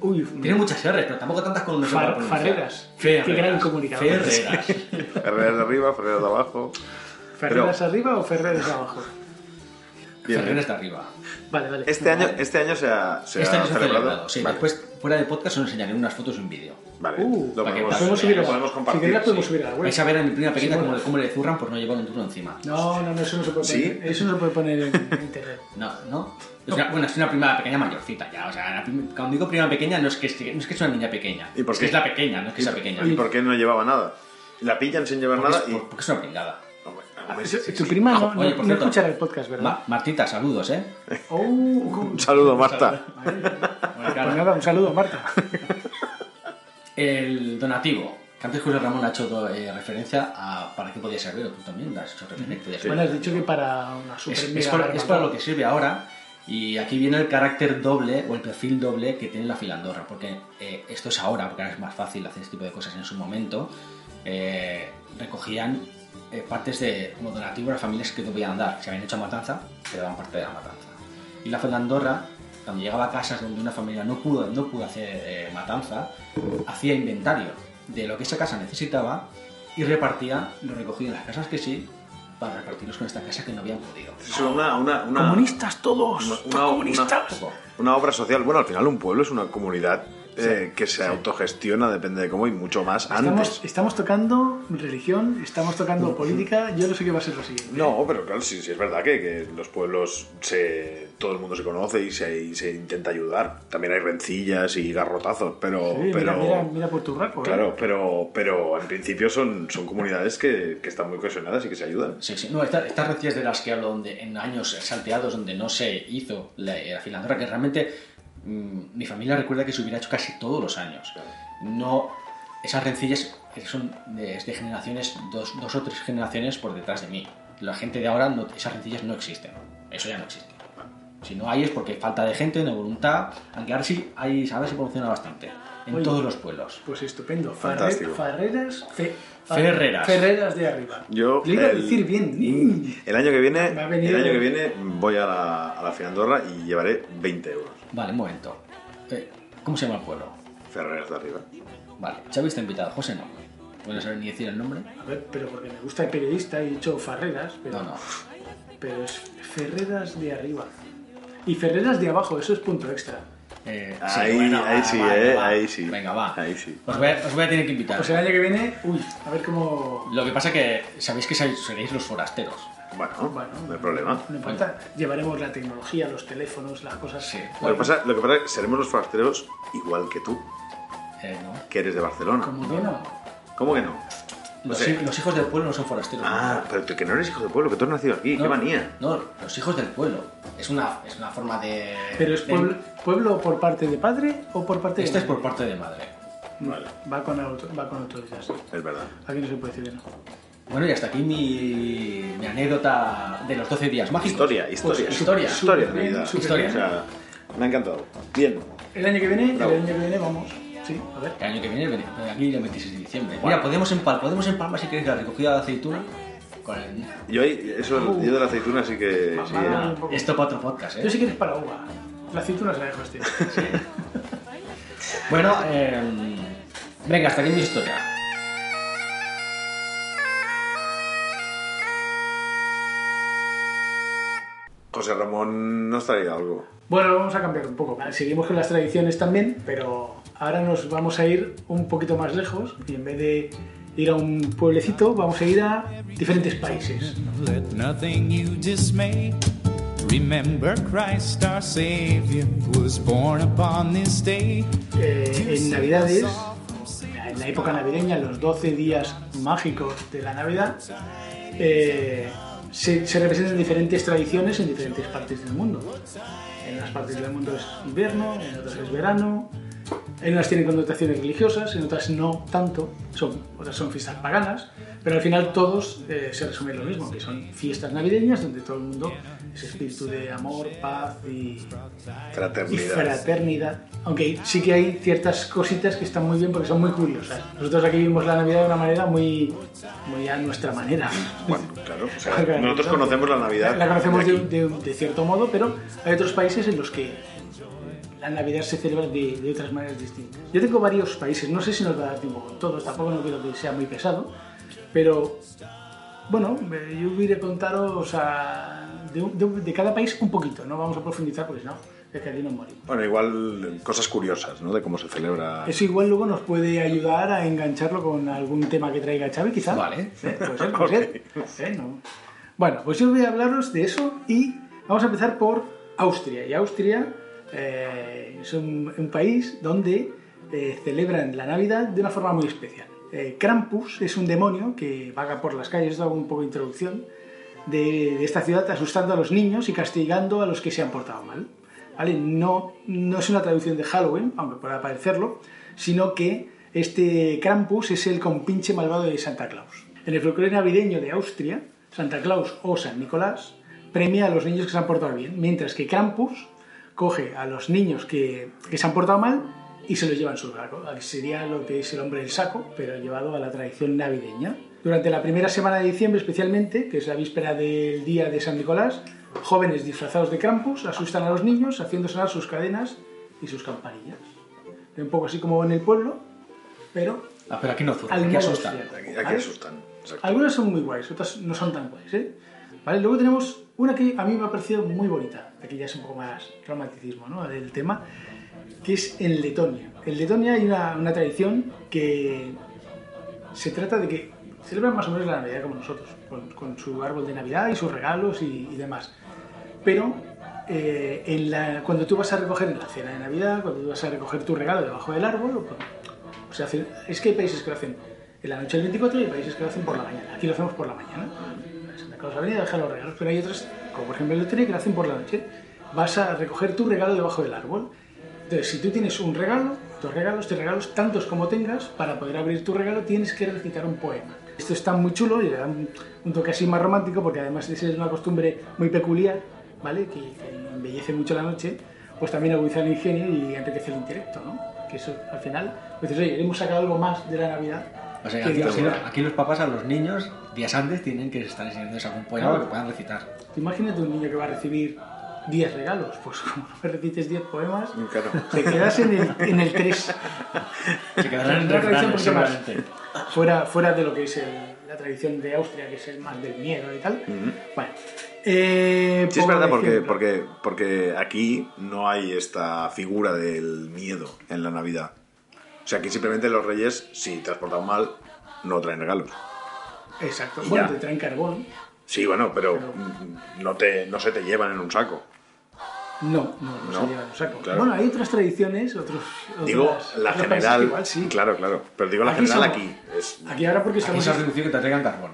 [SPEAKER 1] Uy,
[SPEAKER 3] Tiene muchas R's, pero tampoco tantas como nos
[SPEAKER 1] Far- Farreras. Qué gran comunicador.
[SPEAKER 3] Ferreras.
[SPEAKER 2] Ferreras de arriba, Ferreras de abajo.
[SPEAKER 1] ¿Ferreras arriba o Ferreras abajo?
[SPEAKER 2] Bien, bien.
[SPEAKER 3] Ferreras de Arriba.
[SPEAKER 1] Vale, vale.
[SPEAKER 2] Este año, este año se ha, se
[SPEAKER 3] este
[SPEAKER 2] ha
[SPEAKER 3] año se ha
[SPEAKER 2] celebrado.
[SPEAKER 3] celebrado. Sí,
[SPEAKER 2] vale,
[SPEAKER 3] después, fuera de podcast, os enseñaré unas fotos y un vídeo.
[SPEAKER 2] vale.
[SPEAKER 1] Uh,
[SPEAKER 2] lo
[SPEAKER 3] para que
[SPEAKER 2] podemos,
[SPEAKER 3] podamos
[SPEAKER 2] lo
[SPEAKER 1] subir a la-
[SPEAKER 2] podemos
[SPEAKER 1] si
[SPEAKER 2] compartir.
[SPEAKER 1] queréis, podemos
[SPEAKER 2] sí.
[SPEAKER 1] subir a la web.
[SPEAKER 3] Vais a ver a mi prima pequeña
[SPEAKER 1] Sí,
[SPEAKER 3] cómo,
[SPEAKER 1] bueno.
[SPEAKER 3] cómo le zurran por no llevar un turno encima.
[SPEAKER 1] No, no, no, eso no se puede
[SPEAKER 2] ¿Sí?
[SPEAKER 1] poner, eso no se puede poner en
[SPEAKER 3] [LAUGHS]
[SPEAKER 1] internet.
[SPEAKER 3] No, no. Es una- bueno, es una prima pequeña mayorcita ya. O sea, la prim- cuando digo prima pequeña no es que, esté- no es que es una niña pequeña.
[SPEAKER 2] ¿Y por
[SPEAKER 3] es
[SPEAKER 2] qué?
[SPEAKER 3] que es la pequeña, no es que sea pequeña.
[SPEAKER 2] ¿Y por qué no llevaba nada? La pillan sin llevar
[SPEAKER 3] Porque
[SPEAKER 2] nada
[SPEAKER 3] es,
[SPEAKER 2] y.
[SPEAKER 3] porque es una pringada.
[SPEAKER 2] Hombre, hombre,
[SPEAKER 1] Eso-
[SPEAKER 2] sí,
[SPEAKER 1] tu
[SPEAKER 2] sí.
[SPEAKER 1] prima no,
[SPEAKER 3] Ah, oye,
[SPEAKER 1] no- no
[SPEAKER 3] por cierto.
[SPEAKER 1] escuchará el podcast, ¿verdad?
[SPEAKER 3] Ma- Martita, saludos,
[SPEAKER 1] [LAUGHS]
[SPEAKER 3] ¿eh?
[SPEAKER 1] Oh,
[SPEAKER 3] [LAUGHS]
[SPEAKER 1] uh,
[SPEAKER 2] Un saludo, Marta.
[SPEAKER 1] vale.
[SPEAKER 3] Bueno,
[SPEAKER 1] Pues
[SPEAKER 3] claro.
[SPEAKER 1] nada, un saludo, Marta.
[SPEAKER 3] El donativo. Que antes José Ramón ha hecho do- eh, referencia a para qué podía servir, o tú también has hecho referencia. de-
[SPEAKER 1] Bueno, has dicho que para una super
[SPEAKER 3] es, es
[SPEAKER 1] mega
[SPEAKER 3] para, es
[SPEAKER 1] barbacoa.
[SPEAKER 3] para lo que sirve ahora. Y aquí viene el carácter doble o el perfil doble que tiene la filandorra, porque eh, esto es ahora, porque ahora es más fácil hacer este tipo de cosas en su momento. eh, recogían eh, partes de como donativo a las familias que podían dar. Si habían hecho matanza, te daban parte de la matanza. Y la filandorra, cuando llegaba a casas donde una familia no pudo, no pudo hacer eh, matanza, hacía inventario de lo que esa casa necesitaba y repartía lo recogido en las casas que sí para repartirlos con esta casa que no habían podido.
[SPEAKER 2] Es una, una, una,
[SPEAKER 1] Comunistas todos,
[SPEAKER 2] una-
[SPEAKER 1] todos
[SPEAKER 2] una-
[SPEAKER 1] comunistas.
[SPEAKER 2] una- una obra social. Bueno, al final un pueblo es una comunidad eh, que se autogestiona, depende de cómo, y mucho más antes.
[SPEAKER 1] Estamos, estamos tocando religión, estamos tocando política, yo no sé qué va a ser lo siguiente.
[SPEAKER 2] No, pero claro, sí, sí es verdad que, que los pueblos se, todo el mundo se conoce y se, y se intenta ayudar. También hay rencillas y garrotazos, pero,
[SPEAKER 1] Sí, mira,
[SPEAKER 2] pero
[SPEAKER 1] mira, mira por tu raco. ¿eh?
[SPEAKER 2] claro, pero, pero en principio son, son comunidades que, que están muy cohesionadas y que se ayudan.
[SPEAKER 3] Sí, sí. No, esta- estas rencillas de las que hablo donde, en años salteados donde no se hizo la, eh, la filandora, que realmente mm, mi familia recuerda que se hubiera hecho casi todos los años. No, esas rencillas eh, son de, es de generaciones, dos, dos o tres generaciones por detrás de mí. La gente de ahora, no, esas rencillas no existen. Eso ya no existe. Si no hay es porque falta de gente, de voluntad, aunque ahora sí, hay, ahora se promociona bastante, en
[SPEAKER 1] Oye.
[SPEAKER 3] todos los pueblos.
[SPEAKER 1] Pues estupendo.
[SPEAKER 2] Fantástico.
[SPEAKER 1] Farre- Farreras. fe-
[SPEAKER 3] Ferreras.
[SPEAKER 1] Ferreras de arriba.
[SPEAKER 2] Yo,
[SPEAKER 1] Lo iba a
[SPEAKER 2] el-
[SPEAKER 1] decir bien. Mm.
[SPEAKER 2] El año que viene,
[SPEAKER 1] Me ha venido-
[SPEAKER 2] el año que viene voy a la, a la Filandorra y llevaré 20 euros.
[SPEAKER 3] Vale, un momento. Eh, ¿Cómo se llama el pueblo?
[SPEAKER 2] Ferreras de arriba.
[SPEAKER 3] Vale, Xavi está invitado, José no. Voy a saber ni decir el nombre.
[SPEAKER 1] A ver, pero porque me gusta el periodista y he dicho Farreras, pero,
[SPEAKER 3] No, no.
[SPEAKER 1] pero es Ferreras de arriba. Y Ferreras de abajo, eso es punto extra.
[SPEAKER 3] Eh,
[SPEAKER 2] Ahí- ahí sí, eh, ahí sí.
[SPEAKER 3] Venga, va.
[SPEAKER 2] Ahí sí.
[SPEAKER 3] Os voy a, os voy a tener que invitar.
[SPEAKER 1] O sea, el año que viene, uy, a ver cómo.
[SPEAKER 3] Lo que pasa que sabéis que sois- seréis los forasteros.
[SPEAKER 2] Bueno,
[SPEAKER 1] Bueno,
[SPEAKER 2] no hay problema.
[SPEAKER 1] No importa, llevaremos la tecnología, los teléfonos, las cosas.
[SPEAKER 3] Sí.
[SPEAKER 2] Lo que, pasa, lo que pasa es que seremos los forasteros igual que tú,
[SPEAKER 3] Eh, no.
[SPEAKER 2] que eres de Barcelona.
[SPEAKER 1] Como que no.
[SPEAKER 2] ¿Cómo que no?
[SPEAKER 3] Los,
[SPEAKER 2] O sea-
[SPEAKER 3] hi- los hijos del pueblo no son forasteros.
[SPEAKER 2] Ah, pero tú que no eres hijo de pueblo, que tú has nacido aquí.
[SPEAKER 3] no,
[SPEAKER 2] ¡Qué manía!
[SPEAKER 3] No, los hijos del pueblo. Es una, es una forma de.
[SPEAKER 1] Pero es
[SPEAKER 3] de-
[SPEAKER 1] pueblo, pueblo por parte de padre o por parte de.
[SPEAKER 2] Este
[SPEAKER 3] Esta es
[SPEAKER 1] madre?
[SPEAKER 3] por parte de madre.
[SPEAKER 2] Vale.
[SPEAKER 1] Va con, auto- va con autoridad.
[SPEAKER 2] Es verdad.
[SPEAKER 1] Aquí no se puede decir que no.
[SPEAKER 3] Bueno, y hasta aquí mi, mi anécdota de los 12 días mágicos.
[SPEAKER 2] Historia, historia.
[SPEAKER 3] Pues, historia.
[SPEAKER 2] Historia de
[SPEAKER 1] Súper bien,
[SPEAKER 2] Navidad.
[SPEAKER 1] súper
[SPEAKER 3] Historia.
[SPEAKER 2] O sea, me ha encantado. Bien.
[SPEAKER 1] El año que viene,
[SPEAKER 2] Bravo.
[SPEAKER 1] el año que viene vamos. Sí, a ver.
[SPEAKER 3] El año que viene, el vene- aquí el 26 de diciembre.
[SPEAKER 2] Bueno.
[SPEAKER 3] Mira, podemos empalmar, podemos empalmar si queréis la recogida de aceituna. Con el-
[SPEAKER 2] Yo, ahí- eso, yo de la aceituna sí que. sí,
[SPEAKER 1] Uh. Mamá.
[SPEAKER 2] eh.
[SPEAKER 1] Un poco.
[SPEAKER 3] Esto para otro podcast, ¿eh?
[SPEAKER 1] Yo sí que eres para uva. La aceituna se la dejo este. [LAUGHS]
[SPEAKER 3] Bueno, eh, venga, hasta aquí mi historia.
[SPEAKER 2] José Ramón nos traía algo.
[SPEAKER 1] Bueno, vamos a cambiar un poco. ¿vale? Seguimos con las tradiciones también, pero ahora nos vamos a ir un poquito más lejos y en vez de ir a un pueblecito, vamos a ir a diferentes países.
[SPEAKER 5] Let nothing you dismay. Remember, Christ our Savior was born upon this day.
[SPEAKER 1] Eh, en Navidades, en la época navideña, en los 12 días mágicos de la Navidad, eh, se, se representan diferentes tradiciones en diferentes partes del mundo. En unas partes del mundo es invierno, en otras es verano, en unas tienen connotaciones religiosas, en otras no tanto, son, otras son fiestas paganas, pero al final todos eh, se resumen en lo mismo, que son fiestas navideñas donde todo el mundo es espíritu de amor, paz y, y
[SPEAKER 2] Fraternidad.
[SPEAKER 1] fraternidad. Aunque sí que hay ciertas cositas que están muy bien porque son muy curiosas. Nosotros aquí vivimos la Navidad de una manera muy, muy a nuestra manera.
[SPEAKER 2] Bueno, claro. o sea, nosotros conocemos la
[SPEAKER 1] [LAUGHS]
[SPEAKER 2] Navidad.
[SPEAKER 1] La conocemos
[SPEAKER 2] de
[SPEAKER 1] de,
[SPEAKER 2] aquí.
[SPEAKER 1] de- de cierto modo, pero hay otros países en los que la Navidad se celebra de, de otras maneras distintas. Yo tengo varios países, no sé si nos va a dar tiempo con todos, tampoco no quiero que sea muy pesado, pero bueno, eh, yo iré a contaros a- de, un- de un- de cada país un poquito, no vamos a profundizar porque si no, es que aquí nos morimos.
[SPEAKER 2] Bueno, igual cosas curiosas, ¿no? De cómo se celebra.
[SPEAKER 1] Eso igual luego nos puede ayudar a engancharlo con algún tema que traiga Xavi, quizá.
[SPEAKER 3] Vale.
[SPEAKER 1] Eh, Puede ser, puede ser. Eh, no. Bueno, pues yo voy a hablaros de eso y vamos a empezar por Austria. Y Austria eh, es un, un país donde eh, celebran la Navidad de una forma muy especial. Eh, Krampus es un demonio que vaga por las calles, os hago un poco de introducción, de, de esta ciudad asustando a los niños y castigando a los que se han portado mal. ¿vale? No, no es una traducción de Halloween, aunque pueda parecerlo, sino que este Krampus es el compinche malvado de Santa Claus. En el folclore navideño de Austria, Santa Claus o San Nicolás premia a los niños que se han portado bien, mientras que Krampus coge a los niños que, que se han portado mal y se los lleva en su saco. Sería lo que es el hombre del saco, pero llevado a la tradición navideña. Durante la primera semana de diciembre especialmente, que es la víspera del día de San Nicolás, jóvenes disfrazados de Krampus asustan a los niños haciendo sonar sus cadenas y sus campanillas. Un poco así como en el pueblo, pero
[SPEAKER 3] Ah, pero aquí no zurra,
[SPEAKER 1] al
[SPEAKER 3] aquí
[SPEAKER 1] modo
[SPEAKER 3] asusta.
[SPEAKER 1] austriaco,
[SPEAKER 2] Aquí, aquí
[SPEAKER 1] ¿vale?
[SPEAKER 2] asustan. exacto.
[SPEAKER 1] Algunas son muy guays, otras no son tan guays, ¿eh? ¿Vale? Luego tenemos una que a mí me ha parecido muy bonita. Aquí ya es un poco más romanticismo, ¿no? Del tema, que es en Letonia. En Letonia hay una, una tradición que se trata de que celebran más o menos la Navidad como nosotros, con, con su árbol de Navidad y sus regalos y- y demás pero eh, en la- cuando tú vas a recoger la cena de Navidad, cuando tú vas a recoger tu regalo debajo del árbol, o, cuando- o sea, hacen- es que hay países que lo hacen en la noche del 24 y hay países que lo hacen por la mañana. Aquí lo hacemos por la mañana. Santa Claus ha venido a dejar los regalos, pero hay otras, como por ejemplo el lotería, que lo hacen por la noche. Vas a recoger tu regalo debajo del árbol. Entonces, si tú tienes un regalo, dos regalos, tres regalos, tantos como tengas, para poder abrir tu regalo tienes que recitar un poema. Esto está muy chulo y le da un, un toque así más romántico porque además esa es una costumbre muy peculiar, ¿vale? Que, que embellece mucho la noche, pues también agudiza el ingenio y enriquece el intelecto, ¿no? Que eso al final, dices, oye, hemos sacado algo más de la Navidad.
[SPEAKER 3] O sea,
[SPEAKER 1] que
[SPEAKER 3] aquí,
[SPEAKER 1] de la
[SPEAKER 3] aquí los,
[SPEAKER 1] Navidad".
[SPEAKER 3] aquí los papás a los niños, días antes, tienen que estar enseñándoles algún poema
[SPEAKER 1] Claro.
[SPEAKER 3] que puedan
[SPEAKER 1] [LAUGHS]
[SPEAKER 3] recitar.
[SPEAKER 1] Tú Imagínate un niño que va a recibir 10 regalos, pues [LAUGHS] como no me recites 10 poemas,
[SPEAKER 2] Claro.
[SPEAKER 1] te quedas en el, en el
[SPEAKER 3] [LAUGHS]
[SPEAKER 1] 3.
[SPEAKER 3] Se quedarán en
[SPEAKER 1] Una tradición
[SPEAKER 3] refranes,
[SPEAKER 1] mucho más.
[SPEAKER 3] seguramente.
[SPEAKER 1] fuera, fuera de lo que es el- la tradición de Austria, que es el más del miedo y tal. Bueno, eh,
[SPEAKER 2] Sí, es
[SPEAKER 1] por
[SPEAKER 2] verdad, porque,
[SPEAKER 1] ejemplo,
[SPEAKER 2] porque, porque aquí no hay esta figura del miedo en la Navidad. O sea, aquí simplemente los reyes, si te has portado mal, no traen regalos.
[SPEAKER 1] Exacto,
[SPEAKER 2] y
[SPEAKER 1] bueno,
[SPEAKER 2] ya.
[SPEAKER 1] te traen carbón.
[SPEAKER 2] Sí, bueno, pero
[SPEAKER 1] Pero-
[SPEAKER 2] mm, no, te, no se te llevan en un saco.
[SPEAKER 1] No, no, no,
[SPEAKER 2] No,
[SPEAKER 1] se llevan un saco.
[SPEAKER 2] claro.
[SPEAKER 1] Bueno, hay otras tradiciones, otros.
[SPEAKER 2] Digo,
[SPEAKER 1] otras-
[SPEAKER 2] la
[SPEAKER 1] otros países
[SPEAKER 2] general.
[SPEAKER 1] que Igual, sí.
[SPEAKER 2] Claro, claro. Pero digo la
[SPEAKER 1] Aquí
[SPEAKER 2] general
[SPEAKER 1] somos-
[SPEAKER 2] aquí. Es,
[SPEAKER 1] Aquí ahora porque
[SPEAKER 3] Aquí
[SPEAKER 1] estamos.
[SPEAKER 3] se ha reducido que te traigan carbón.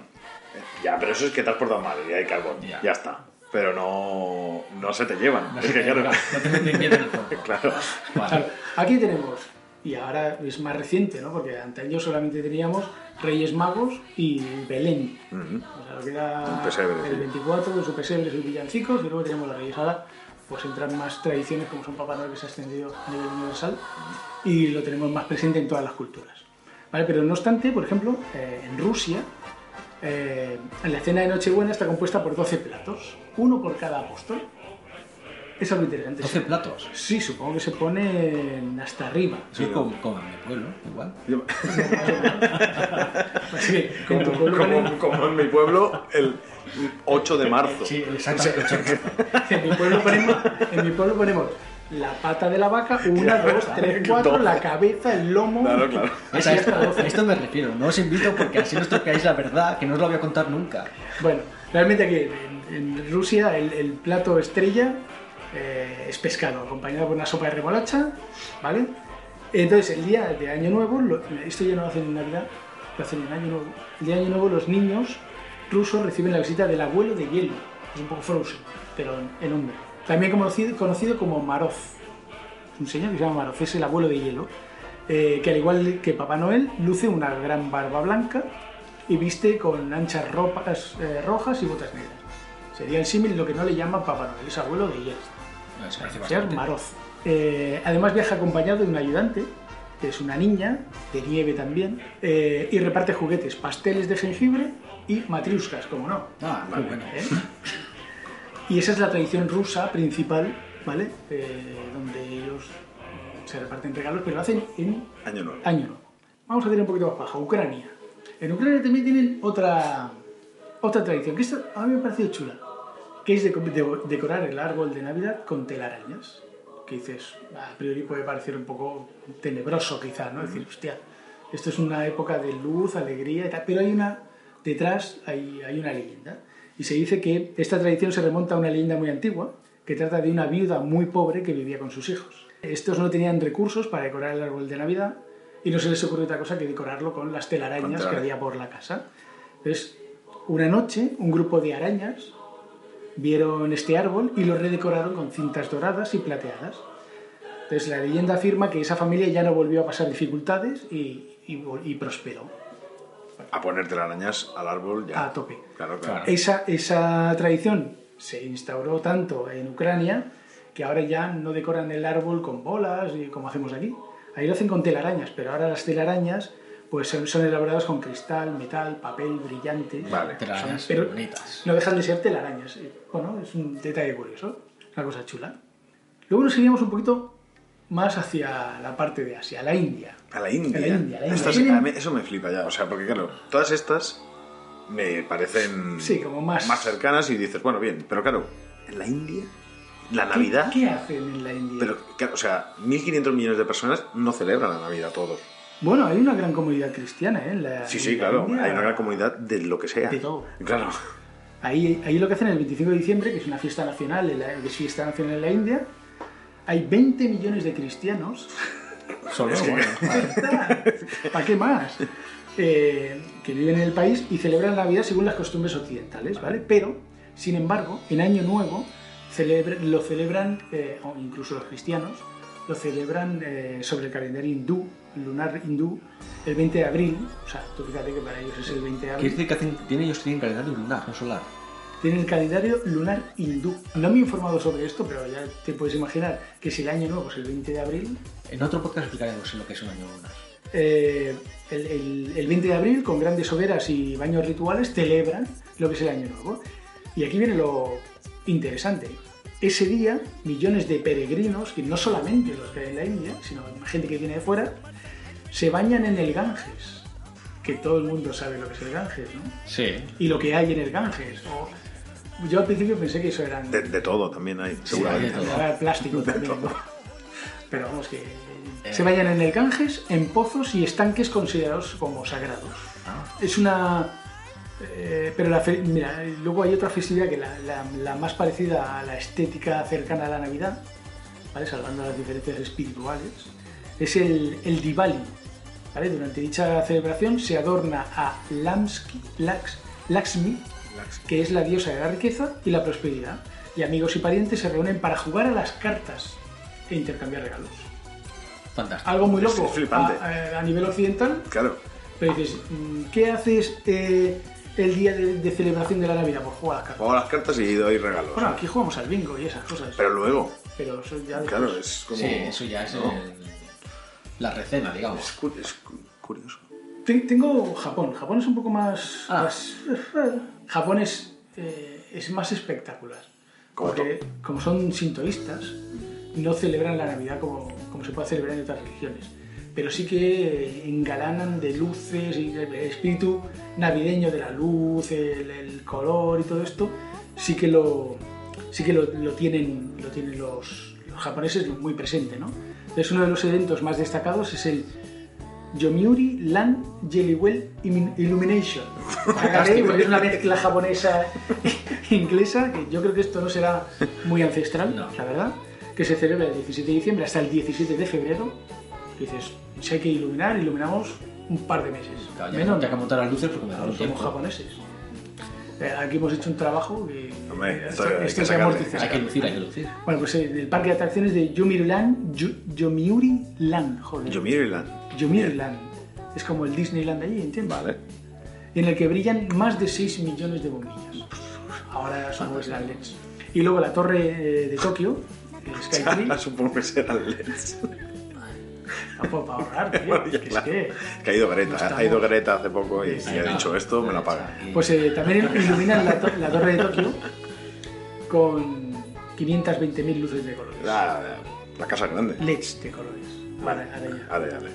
[SPEAKER 2] ya, pero eso es que te has portado mal y hay carbón.
[SPEAKER 3] Ya.
[SPEAKER 2] Ya, está. Pero no, no se te llevan.
[SPEAKER 3] No
[SPEAKER 2] Es [LAUGHS]
[SPEAKER 3] se
[SPEAKER 2] que
[SPEAKER 3] te-
[SPEAKER 2] claro.
[SPEAKER 3] no te meten miedo en el cuerpo.
[SPEAKER 2] claro.
[SPEAKER 3] Vale.
[SPEAKER 1] Claro, aquí tenemos y ahora es más reciente, ¿no? Porque antaño solamente teníamos Reyes Magos y Belén. O sea, lo que era
[SPEAKER 2] Un pesebre, sí.
[SPEAKER 1] el 24, sus pesebres, sus villancicos, y luego teníamos la Reyes. Ahora pues entran más tradiciones como son Papá Noel que se ha extendido a nivel universal y lo tenemos más presente en todas las culturas. ¿Vale? Pero no obstante, por ejemplo, eh, en Rusia eh, la cena de Nochebuena está compuesta por 12 platos, uno por cada apóstol. Eso es lo interesante.
[SPEAKER 3] 12 platos.
[SPEAKER 1] Sí, supongo que se ponen hasta arriba.
[SPEAKER 3] Eso es como, como en mi pueblo, igual.
[SPEAKER 2] Yo-
[SPEAKER 1] Así, en tu
[SPEAKER 2] como,
[SPEAKER 1] pueblo
[SPEAKER 2] [LAUGHS] como-
[SPEAKER 1] ponen-
[SPEAKER 2] como en mi pueblo, el 8 de marzo.
[SPEAKER 3] Sí, exactamente.
[SPEAKER 1] en, mi pueblo ponemos, en mi pueblo ponemos la pata de la vaca, una, dos, tres, cuatro, la cabeza, el lomo.
[SPEAKER 2] Claro, claro.
[SPEAKER 1] Así
[SPEAKER 3] A esto,
[SPEAKER 1] hasta 12.
[SPEAKER 3] a esto me refiero, no os invito porque así nos tocáis la verdad, que no os la voy a contar nunca.
[SPEAKER 1] Bueno, realmente aquí en, en Rusia el, el plato estrella eh, es pescado, acompañado por una sopa de remolacha, ¿vale? Entonces el día de Año Nuevo, lo- esto ya no lo hacen en Navidad, lo hacen en Año Nuevo. El día de Año Nuevo los niños rusos reciben la visita del abuelo de hielo, es un poco Frozen, pero en- en hombre. También conocido, conocido como Marov, es un señor que se llama Marov, es el abuelo de hielo, eh, que al igual que Papá Noel, luce una gran barba blanca y viste con anchas ropas eh, rojas y botas negras. Sería el símil lo que no le llaman Papá Noel, es abuelo de hielo.
[SPEAKER 3] No, se parece
[SPEAKER 1] O sea,
[SPEAKER 3] bastante.
[SPEAKER 1] Maroz. Eh, además viaja acompañado de un ayudante, que es una niña, de nieve también, eh, y reparte juguetes, pasteles de jengibre y matriuscas, como no.
[SPEAKER 3] Ah, muy bueno.
[SPEAKER 1] ¿eh? Y esa es la tradición rusa principal, ¿vale? Eh, donde ellos se reparten regalos, pero lo hacen en
[SPEAKER 2] Año nuevo.
[SPEAKER 1] año nuevo. Vamos a tener un poquito más baja, Ucrania. En Ucrania también tienen otra, otra tradición, que esto a mí me ha parecido chula, que es de, de- decorar el árbol de Navidad con telarañas. Que dices, a priori puede parecer un poco tenebroso quizás, ¿no? Es decir, hostia, esto es una época de luz, alegría y tal, pero hay una, detrás hay, hay una leyenda. Y se dice que esta tradición se remonta a una leyenda muy antigua, que trata de una viuda muy pobre que vivía con sus hijos. Estos no tenían recursos para decorar el árbol de Navidad y no se les ocurrió otra cosa que decorarlo con las telarañas
[SPEAKER 2] Con
[SPEAKER 1] que
[SPEAKER 2] telarañas.
[SPEAKER 1] había por la casa. Entonces, una noche, un grupo de arañas vieron este árbol y lo redecoraron con cintas doradas y plateadas. Entonces la leyenda afirma que esa familia ya no volvió a pasar dificultades y, y vol- y prosperó.
[SPEAKER 2] A ponerte las arañas al árbol ya.
[SPEAKER 1] A tope.
[SPEAKER 2] Claro, claro.
[SPEAKER 1] Esa, esa tradición se instauró tanto en Ucrania que ahora ya no decoran el árbol con bolas y como hacemos aquí. Ahí lo hacen con telarañas, pero ahora las telarañas pues son, son elaboradas con cristal, metal, papel brillante.
[SPEAKER 2] Vale.
[SPEAKER 3] Telarañas
[SPEAKER 1] Pero-
[SPEAKER 3] bonitas.
[SPEAKER 1] No dejan de ser telarañas. Eh, Bueno, es un detalle curioso, una cosa chula. Luego nos iríamos un poquito más hacia la parte de Asia, la India.
[SPEAKER 2] A la India. ¿eh?
[SPEAKER 1] A la India, a la India.
[SPEAKER 2] Estas-
[SPEAKER 1] Tienen-
[SPEAKER 2] a mí eso me flipa ya. O sea, porque claro, todas estas me parecen
[SPEAKER 1] Sí, como más-
[SPEAKER 2] cercanas y dices, bueno, bien. Pero claro, en la India, la
[SPEAKER 1] ¿Qué-
[SPEAKER 2] Navidad.
[SPEAKER 1] ¿Qué, hacen en la India?
[SPEAKER 2] Pero claro, o sea, 1.500 millones de personas no celebran la Navidad todos.
[SPEAKER 1] Bueno, hay una gran comunidad cristiana, ¿eh? En la,
[SPEAKER 2] Sí,
[SPEAKER 1] en
[SPEAKER 2] sí,
[SPEAKER 1] la
[SPEAKER 2] claro.
[SPEAKER 1] India.
[SPEAKER 2] Hay una gran comunidad de lo que sea.
[SPEAKER 1] De todo.
[SPEAKER 2] Claro.
[SPEAKER 1] Ahí, ahí lo que hacen el 25 de diciembre, que es una fiesta nacional, en la- que es fiesta nacional en la India, hay 20 millones de cristianos.
[SPEAKER 3] Solo,
[SPEAKER 1] [LAUGHS]
[SPEAKER 3] bueno.
[SPEAKER 1] ¿Para qué más? Eh, que viven en el país y celebran Navidad según las costumbres occidentales, ¿vale? Pero, sin embargo, en Año Nuevo celebra- lo celebran, eh, o incluso los cristianos, lo celebran eh, sobre el calendario hindú, lunar hindú, el 20 de abril. O sea, tú fíjate que para ellos es el 20 de abril.
[SPEAKER 3] Quiere decir que hacen, tienen, ellos tienen calendario lunar, no solar.
[SPEAKER 1] Tienen el calendario lunar hindú. No me he informado sobre esto, pero ya te puedes imaginar que si el año nuevo es el 20 de abril,
[SPEAKER 3] En otro podcast explicaremos lo que es un año lunar.
[SPEAKER 1] eh, el, el- el 20 de abril, con grandes hogueras y baños rituales, celebran lo que es el año nuevo. Y aquí viene lo interesante. Ese día, millones de peregrinos, que no solamente los que hay en la India, sino gente que viene de fuera, se bañan en el Ganges. Que todo el mundo sabe lo que es el Ganges, ¿no?
[SPEAKER 3] Sí.
[SPEAKER 1] Y lo que hay en el Ganges. O- yo al principio pensé que eso eran...
[SPEAKER 2] De, de todo también hay,
[SPEAKER 1] Sí,
[SPEAKER 2] seguramente.
[SPEAKER 3] hay de todo.
[SPEAKER 1] habrá plástico también. ¿no? Pero vamos que se vayan en el Ganges, en pozos y estanques considerados como sagrados.
[SPEAKER 3] Ah,
[SPEAKER 1] Es una... eh, pero la fe- mira, luego hay otra festividad que la, la- la más parecida a la estética cercana a la Navidad, ¿vale? salvando las diferencias espirituales, es el, el Diwali. ¿vale? Durante dicha celebración se adorna a Lamski, Lax- Laxmi, que es la diosa de la riqueza y la prosperidad, y amigos y parientes se reúnen para jugar a las cartas e intercambiar regalos.
[SPEAKER 3] Fantástico.
[SPEAKER 1] Algo muy
[SPEAKER 2] Es
[SPEAKER 1] loco
[SPEAKER 2] flipante.
[SPEAKER 1] A, a nivel occidental,
[SPEAKER 2] Claro.
[SPEAKER 1] pero dices, mm, ¿qué haces eh, el día de, de celebración de la Navidad? Pues jugar a las cartas.
[SPEAKER 2] Juego a las cartas y doy regalos.
[SPEAKER 1] Bueno, aquí jugamos al bingo y esas cosas,
[SPEAKER 2] Pero luego,
[SPEAKER 1] pero eso ya después.
[SPEAKER 2] claro, es como.
[SPEAKER 3] Sí, eso ya es
[SPEAKER 2] ¿no?
[SPEAKER 3] el- la recena, digamos.
[SPEAKER 2] Es cu- es cu- curioso.
[SPEAKER 1] Te- Tengo Japón. Japón es un poco más.
[SPEAKER 3] Ah.
[SPEAKER 1] más- eh, Japón es, eh, es más espectacular.
[SPEAKER 2] Como
[SPEAKER 1] porque, como son sintoístas, no celebran la Navidad como, como se puede celebrar en otras religiones. Pero sí que engalanan de luces y el espíritu navideño de la luz, el, el color y todo esto, sí que lo, sí que lo, lo tienen, lo tienen los, los japoneses muy presente. ¿no? Es uno de los eventos más destacados, es el Yomiuri Land Jellywell Imin- Illumination. Agarré, porque es una
[SPEAKER 3] pues-
[SPEAKER 1] mezcla japonesa [LAUGHS] e inglesa, que yo creo que esto no será muy ancestral,
[SPEAKER 3] No.
[SPEAKER 1] la verdad, que se celebra el 17 de diciembre hasta el 17 de febrero. Que dices, si hay que iluminar, iluminamos un par de meses.
[SPEAKER 3] Claro, ya,
[SPEAKER 1] Menos,
[SPEAKER 3] ya que montar las luces porque me da
[SPEAKER 1] claro,
[SPEAKER 3] un
[SPEAKER 1] somos
[SPEAKER 3] tiempo.
[SPEAKER 1] japoneses. Eh, Aquí hemos hecho un trabajo que
[SPEAKER 2] Hombre, esto hay
[SPEAKER 1] esto
[SPEAKER 2] que
[SPEAKER 1] hay que
[SPEAKER 2] sacarle,
[SPEAKER 1] amortizar.
[SPEAKER 3] Hay que lucir, hay que lucir.
[SPEAKER 1] Bueno, pues eh, el parque de atracciones de Yomiuri Land, Yu- Yomiuri Land, joder.
[SPEAKER 2] Yo miro Irland.
[SPEAKER 1] Yomiuri Land. Es como el Disneyland de allí, ¿entiendes?
[SPEAKER 2] Vale.
[SPEAKER 1] En el que brillan más de 6 millones de bombillas. Ahora supongo que serán LEDs. Y luego la torre eh, de Tokio, el Skytree,
[SPEAKER 2] [LAUGHS] Supongo que será el Lens.
[SPEAKER 1] tampoco para
[SPEAKER 2] [LAUGHS]
[SPEAKER 1] ahorrar, tío.
[SPEAKER 2] Bueno, ya,
[SPEAKER 1] es
[SPEAKER 2] claro.
[SPEAKER 1] que...
[SPEAKER 2] Que ha ido
[SPEAKER 1] No
[SPEAKER 2] Greta,
[SPEAKER 1] estamos.
[SPEAKER 2] ha ido Greta hace poco y
[SPEAKER 1] Sí,
[SPEAKER 2] y ha
[SPEAKER 3] no.
[SPEAKER 2] dicho esto, me la paga.
[SPEAKER 3] Y-
[SPEAKER 1] Pues eh, también iluminan la, to- la torre de Tokio con 520.000 luces de colores.
[SPEAKER 2] La, la casa grande.
[SPEAKER 1] LEDs de colores. Ahora- ahora ya.
[SPEAKER 2] Vale, vale.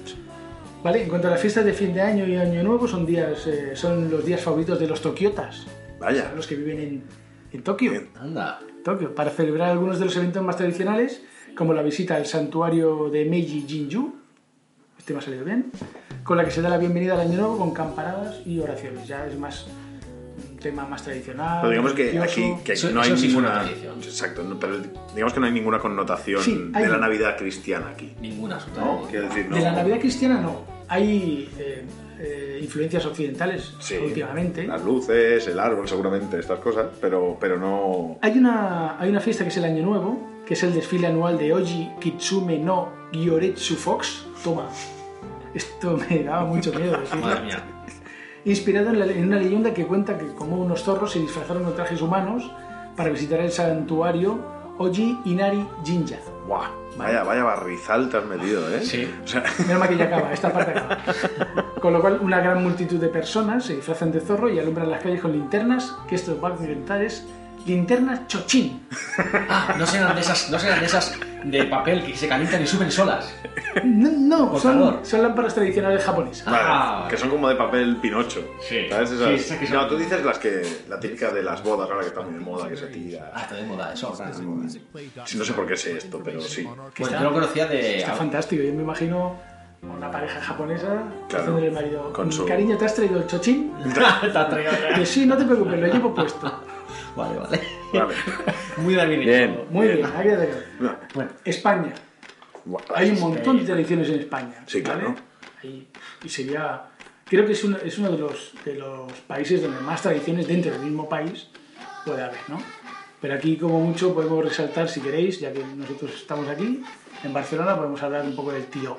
[SPEAKER 1] Vale, en cuanto a las fiestas de fin de año y año nuevo, son días, eh, son los días favoritos de los tokiotas,
[SPEAKER 2] Vaya.
[SPEAKER 1] los que viven en, en Tokio,
[SPEAKER 2] Bien.
[SPEAKER 3] Anda.
[SPEAKER 1] Tokio, para celebrar algunos de los eventos más tradicionales, como la visita al santuario de Meiji Jinju, este me ha salido bien, con la que se da la bienvenida al año nuevo con campanadas y oraciones. Ya es más un tema más tradicional.
[SPEAKER 2] Pero digamos que
[SPEAKER 1] religioso.
[SPEAKER 2] aquí que
[SPEAKER 3] Eso-
[SPEAKER 2] no hay
[SPEAKER 3] eso sí es una
[SPEAKER 2] ninguna.
[SPEAKER 3] tradición.
[SPEAKER 2] Exacto, no, pero digamos que no hay ninguna connotación
[SPEAKER 1] Sí, hay
[SPEAKER 2] de la
[SPEAKER 1] un-
[SPEAKER 2] Navidad cristiana aquí.
[SPEAKER 3] Ninguna absolutamente.
[SPEAKER 2] ¿No? Quiero decir, no.
[SPEAKER 1] De la Navidad cristiana no, hay eh, eh, influencias occidentales
[SPEAKER 2] Sí.
[SPEAKER 1] últimamente.
[SPEAKER 2] Las luces, el árbol, seguramente, estas cosas, pero, pero no.
[SPEAKER 1] Hay una, hay una fiesta que es el Año Nuevo, que es el desfile anual de Oji Kitsume no Gyoretsu Fox. Toma. Esto me daba mucho miedo decirlo.
[SPEAKER 3] Madre mía.
[SPEAKER 1] Inspirado en, la- en una leyenda que cuenta que como unos zorros se disfrazaron de trajes humanos para visitar el santuario Oji Inari Jinja.
[SPEAKER 2] ¡Buah! Vaya, vaya barrizal te has metido, ¿eh?
[SPEAKER 3] Sí.
[SPEAKER 2] O sea,
[SPEAKER 1] Menos mal que ya acaba, esta parte acaba. Con lo cual, una gran multitud de personas se disfrazan de zorro y alumbran las calles con linternas, que esto va a inventar es linternas chochín.
[SPEAKER 3] Ah, no serán de esas, no serán de esas de papel que se calientan y suben solas.
[SPEAKER 1] No, no,
[SPEAKER 3] Por
[SPEAKER 1] son,
[SPEAKER 3] favor.
[SPEAKER 1] son lámparas tradicionales japonesas.
[SPEAKER 2] vale,
[SPEAKER 3] Ah.
[SPEAKER 2] que son como de papel pinocho.
[SPEAKER 3] Sí.
[SPEAKER 2] ¿Sabes? Esas-
[SPEAKER 3] Sí, esas que son-
[SPEAKER 2] No, tú dices las que. La típica de las bodas, ahora que está muy de moda, que se
[SPEAKER 3] Ah,
[SPEAKER 2] tira.
[SPEAKER 3] está de moda eso. ahora.
[SPEAKER 2] Sí, No sé por qué sé esto, pero sí.
[SPEAKER 3] Bueno, yo lo conocía de.
[SPEAKER 1] Está
[SPEAKER 3] [LAUGHS]
[SPEAKER 1] fantástico, yo me imagino una pareja japonesa
[SPEAKER 2] Claro,
[SPEAKER 1] haciéndole el marido. "Mm,
[SPEAKER 2] con su-
[SPEAKER 1] Cariño, ¿te has traído el chochín?
[SPEAKER 3] Está traído ya.
[SPEAKER 1] Que sí, no te preocupes, lo llevo puesto.
[SPEAKER 3] Vale, vale.
[SPEAKER 2] Vale.
[SPEAKER 3] Muy bien hecho.
[SPEAKER 2] Bien.
[SPEAKER 1] Muy bien, aquí ya te quedo.
[SPEAKER 2] No.
[SPEAKER 3] Bueno,
[SPEAKER 1] España.
[SPEAKER 2] Buah,
[SPEAKER 1] Hay un montón de tradiciones en España.
[SPEAKER 2] Sí,
[SPEAKER 1] ¿vale?
[SPEAKER 2] claro.
[SPEAKER 1] Ahí- y sería. Creo que es uno, es uno de, los, de los países donde más tradiciones dentro del mismo país puede haber, ¿no? Pero aquí, como mucho, podemos resaltar, si queréis, ya que nosotros estamos aquí, en Barcelona, podemos hablar un poco del tío.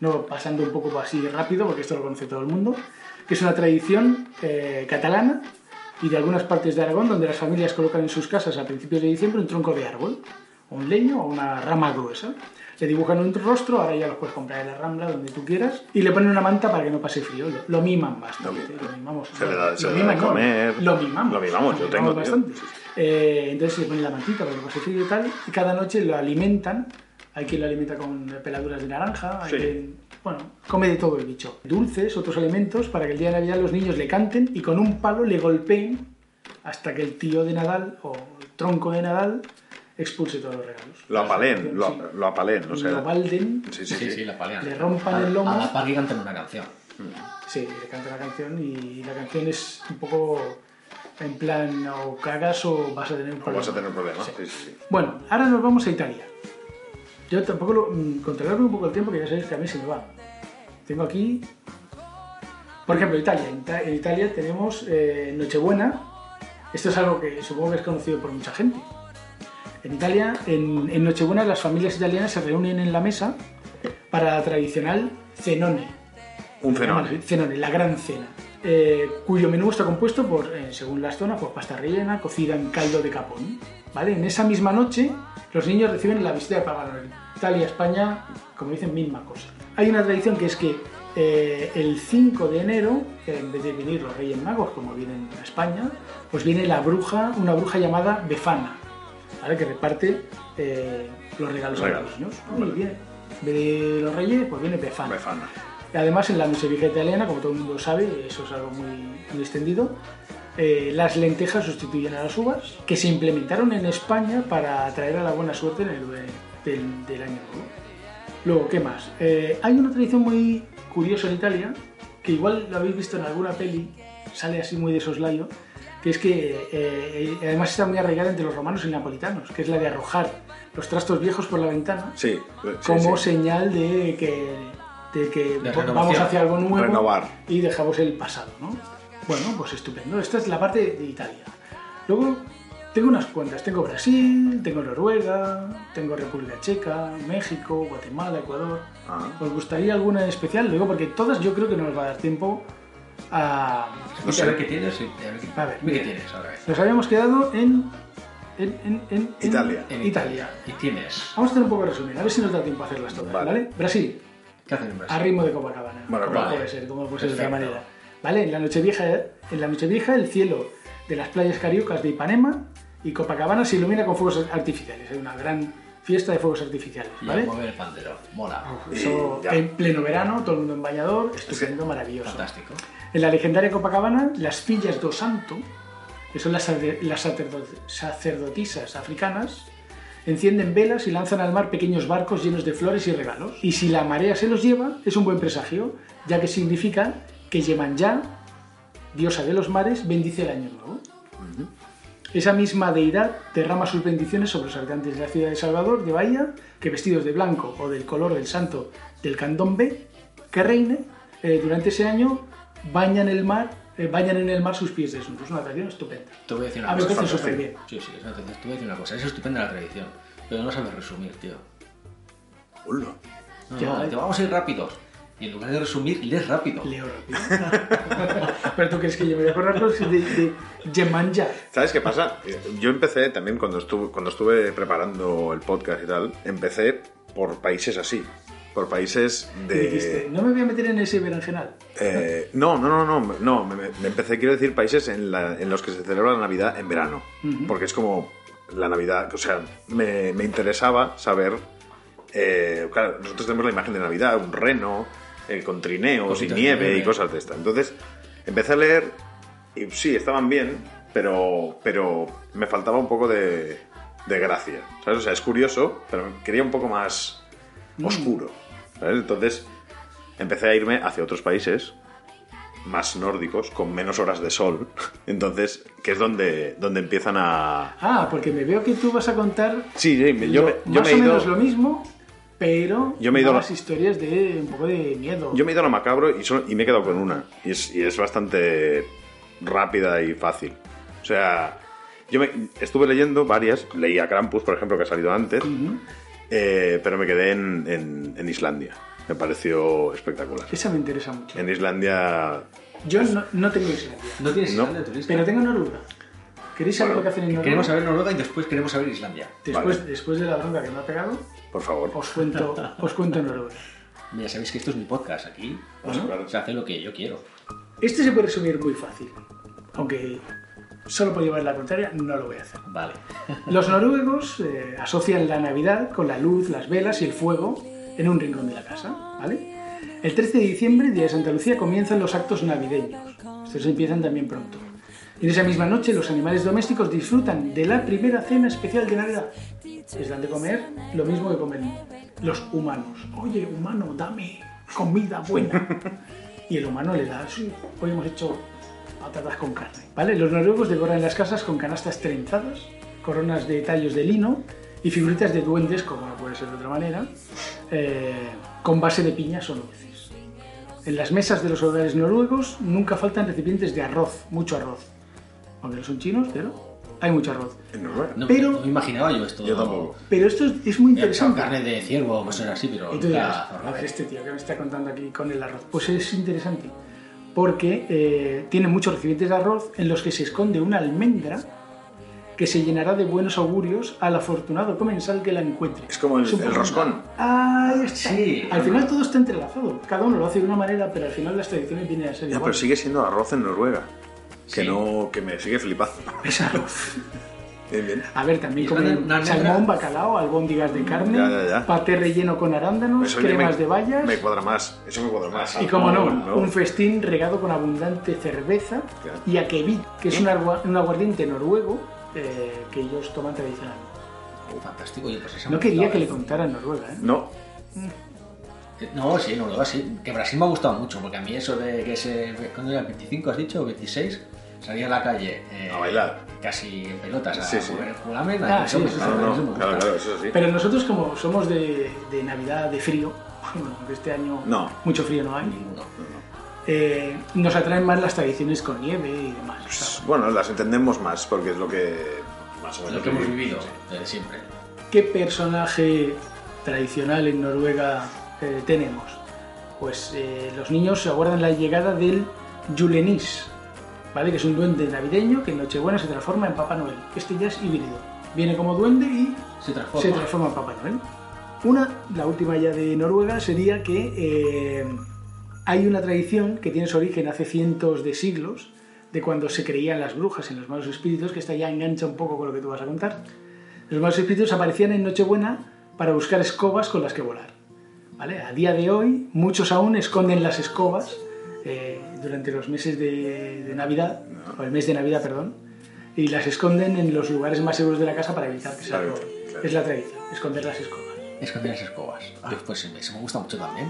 [SPEAKER 1] No pasando un poco así rápido, porque esto lo conoce todo el mundo, que es una tradición eh, catalana y de algunas partes de Aragón, donde las familias colocan en sus casas a principios de diciembre un tronco de árbol, o un leño o una rama gruesa. Le dibujan un rostro, ahora ya los puedes comprar en la rambla, donde tú quieras, y le ponen una manta para que no pase frío. Lo, lo miman bastante.
[SPEAKER 2] Lo
[SPEAKER 1] Lo, mimamos.
[SPEAKER 2] Se le da- se
[SPEAKER 1] Lo
[SPEAKER 2] le da de
[SPEAKER 1] miman, no,
[SPEAKER 2] comer.
[SPEAKER 1] Lo mimamos.
[SPEAKER 2] Lo mimamos, yo tengo, tío.
[SPEAKER 1] bastante. Eh, entonces le ponen la mantita para que no pase frío y tal, y cada noche lo alimentan. Hay quien lo alimenta con peladuras de naranja, hay
[SPEAKER 2] Sí.
[SPEAKER 1] quien- Bueno, come de todo el bicho. Dulces, otros alimentos, para que el día de Navidad los niños le canten y con un palo le golpeen hasta que el tío de Nadal o el tronco de Nadal expulse todos los regalos.
[SPEAKER 2] Lo apalen, lo,
[SPEAKER 1] Sí.
[SPEAKER 2] ap- lo apalen, o sea.
[SPEAKER 1] Lo balden,
[SPEAKER 2] Sí, sí,
[SPEAKER 3] sí, sí,
[SPEAKER 2] sí.
[SPEAKER 3] la palean.
[SPEAKER 1] Le rompan el lomo.
[SPEAKER 3] A la par que cantan una canción.
[SPEAKER 1] sí, le canta la canción y la canción es un poco en plan o cagas o vas a tener un
[SPEAKER 2] O
[SPEAKER 1] problema.
[SPEAKER 2] vas a tener problemas.
[SPEAKER 1] Sí.
[SPEAKER 2] Sí, sí, sí.
[SPEAKER 1] Bueno, ahora nos vamos a Italia. Yo tampoco lo. mm, Controlarme un poco el tiempo, que ya sabéis que a mí se me va. Tengo aquí. Por ejemplo, Italia. En, Ita- en Italia tenemos eh, Nochebuena. Esto es algo que supongo que es conocido por mucha gente. En Italia, en, en Nochebuena, las familias italianas se reúnen en la mesa para la tradicional cenone.
[SPEAKER 2] Un fenómeno. ¿eh?
[SPEAKER 1] Cenone, la gran cena. eh, cuyo menú está compuesto por, eh, según las zonas, pues pasta rellena, cocida en caldo de capón. ¿Vale? En esa misma noche, los niños reciben la visita de Papá Noel. Italia, España, como dicen, misma cosa. Hay una tradición que es que eh, el 5 de enero, eh, en vez de venir los Reyes Magos, como vienen a España, pues viene la bruja, una bruja llamada Befana, ¿vale? que reparte eh, los regalos a
[SPEAKER 2] Regalos.
[SPEAKER 1] los niños.
[SPEAKER 2] Vale.
[SPEAKER 1] Muy bien. En vez de los Reyes, pues viene Befana.
[SPEAKER 2] Befana.
[SPEAKER 1] Además, en la misericórdia italiana, como todo el mundo sabe, eso es algo muy, muy extendido, eh, las lentejas sustituyen a las uvas, que se implementaron en España para atraer a la buena suerte en el, eh, del, del año nuevo. Luego, ¿qué más? Eh, hay una tradición muy curiosa en Italia, que igual lo habéis visto en alguna peli, sale así muy de soslayo, que es que eh, eh, además está muy arraigada entre los romanos y napolitanos, que es la de arrojar los trastos viejos por la ventana
[SPEAKER 2] Sí. sí,
[SPEAKER 1] como
[SPEAKER 2] sí.
[SPEAKER 1] señal de que, de que
[SPEAKER 3] De
[SPEAKER 1] vamos
[SPEAKER 3] renovación.
[SPEAKER 1] hacia algo nuevo
[SPEAKER 2] Renovar.
[SPEAKER 1] y dejamos el pasado, ¿no? Bueno, pues estupendo. Esta es la parte de Italia. Luego tengo unas cuantas. Tengo Brasil, tengo Noruega, tengo República Checa, México, Guatemala, Ecuador.
[SPEAKER 2] Ajá.
[SPEAKER 1] ¿Os gustaría alguna en especial? Lo digo porque todas yo creo que no nos va a dar tiempo a...
[SPEAKER 2] No
[SPEAKER 3] A
[SPEAKER 2] sé.
[SPEAKER 3] ver qué tienes, sí. A ver qué,
[SPEAKER 1] A ver,
[SPEAKER 3] qué
[SPEAKER 1] mira.
[SPEAKER 3] tienes ahora. eh.
[SPEAKER 1] Nos habíamos quedado en... en- en- en- en-
[SPEAKER 2] Italia.
[SPEAKER 1] En Italia.
[SPEAKER 3] Y tienes.
[SPEAKER 1] Vamos a hacer un poco de resumen, a ver si nos da tiempo a hacerlas todas,
[SPEAKER 2] Vale.
[SPEAKER 1] ¿vale? Brasil.
[SPEAKER 3] ¿Qué hacen en Brasil?
[SPEAKER 1] a ritmo de Copacabana.
[SPEAKER 2] Bueno,
[SPEAKER 1] como
[SPEAKER 3] vale.
[SPEAKER 1] puede ser, como puede ser de otra
[SPEAKER 3] Perfecto.
[SPEAKER 1] manera. ¿Vale? En la Nochevieja, en la Nochevieja el cielo de las playas cariocas de Ipanema y Copacabana se ilumina con fuegos artificiales. Hay una gran fiesta de fuegos artificiales,
[SPEAKER 3] Y
[SPEAKER 1] ¿vale?
[SPEAKER 3] a mover el pandero. Mola.
[SPEAKER 1] Uf, Eso
[SPEAKER 2] Y ya.
[SPEAKER 1] en pleno verano, todo el mundo en bañador, estupendo, maravilloso.
[SPEAKER 3] Fantástico.
[SPEAKER 1] En la legendaria Copacabana, las fillas do santo, que son las, sade- las sacerdo- sacerdotisas africanas, encienden velas y lanzan al mar pequeños barcos llenos de flores y regalos. Y si la marea se los lleva, es un buen presagio, ya que significa que Yemanjá, diosa de los mares, bendice el año nuevo. Esa misma deidad derrama sus bendiciones sobre los habitantes de la ciudad de Salvador de Bahía, que vestidos de blanco o del color del santo del candombe que reine eh, durante ese año bañan el mar, eh, bañan en el mar sus pies desnudos. Es una tradición estupenda.
[SPEAKER 3] Te voy a decir una
[SPEAKER 1] A me
[SPEAKER 3] cosa.
[SPEAKER 1] parece súper
[SPEAKER 2] fantástico.
[SPEAKER 1] bien.
[SPEAKER 3] Sí, sí, es una tradición. Te voy a decir una cosa. Es estupenda la tradición. Pero no sabes resumir, tío.
[SPEAKER 2] Hola.
[SPEAKER 3] No,
[SPEAKER 1] Ya,
[SPEAKER 3] no,
[SPEAKER 1] eh.
[SPEAKER 3] te vamos a ir rápidos. Y en lugar de resumir, lees rápido.
[SPEAKER 1] Leo rápido. [LAUGHS] Pero tú crees que yo me voy a acordar pues, de, de Yemanja.
[SPEAKER 2] ¿Sabes qué pasa? Eh, Yo empecé también cuando estuve, cuando estuve preparando el podcast y tal, empecé por países así. Por países
[SPEAKER 1] Y dijiste,
[SPEAKER 2] de.
[SPEAKER 1] no me voy a meter en ese berenjenal.
[SPEAKER 2] eh, no, no, no, no. no me, me empecé, quiero decir, países en, la- en los que se celebra la Navidad en verano. Porque es como la Navidad. O sea, me, me interesaba saber. eh, claro, nosotros tenemos la imagen de Navidad, un reno, eh, con trineos y
[SPEAKER 3] Cositas de
[SPEAKER 2] nieve
[SPEAKER 3] nieve.
[SPEAKER 2] y cosas de estas. Entonces, empecé a leer y sí, estaban bien, pero, pero me faltaba un poco de, de gracia. ¿sabes? O sea, es curioso, pero quería un poco más oscuro. ¿sabes? Entonces empecé a irme hacia otros países más nórdicos, con menos horas de sol. [LAUGHS] Entonces, que es donde, donde empiezan a...
[SPEAKER 1] Ah, porque me veo que tú vas a contar
[SPEAKER 2] Sí, sí, me- yo, me, yo
[SPEAKER 1] más
[SPEAKER 2] me he
[SPEAKER 1] o
[SPEAKER 2] ido...
[SPEAKER 1] menos lo mismo, pero
[SPEAKER 2] Yo me he ido a la-
[SPEAKER 1] las historias de un poco de miedo.
[SPEAKER 2] Yo me he ido a lo macabro y, solo- y me he quedado con una. Y es, y es bastante rápida y fácil. O sea, yo me, estuve leyendo varias. Leí a Krampus, por ejemplo, que ha salido antes. eh, pero me quedé en, en- en Islandia. Me pareció espectacular.
[SPEAKER 1] Esa me interesa mucho.
[SPEAKER 2] En Islandia.
[SPEAKER 1] Yo no, no tengo Islandia,
[SPEAKER 3] No tienes
[SPEAKER 2] No.
[SPEAKER 3] Islandia de turista.
[SPEAKER 1] pero tengo Noruega. ¿Queréis saber
[SPEAKER 2] Bueno,
[SPEAKER 1] lo que hacen en Noruega?
[SPEAKER 3] Queremos saber Noruega y después queremos saber Islandia.
[SPEAKER 1] Después,
[SPEAKER 2] Vale.
[SPEAKER 1] después de la bronca que me ha pegado,
[SPEAKER 2] Por favor.
[SPEAKER 1] os cuento,
[SPEAKER 2] [LAUGHS]
[SPEAKER 1] os cuento Noruega.
[SPEAKER 3] Mira, sabéis que esto es mi podcast aquí.
[SPEAKER 2] claro.
[SPEAKER 3] Se hace lo que yo quiero.
[SPEAKER 1] Este se puede resumir muy fácil, aunque solo por llevar la contraria no lo voy a hacer.
[SPEAKER 3] Vale.
[SPEAKER 1] Los noruegos eh, asocian la Navidad con la luz, las velas y el fuego en un rincón de la casa, ¿vale? El 13 de diciembre, día de Santa Lucía, comienzan los actos navideños. Estos empiezan también pronto. En esa misma noche, los animales domésticos disfrutan de la primera cena especial de Navidad. Les dan de comer lo mismo que comen los humanos. Oye, humano, dame comida buena. Y el humano le da, "Sí, hoy hemos hecho patatas con carne. ¿Vale? Los noruegos decoran las casas con canastas trenzadas, coronas de tallos de lino y figuritas de duendes, como no puede ser de otra manera, eh, con base de piñas o nueces. En las mesas de los hogares noruegos nunca faltan recipientes de arroz, mucho arroz. Aunque no son chinos, pero hay mucho arroz.
[SPEAKER 2] Es normal.
[SPEAKER 3] No,
[SPEAKER 1] Pero-
[SPEAKER 3] no me imaginaba yo esto.
[SPEAKER 2] Yo tampoco.
[SPEAKER 1] Pero esto es, es muy
[SPEAKER 3] Mira, que son
[SPEAKER 1] interesante.
[SPEAKER 3] carne de ciervo o cosas así, pero.
[SPEAKER 1] Y tú dirás,
[SPEAKER 3] la
[SPEAKER 1] a
[SPEAKER 3] zorra.
[SPEAKER 1] ver, este tío que me está contando aquí con el arroz. Pues es interesante, porque eh, tiene muchos recipientes de arroz en los que se esconde una almendra que se llenará de buenos augurios al afortunado comensal que la encuentre.
[SPEAKER 2] Es como el,
[SPEAKER 1] un
[SPEAKER 2] el
[SPEAKER 1] poco-
[SPEAKER 2] roscón. Ah,
[SPEAKER 1] Ahí está.
[SPEAKER 3] Sí.
[SPEAKER 1] Al final todo está entrelazado. Cada uno lo hace de una manera, pero al final las tradiciones vienen a ser
[SPEAKER 2] Ya,
[SPEAKER 1] iguales.
[SPEAKER 2] pero sigue siendo arroz en Noruega. Que
[SPEAKER 3] Sí.
[SPEAKER 2] no, que me sigue flipando. [LAUGHS]
[SPEAKER 1] Es arroz.
[SPEAKER 2] Bien, bien.
[SPEAKER 1] A ver, también
[SPEAKER 3] Y una-
[SPEAKER 1] comen
[SPEAKER 3] una almendra-
[SPEAKER 1] salmón, bacalao, albóndigas de carne,
[SPEAKER 2] Mm, Ya, ya, ya.
[SPEAKER 1] paté relleno con arándanos,
[SPEAKER 2] Eso
[SPEAKER 1] cremas
[SPEAKER 2] me-
[SPEAKER 1] de bayas.
[SPEAKER 2] Me cuadra más. Eso me cuadra más.
[SPEAKER 1] Y como no,
[SPEAKER 2] No.
[SPEAKER 1] un festín regado con abundante cerveza
[SPEAKER 2] Claro.
[SPEAKER 1] y akebit, que
[SPEAKER 2] ¿Eh?
[SPEAKER 1] es un, agua- un aguardiente noruego eh, que ellos toman tradicionalmente.
[SPEAKER 3] Oh, fantástico, oye, pues esa
[SPEAKER 1] No
[SPEAKER 3] me
[SPEAKER 1] quería
[SPEAKER 3] gustaba,
[SPEAKER 1] que le
[SPEAKER 3] ¿eh?
[SPEAKER 1] contara en Noruega, ¿eh?
[SPEAKER 2] No.
[SPEAKER 3] No, sí, Noruega sí. Que Brasil me ha gustado mucho, porque a mí eso de que se. ¿Cuándo era? ¿25 has dicho? ¿O 26? Salía a la calle. eh,
[SPEAKER 2] A bailar.
[SPEAKER 3] Casi en pelotas. A
[SPEAKER 2] Sí, sí.
[SPEAKER 3] jugar- jugulamen,
[SPEAKER 1] Ah,
[SPEAKER 3] a-
[SPEAKER 1] sí,
[SPEAKER 3] me
[SPEAKER 1] sí,
[SPEAKER 3] gusta,
[SPEAKER 2] No,
[SPEAKER 3] eso
[SPEAKER 2] no,
[SPEAKER 3] me
[SPEAKER 2] no. Claro,
[SPEAKER 3] gusta.
[SPEAKER 2] claro, eso sí.
[SPEAKER 1] Pero nosotros, como somos de, de Navidad, de frío, [LAUGHS] bueno, aunque este año
[SPEAKER 2] No.
[SPEAKER 1] mucho frío no hay,
[SPEAKER 3] Ninguno.
[SPEAKER 1] eh, nos atraen más las tradiciones con nieve y demás. o sea,
[SPEAKER 2] Bueno, las entendemos más porque es lo que más o menos
[SPEAKER 3] Lo que hemos
[SPEAKER 2] vivimos.
[SPEAKER 3] vivido desde siempre.
[SPEAKER 1] ¿Qué personaje tradicional en Noruega eh, tenemos? Pues eh, los niños se aguardan la llegada del Julenis, ¿vale? que es un duende navideño que en Nochebuena se transforma en Papá Noel. Este ya es híbrido. Viene como duende y
[SPEAKER 3] Se transforma.
[SPEAKER 1] se transforma en Papá Noel. Una, la última ya de Noruega, sería que eh, hay una tradición que tiene su origen hace cientos de siglos, de cuando se creían las brujas en los malos espíritus, que esta ya engancha un poco con lo que tú vas a contar. Los malos espíritus aparecían en Nochebuena para buscar escobas con las que volar. ¿vale? A día de hoy, muchos aún esconden las escobas eh, durante los meses de, de Navidad, o el mes de Navidad, perdón, y las esconden en los lugares más seguros de la casa para evitar que se las
[SPEAKER 2] Claro,
[SPEAKER 1] roben.
[SPEAKER 2] claro.
[SPEAKER 1] Es la tradición, esconder las escobas.
[SPEAKER 3] Esconder las escobas.
[SPEAKER 2] Ah.
[SPEAKER 3] Pues, pues eso me gusta mucho también.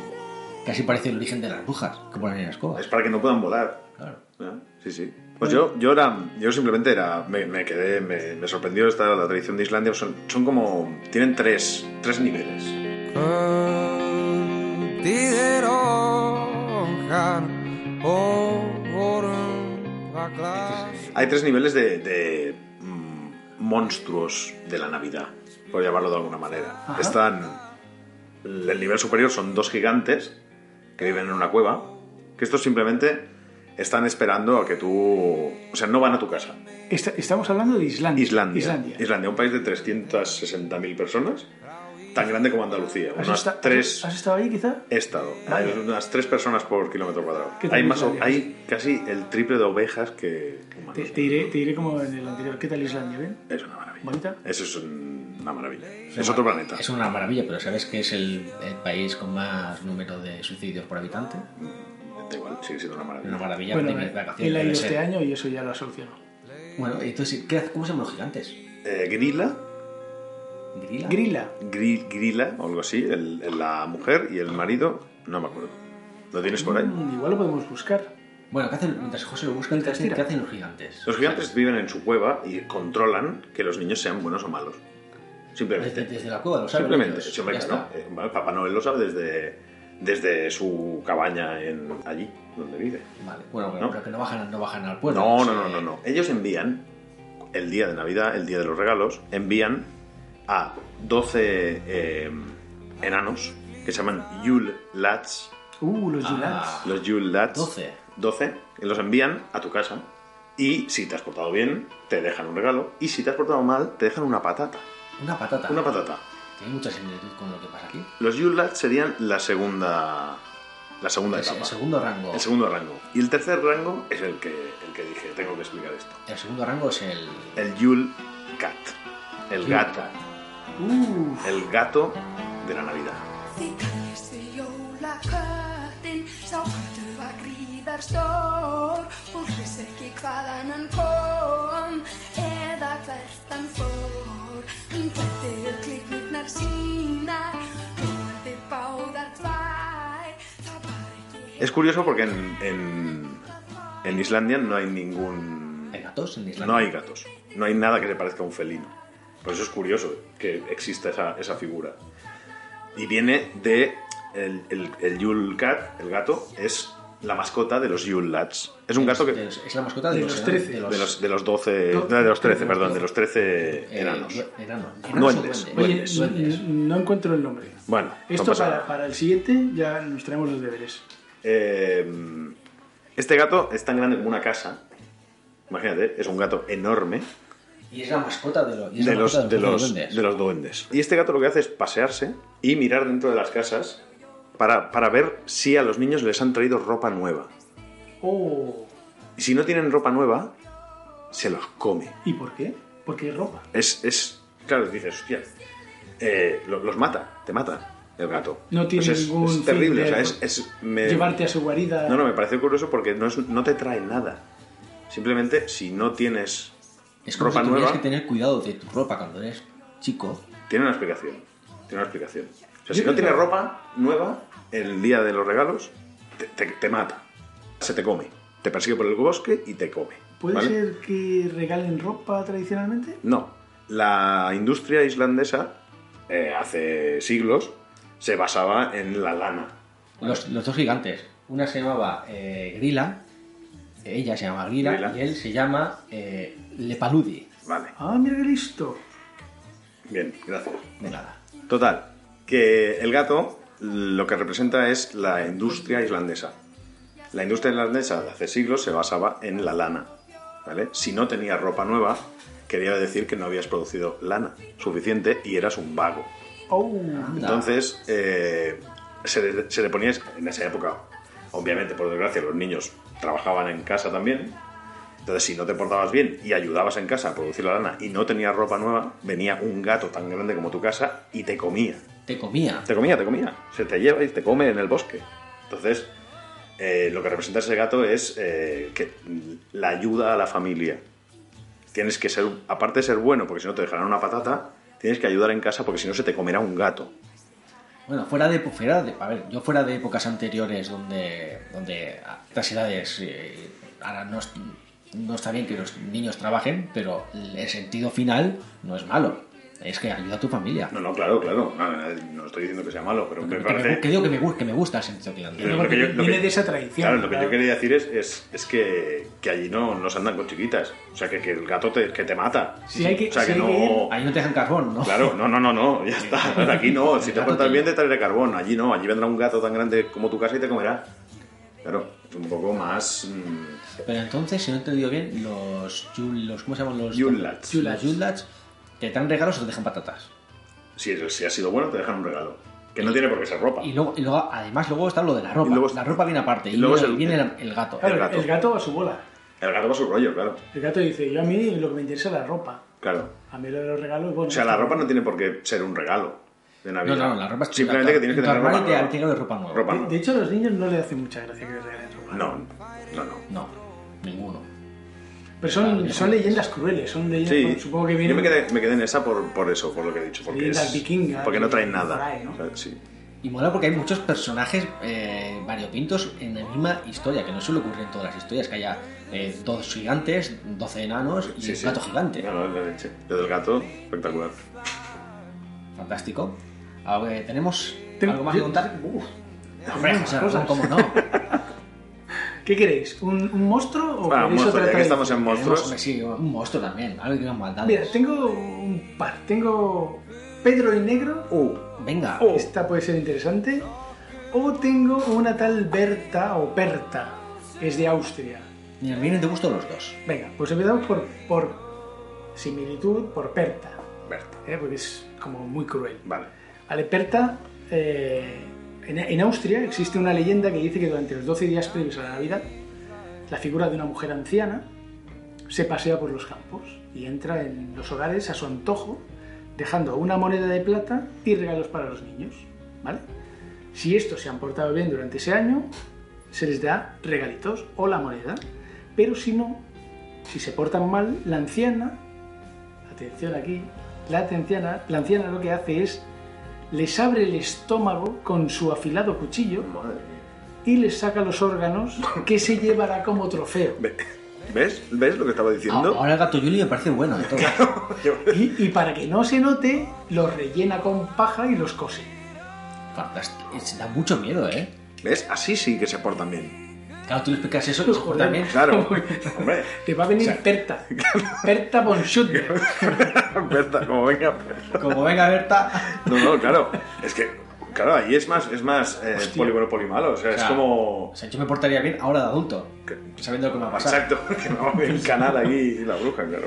[SPEAKER 3] Casi parece el origen de las brujas que ponen en
[SPEAKER 2] Es
[SPEAKER 3] escobas.
[SPEAKER 2] para que no puedan volar.
[SPEAKER 3] Claro.
[SPEAKER 2] Ah, Sí, sí. Pues yo, yo era, yo simplemente era, me, me quedé, me, me sorprendió esta la tradición de Islandia. Son, son como, tienen tres, tres niveles.
[SPEAKER 4] Tider ångan og våren var klar
[SPEAKER 2] Hay tres niveles de, de, mm, monstruos de la Navidad, por llamarlo de alguna manera.
[SPEAKER 1] Ajá.
[SPEAKER 2] Están, el nivel superior son dos gigantes que viven en una cueva, que estos simplemente están esperando a que tú, o sea, no van a tu casa.
[SPEAKER 1] Esta- estamos hablando de Islandia.
[SPEAKER 2] Islandia. Islandia. un país de 360.000 personas, tan grande como Andalucía.
[SPEAKER 1] ¿Has,
[SPEAKER 2] Unas
[SPEAKER 1] esta-
[SPEAKER 2] tres
[SPEAKER 1] has estado ahí quizá?
[SPEAKER 2] he estado.
[SPEAKER 1] Vaya.
[SPEAKER 2] Hay unas tres personas por kilómetro cuadrado.
[SPEAKER 1] Ah, ¿Qué tal
[SPEAKER 2] Hay, más, o-
[SPEAKER 1] Islandia?
[SPEAKER 2] hay casi el triple de ovejas que humanos.
[SPEAKER 1] Te, te iré, te iré como en el anterior. ¿Qué tal Islandia? ¿Bien?
[SPEAKER 2] Es una maravilla.
[SPEAKER 1] ¿Bonita?
[SPEAKER 2] Eso es un- una maravilla. Es otro planeta.
[SPEAKER 3] Es una maravilla, pero ¿sabes que es el, el país con más número de suicidios por habitante?
[SPEAKER 2] Da igual, sigue siendo una maravilla.
[SPEAKER 3] Una maravilla.
[SPEAKER 1] Bueno,
[SPEAKER 3] tiene
[SPEAKER 1] eh,
[SPEAKER 3] vacaciones,
[SPEAKER 1] él ha ido
[SPEAKER 3] debe
[SPEAKER 1] este
[SPEAKER 3] ser.
[SPEAKER 1] año y eso ya lo solucionó.
[SPEAKER 3] Bueno, entonces, ¿qué hace- ¿cómo se llaman los gigantes?
[SPEAKER 2] Eh, grila,
[SPEAKER 3] ¿Grila?
[SPEAKER 1] Grila.
[SPEAKER 2] gri- grila o algo así, el- el- la mujer y el marido, no me acuerdo. ¿Lo tienes por ahí?
[SPEAKER 1] Mm, igual lo podemos buscar.
[SPEAKER 3] Bueno, ¿qué hacen? Mientras José lo busca, ¿qué hacen, qué hacen los gigantes?
[SPEAKER 2] Los gigantes viven en su cueva y controlan que los niños sean buenos o malos. Simplemente.
[SPEAKER 3] Desde, desde la cueva, lo saben.
[SPEAKER 2] Simplemente,
[SPEAKER 3] ellos.
[SPEAKER 2] sí, hombre,
[SPEAKER 3] Ya
[SPEAKER 2] claro.
[SPEAKER 3] está.
[SPEAKER 2] Eh, bueno, Papá Noel lo sabe desde, desde su cabaña en allí, donde vive.
[SPEAKER 3] Vale, bueno, bueno,
[SPEAKER 2] ¿No?
[SPEAKER 3] pero que no bajan, no bajan al pueblo.
[SPEAKER 2] No,
[SPEAKER 3] pues,
[SPEAKER 2] no, no,
[SPEAKER 3] eh,
[SPEAKER 2] no, no. Ellos envían, el día de Navidad, el día de los regalos, envían a 12 eh, enanos que se llaman Yule Lads.
[SPEAKER 1] Uh, los
[SPEAKER 3] Ah.
[SPEAKER 1] Yulats.
[SPEAKER 2] Los Yule Lads.
[SPEAKER 3] 12.
[SPEAKER 2] 12. Y los envían a tu casa. Y si te has portado bien, te dejan un regalo. Y si te has portado mal, te dejan una patata.
[SPEAKER 3] Una patata.
[SPEAKER 2] Una patata.
[SPEAKER 3] Tiene mucha similitud con lo que pasa aquí.
[SPEAKER 2] Los Yulats serían la segunda. La segunda
[SPEAKER 3] Es
[SPEAKER 2] etapa.
[SPEAKER 3] el segundo rango.
[SPEAKER 2] El segundo rango. Y el tercer rango es el que, el que dije, tengo que explicar esto.
[SPEAKER 3] El segundo rango es el.
[SPEAKER 2] El Yul Cat. El gato.
[SPEAKER 1] Uf.
[SPEAKER 2] El gato de la Navidad.
[SPEAKER 6] Þið kallistu jólaköttin, sá köttur var gríðarstór og hlusta ekki hvaðan hann kom eða hvert hann fór. Hann bætti upp klipnurnar sínar, hlúði báðar tvær, það var ekki
[SPEAKER 2] Es curioso porque en, en, en Islandia no hay ningún.
[SPEAKER 3] ¿Hay gatos en Islandia?
[SPEAKER 2] No hay gatos. No hay nada que se parezca a un felino. Por eso es curioso que exista esa, esa figura. Y viene de. El, el, el Yule Cat, el gato, es la mascota de los Yule Lads. Es un gato que...
[SPEAKER 3] Es, es la mascota de,
[SPEAKER 1] De los 13.
[SPEAKER 3] De los,
[SPEAKER 2] De los, de los 12... no, de los 13, perdón, de los 13
[SPEAKER 3] eh,
[SPEAKER 2] enanos.
[SPEAKER 3] due- enanos.
[SPEAKER 2] Duendes,
[SPEAKER 3] o
[SPEAKER 1] Oye,
[SPEAKER 3] duendes?
[SPEAKER 1] n-
[SPEAKER 3] Duendes.
[SPEAKER 1] n- no encuentro el nombre.
[SPEAKER 2] Bueno, no
[SPEAKER 1] Esto
[SPEAKER 2] pasa
[SPEAKER 1] para,
[SPEAKER 2] nada.
[SPEAKER 1] para el siguiente ya nos traemos los deberes.
[SPEAKER 2] Eh, este gato es tan grande como una casa. Imagínate, es un gato enorme
[SPEAKER 3] Y es la mascota de los, y es
[SPEAKER 2] de
[SPEAKER 3] la
[SPEAKER 2] los,
[SPEAKER 3] mascota
[SPEAKER 2] de,
[SPEAKER 3] de los
[SPEAKER 2] los,
[SPEAKER 3] duendes.
[SPEAKER 2] de los duendes. Y este gato lo que hace es pasearse y mirar dentro de las casas para, para ver si a los niños les han traído ropa nueva.
[SPEAKER 1] Oh,
[SPEAKER 2] Y si no tienen ropa nueva, se los come.
[SPEAKER 1] ¿y por qué? Porque es ropa.
[SPEAKER 2] Es, es claro, dices, hostia, eh, lo- los mata, te mata el gato.
[SPEAKER 1] No tiene
[SPEAKER 2] Pues es,
[SPEAKER 1] ningún
[SPEAKER 2] es
[SPEAKER 1] fin
[SPEAKER 2] terrible,
[SPEAKER 1] de
[SPEAKER 2] o sea, es, es- me-
[SPEAKER 1] Llevarte a su guarida.
[SPEAKER 2] No, no, me pareció curioso porque no, es, no te trae nada. Simplemente, si no tienes
[SPEAKER 3] Es como
[SPEAKER 2] ropa
[SPEAKER 3] si tuvieras
[SPEAKER 2] nueva,
[SPEAKER 3] que tener cuidado de tu ropa cuando eres chico.
[SPEAKER 2] tiene una explicación. Tiene una explicación. O sea,
[SPEAKER 1] Yo
[SPEAKER 2] si no
[SPEAKER 1] creo-
[SPEAKER 2] tienes ropa nueva, el día de los regalos, te, te- te mata. Se te come. Te persigue por el bosque y te come.
[SPEAKER 1] ¿Puede
[SPEAKER 2] ¿vale?
[SPEAKER 1] ser que regalen ropa tradicionalmente?
[SPEAKER 2] No. La industria islandesa, eh, hace siglos, se basaba en la lana.
[SPEAKER 3] Los, los dos gigantes. Una se llamaba eh, Grila, ella se llama Grila,
[SPEAKER 2] Grilla.
[SPEAKER 3] y él se llama eh, Lepaludi.
[SPEAKER 2] Vale.
[SPEAKER 1] Ah, mira qué listo.
[SPEAKER 2] Bien, gracias.
[SPEAKER 3] De nada.
[SPEAKER 2] Total, que el gato lo que representa es la industria islandesa. La industria islandesa de hace siglos se basaba en la lana. ¿vale? Si no tenías ropa nueva, quería decir que no habías producido lana suficiente y eras un vago.
[SPEAKER 1] Oh,
[SPEAKER 2] Ah, Entonces, eh, se, le, se le ponía en esa época, obviamente, por desgracia, los niños trabajaban en casa también. Entonces, si no te portabas bien y ayudabas en casa a producir la lana y no tenías ropa nueva, venía un gato tan grande como tu casa y te comía.
[SPEAKER 3] Te comía.
[SPEAKER 2] Te comía, te comía. Se te lleva y te come en el bosque. Entonces, eh, lo que representa ese gato es eh, que la ayuda a la familia. Tienes que ser, aparte de ser bueno, porque si no te dejarán una patata, tienes que ayudar en casa porque si no se te comerá un gato.
[SPEAKER 3] Bueno, fuera de, fuera de- A ver, yo fuera de épocas anteriores donde, donde a estas edades. eh, ahora no, es- no está bien que los niños trabajen, pero el sentido final no es malo. Es que ayuda a tu familia.
[SPEAKER 2] No, no, claro, claro. No, no, no estoy diciendo que sea malo, pero me
[SPEAKER 3] que,
[SPEAKER 2] parece...
[SPEAKER 3] me, que digo que me, gu- que me gusta el sentido final.
[SPEAKER 2] Pero lo que yo- lo
[SPEAKER 1] viene
[SPEAKER 2] que-
[SPEAKER 1] de esa tradición.
[SPEAKER 2] Claro, lo que yo
[SPEAKER 1] claro.
[SPEAKER 2] quería decir es, es, es que, que allí no, no se andan con chiquitas. O sea, que, que el gato te, que te mata.
[SPEAKER 1] Si hay que-
[SPEAKER 2] o sea,
[SPEAKER 1] si
[SPEAKER 2] que
[SPEAKER 1] hay
[SPEAKER 2] no...
[SPEAKER 1] que ir-
[SPEAKER 3] Ahí no te dejan carbón, ¿no?
[SPEAKER 2] Claro, no, no, no, no, ya está. Pero Aquí no, si te
[SPEAKER 3] gato
[SPEAKER 2] portas
[SPEAKER 3] te-
[SPEAKER 2] bien te traeré carbón, allí no, allí vendrá un gato tan grande como tu casa y te comerá. Claro, es un poco más... mm,
[SPEAKER 3] Pero entonces, si no he entendido bien, los, yul- los ¿cómo se llaman los?
[SPEAKER 2] Yule Lads.
[SPEAKER 3] Los Yule Lads, ¿te dan regalos o te dejan patatas?
[SPEAKER 2] Si, si has sido bueno te dejan un regalo, que no tiene por qué ser ropa.
[SPEAKER 3] Y luego, y luego- además, luego está lo de la ropa.
[SPEAKER 2] Y luego-
[SPEAKER 3] la ropa viene aparte. Y,
[SPEAKER 2] y luego
[SPEAKER 3] viene,
[SPEAKER 2] es el-
[SPEAKER 3] viene la- el, gato.
[SPEAKER 1] Claro,
[SPEAKER 2] el gato.
[SPEAKER 1] el gato va a su bola.
[SPEAKER 2] El gato va a su rollo, claro,
[SPEAKER 1] El gato dice, yo a mí lo que me interesa es la ropa.
[SPEAKER 2] claro.
[SPEAKER 1] A mí lo de los regalos, bueno... pues,
[SPEAKER 2] O sea, la ropa no tiene por qué ser un regalo de Navidad.
[SPEAKER 3] No, no, no, la ropa es
[SPEAKER 2] Simplemente que tienes que
[SPEAKER 3] en tu
[SPEAKER 2] tener ropa
[SPEAKER 3] armario te
[SPEAKER 2] nueva.
[SPEAKER 3] han tirado de ropa nueva.
[SPEAKER 1] De,
[SPEAKER 2] Ropa
[SPEAKER 1] de
[SPEAKER 2] nueva.
[SPEAKER 1] hecho, a los niños no les hace mucha gracia que les regalen ropa.
[SPEAKER 2] No, no, no.
[SPEAKER 3] No, ninguno.
[SPEAKER 1] Pero son, son leyendas crueles, son leyendas,
[SPEAKER 2] Sí,
[SPEAKER 1] supongo que
[SPEAKER 2] yo
[SPEAKER 1] vienen...
[SPEAKER 2] me quedé, me quedé en esa por, por eso, por lo que he dicho. Porque,
[SPEAKER 1] Leyendas
[SPEAKER 2] es-
[SPEAKER 1] vikingas,
[SPEAKER 2] porque no traen nada.
[SPEAKER 1] por ahí, ¿no?
[SPEAKER 2] O sea, sí.
[SPEAKER 3] Y mola porque hay muchos personajes eh, variopintos en la misma historia, que no suele ocurrir en todas las historias, que haya eh, dos gigantes, doce enanos y
[SPEAKER 2] Sí,
[SPEAKER 3] un
[SPEAKER 2] sí.
[SPEAKER 3] gato gigante.
[SPEAKER 2] No, no, es la leche. Lo del gato, espectacular.
[SPEAKER 3] Fantástico. A ver, ¿tenemos
[SPEAKER 1] Ten-
[SPEAKER 3] algo más
[SPEAKER 1] yo-
[SPEAKER 3] que contar?
[SPEAKER 1] Uf.
[SPEAKER 3] Hombre,
[SPEAKER 1] muchas
[SPEAKER 3] José
[SPEAKER 1] cosas.
[SPEAKER 3] Ramón,
[SPEAKER 2] [LAUGHS]
[SPEAKER 3] ¿cómo no?
[SPEAKER 1] ¿Qué queréis? ¿Un, un monstruo
[SPEAKER 3] Oh,
[SPEAKER 1] o
[SPEAKER 2] Bueno,
[SPEAKER 1] queréis
[SPEAKER 2] monstruos,
[SPEAKER 1] otra
[SPEAKER 2] ya que estamos
[SPEAKER 1] tradición? Ah,
[SPEAKER 2] en
[SPEAKER 3] Tenemos,
[SPEAKER 2] monstruos.
[SPEAKER 3] hombre, sí, un monstruo también, algo que nos maldades.
[SPEAKER 1] Mira, tengo un par. Tengo Pedro y Negro.
[SPEAKER 2] Uh,
[SPEAKER 3] Venga,
[SPEAKER 2] Oh.
[SPEAKER 1] Esta puede ser interesante. O tengo una tal Berta o Perta. Es de Austria.
[SPEAKER 3] mira, vienen de gusto los dos.
[SPEAKER 1] Venga, pues empezamos por, por similitud, por Perta.
[SPEAKER 2] Berta.
[SPEAKER 1] ¿eh? Porque es como muy cruel.
[SPEAKER 2] Vale.
[SPEAKER 1] Vale, Perta. eh, en, en Austria existe una leyenda que dice que durante los 12 días previos a la Navidad, la figura de una mujer anciana se pasea por los campos y entra en los hogares a su antojo, dejando una moneda de plata y regalos para los niños. ¿Vale? Si estos se han portado bien durante ese año, se les da regalitos o la moneda, pero si no, si se portan mal, la anciana, atención aquí, la anciana, la anciana lo que hace es les abre el estómago con su afilado cuchillo
[SPEAKER 2] Madre mía.
[SPEAKER 1] y les saca los órganos que se llevará como trofeo.
[SPEAKER 2] Ve- ¿Ves? ¿Ves lo que estaba
[SPEAKER 3] Ah,
[SPEAKER 2] diciendo?
[SPEAKER 3] Ahora el gato Yuli me parece
[SPEAKER 2] [LAUGHS]
[SPEAKER 3] bueno de todo.
[SPEAKER 1] Y, y para que no se note, los rellena con paja y los cose.
[SPEAKER 3] Fantástico. Se da mucho miedo, ¿eh?
[SPEAKER 2] ¿Ves? Así sí que se portan bien.
[SPEAKER 3] Claro, tú le explicas eso, pues,
[SPEAKER 1] Joder.
[SPEAKER 3] también. [LAUGHS]
[SPEAKER 2] Claro. Hombre. [LAUGHS]
[SPEAKER 1] Te va a venir
[SPEAKER 2] O sea, [LAUGHS]
[SPEAKER 1] Perta. Perta von Schutter.
[SPEAKER 2] Berta, como venga. Berta.
[SPEAKER 3] Como venga Berta,
[SPEAKER 2] No, no, claro. Es que, claro, ahí es más, es más eh, poli bueno, poli malo. O sea, es
[SPEAKER 3] Claro.
[SPEAKER 2] como.
[SPEAKER 3] o sea, yo me portaría bien ahora de adulto, sabiendo lo que me va a pasar.
[SPEAKER 2] Exacto, [LAUGHS] que me va el canal ahí y la bruja, claro.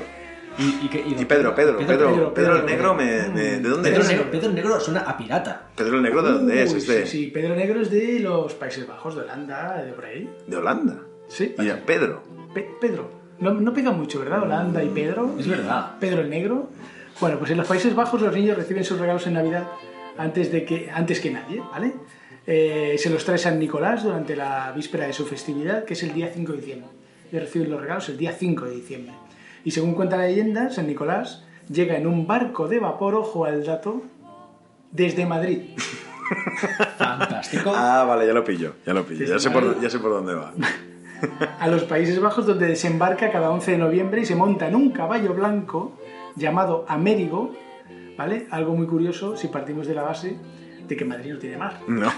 [SPEAKER 3] Y, y, que- y-
[SPEAKER 2] Y Pedro, Pedro, Pedro, Pedro,
[SPEAKER 1] Pedro,
[SPEAKER 2] el negro, me, me- ¿de dónde
[SPEAKER 3] Pedro
[SPEAKER 2] es?
[SPEAKER 3] Negro, Pedro Negro suena a pirata.
[SPEAKER 2] Pedro el negro, ¿de dónde es?
[SPEAKER 1] Uy,
[SPEAKER 2] Es de,
[SPEAKER 1] Sí, sí, Pedro Negro es de los Países Bajos, de Holanda, de por ahí.
[SPEAKER 2] de Holanda.
[SPEAKER 1] Sí.
[SPEAKER 2] Y a Pedro.
[SPEAKER 1] Pe- Pedro. No, no pega mucho, ¿verdad? Holanda y Pedro.
[SPEAKER 3] Es verdad.
[SPEAKER 1] Pedro el Negro. Bueno, pues en los Países Bajos los niños reciben sus regalos en Navidad antes, de que, antes que nadie, ¿vale? Eh, se los trae San Nicolás durante la víspera de su festividad, que es el día 5 de diciembre. Ellos reciben los regalos el día 5 de diciembre. Y según cuenta la leyenda, San Nicolás llega en un barco de vapor, ojo al dato, desde Madrid.
[SPEAKER 3] Fantástico.
[SPEAKER 2] Ah, vale, ya lo pillo, ya lo pillo.
[SPEAKER 1] Desde
[SPEAKER 2] Ya sé por,
[SPEAKER 1] Madrid.
[SPEAKER 2] ya sé por dónde va.
[SPEAKER 1] a los Países Bajos, donde desembarca cada 11 de noviembre y se monta en un caballo blanco llamado Amérigo, ¿vale? Algo muy curioso si partimos de la base de que Madrid no tiene mar.
[SPEAKER 2] No,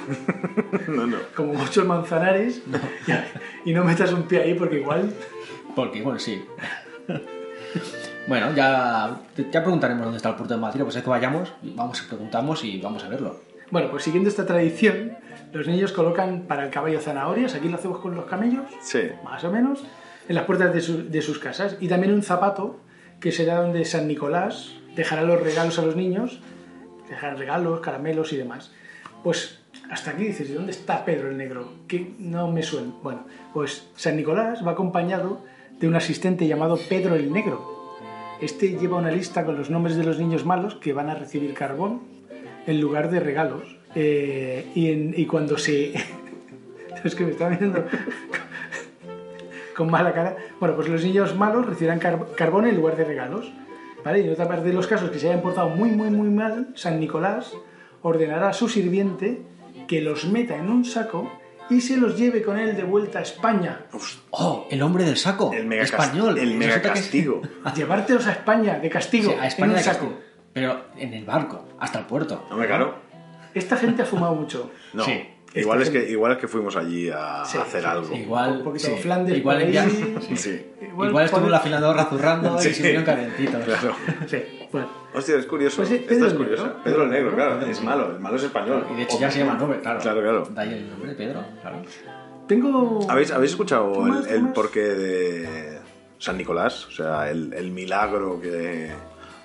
[SPEAKER 2] [LAUGHS] no, no.
[SPEAKER 1] Como muchos manzanares, y, y no metas un pie ahí porque igual
[SPEAKER 3] Porque, bueno, sí. bueno, ya, ya preguntaremos dónde está el puerto de Madrid, pues es que vayamos, vamos y preguntamos y vamos a verlo.
[SPEAKER 1] Bueno, pues siguiendo esta tradición, los niños colocan para el caballo zanahorias, aquí lo hacemos con los camellos,
[SPEAKER 2] Sí.
[SPEAKER 1] más o menos, en las puertas de, su- de sus casas, y también un zapato, que será donde San Nicolás dejará los regalos a los niños, dejará regalos, caramelos y demás. Pues hasta aquí dices, ¿y dónde está Pedro el Negro? Que no me suena. Bueno, pues San Nicolás va acompañado de un asistente llamado Pedro el Negro, este lleva una lista con los nombres de los niños malos que van a recibir carbón en lugar de regalos. Eh, y, en- y cuando se... [LAUGHS] es que me está mirando con- con mala cara. Bueno, pues los niños malos recibirán car- carbón en lugar de regalos. ¿vale? Y en otra parte de los casos que se hayan portado muy, muy, muy mal, San Nicolás ordenará a su sirviente que los meta en un saco y se los lleve con él de vuelta a España.
[SPEAKER 3] ¡Oh! El hombre del saco.
[SPEAKER 2] El mega, cas-
[SPEAKER 3] español.
[SPEAKER 2] el mega
[SPEAKER 3] Resulta que es- [LAUGHS]
[SPEAKER 2] castigo.
[SPEAKER 1] Llevártelos a España de
[SPEAKER 3] Sí,
[SPEAKER 1] castigo.
[SPEAKER 3] a
[SPEAKER 1] en
[SPEAKER 3] España
[SPEAKER 1] un
[SPEAKER 3] de
[SPEAKER 1] saco.
[SPEAKER 3] castigo. Pero en el barco, hasta el puerto.
[SPEAKER 2] No me caro.
[SPEAKER 1] Esta gente ha fumado
[SPEAKER 2] [LAUGHS]
[SPEAKER 1] mucho.
[SPEAKER 2] No.
[SPEAKER 3] Sí. Este
[SPEAKER 2] Igual,
[SPEAKER 1] Esta
[SPEAKER 2] es que,
[SPEAKER 1] gente.
[SPEAKER 2] igual es que fuimos allí a
[SPEAKER 1] Sí,
[SPEAKER 2] hacer
[SPEAKER 1] sí,
[SPEAKER 2] algo.
[SPEAKER 3] Igual.
[SPEAKER 1] Un poquito
[SPEAKER 3] sí.
[SPEAKER 1] de Flandes
[SPEAKER 3] Igual,
[SPEAKER 1] por ahí.
[SPEAKER 3] ya-
[SPEAKER 1] [LAUGHS]
[SPEAKER 2] Sí.
[SPEAKER 1] Igual
[SPEAKER 3] igual estuvo
[SPEAKER 1] por-
[SPEAKER 3] la filadora zurrando
[SPEAKER 2] [LAUGHS] Sí.
[SPEAKER 3] y se vieron calentitos.
[SPEAKER 2] Claro.
[SPEAKER 1] Sí, bueno.
[SPEAKER 2] Hostia, es curioso.
[SPEAKER 1] Pues sí, Pedro
[SPEAKER 2] Esta es
[SPEAKER 1] el Negro.
[SPEAKER 2] curiosa. Pedro el Negro, claro. Es malo. El malo es español.
[SPEAKER 3] Y de hecho ya se llama nombre, claro.
[SPEAKER 2] Claro, claro.
[SPEAKER 3] De ahí el nombre de Pedro, claro.
[SPEAKER 1] Tengo.
[SPEAKER 2] ¿Habéis, habéis escuchado
[SPEAKER 1] Tomás,
[SPEAKER 2] el, el
[SPEAKER 1] Tomás.
[SPEAKER 2] porqué de San Nicolás? O sea, el, el milagro que,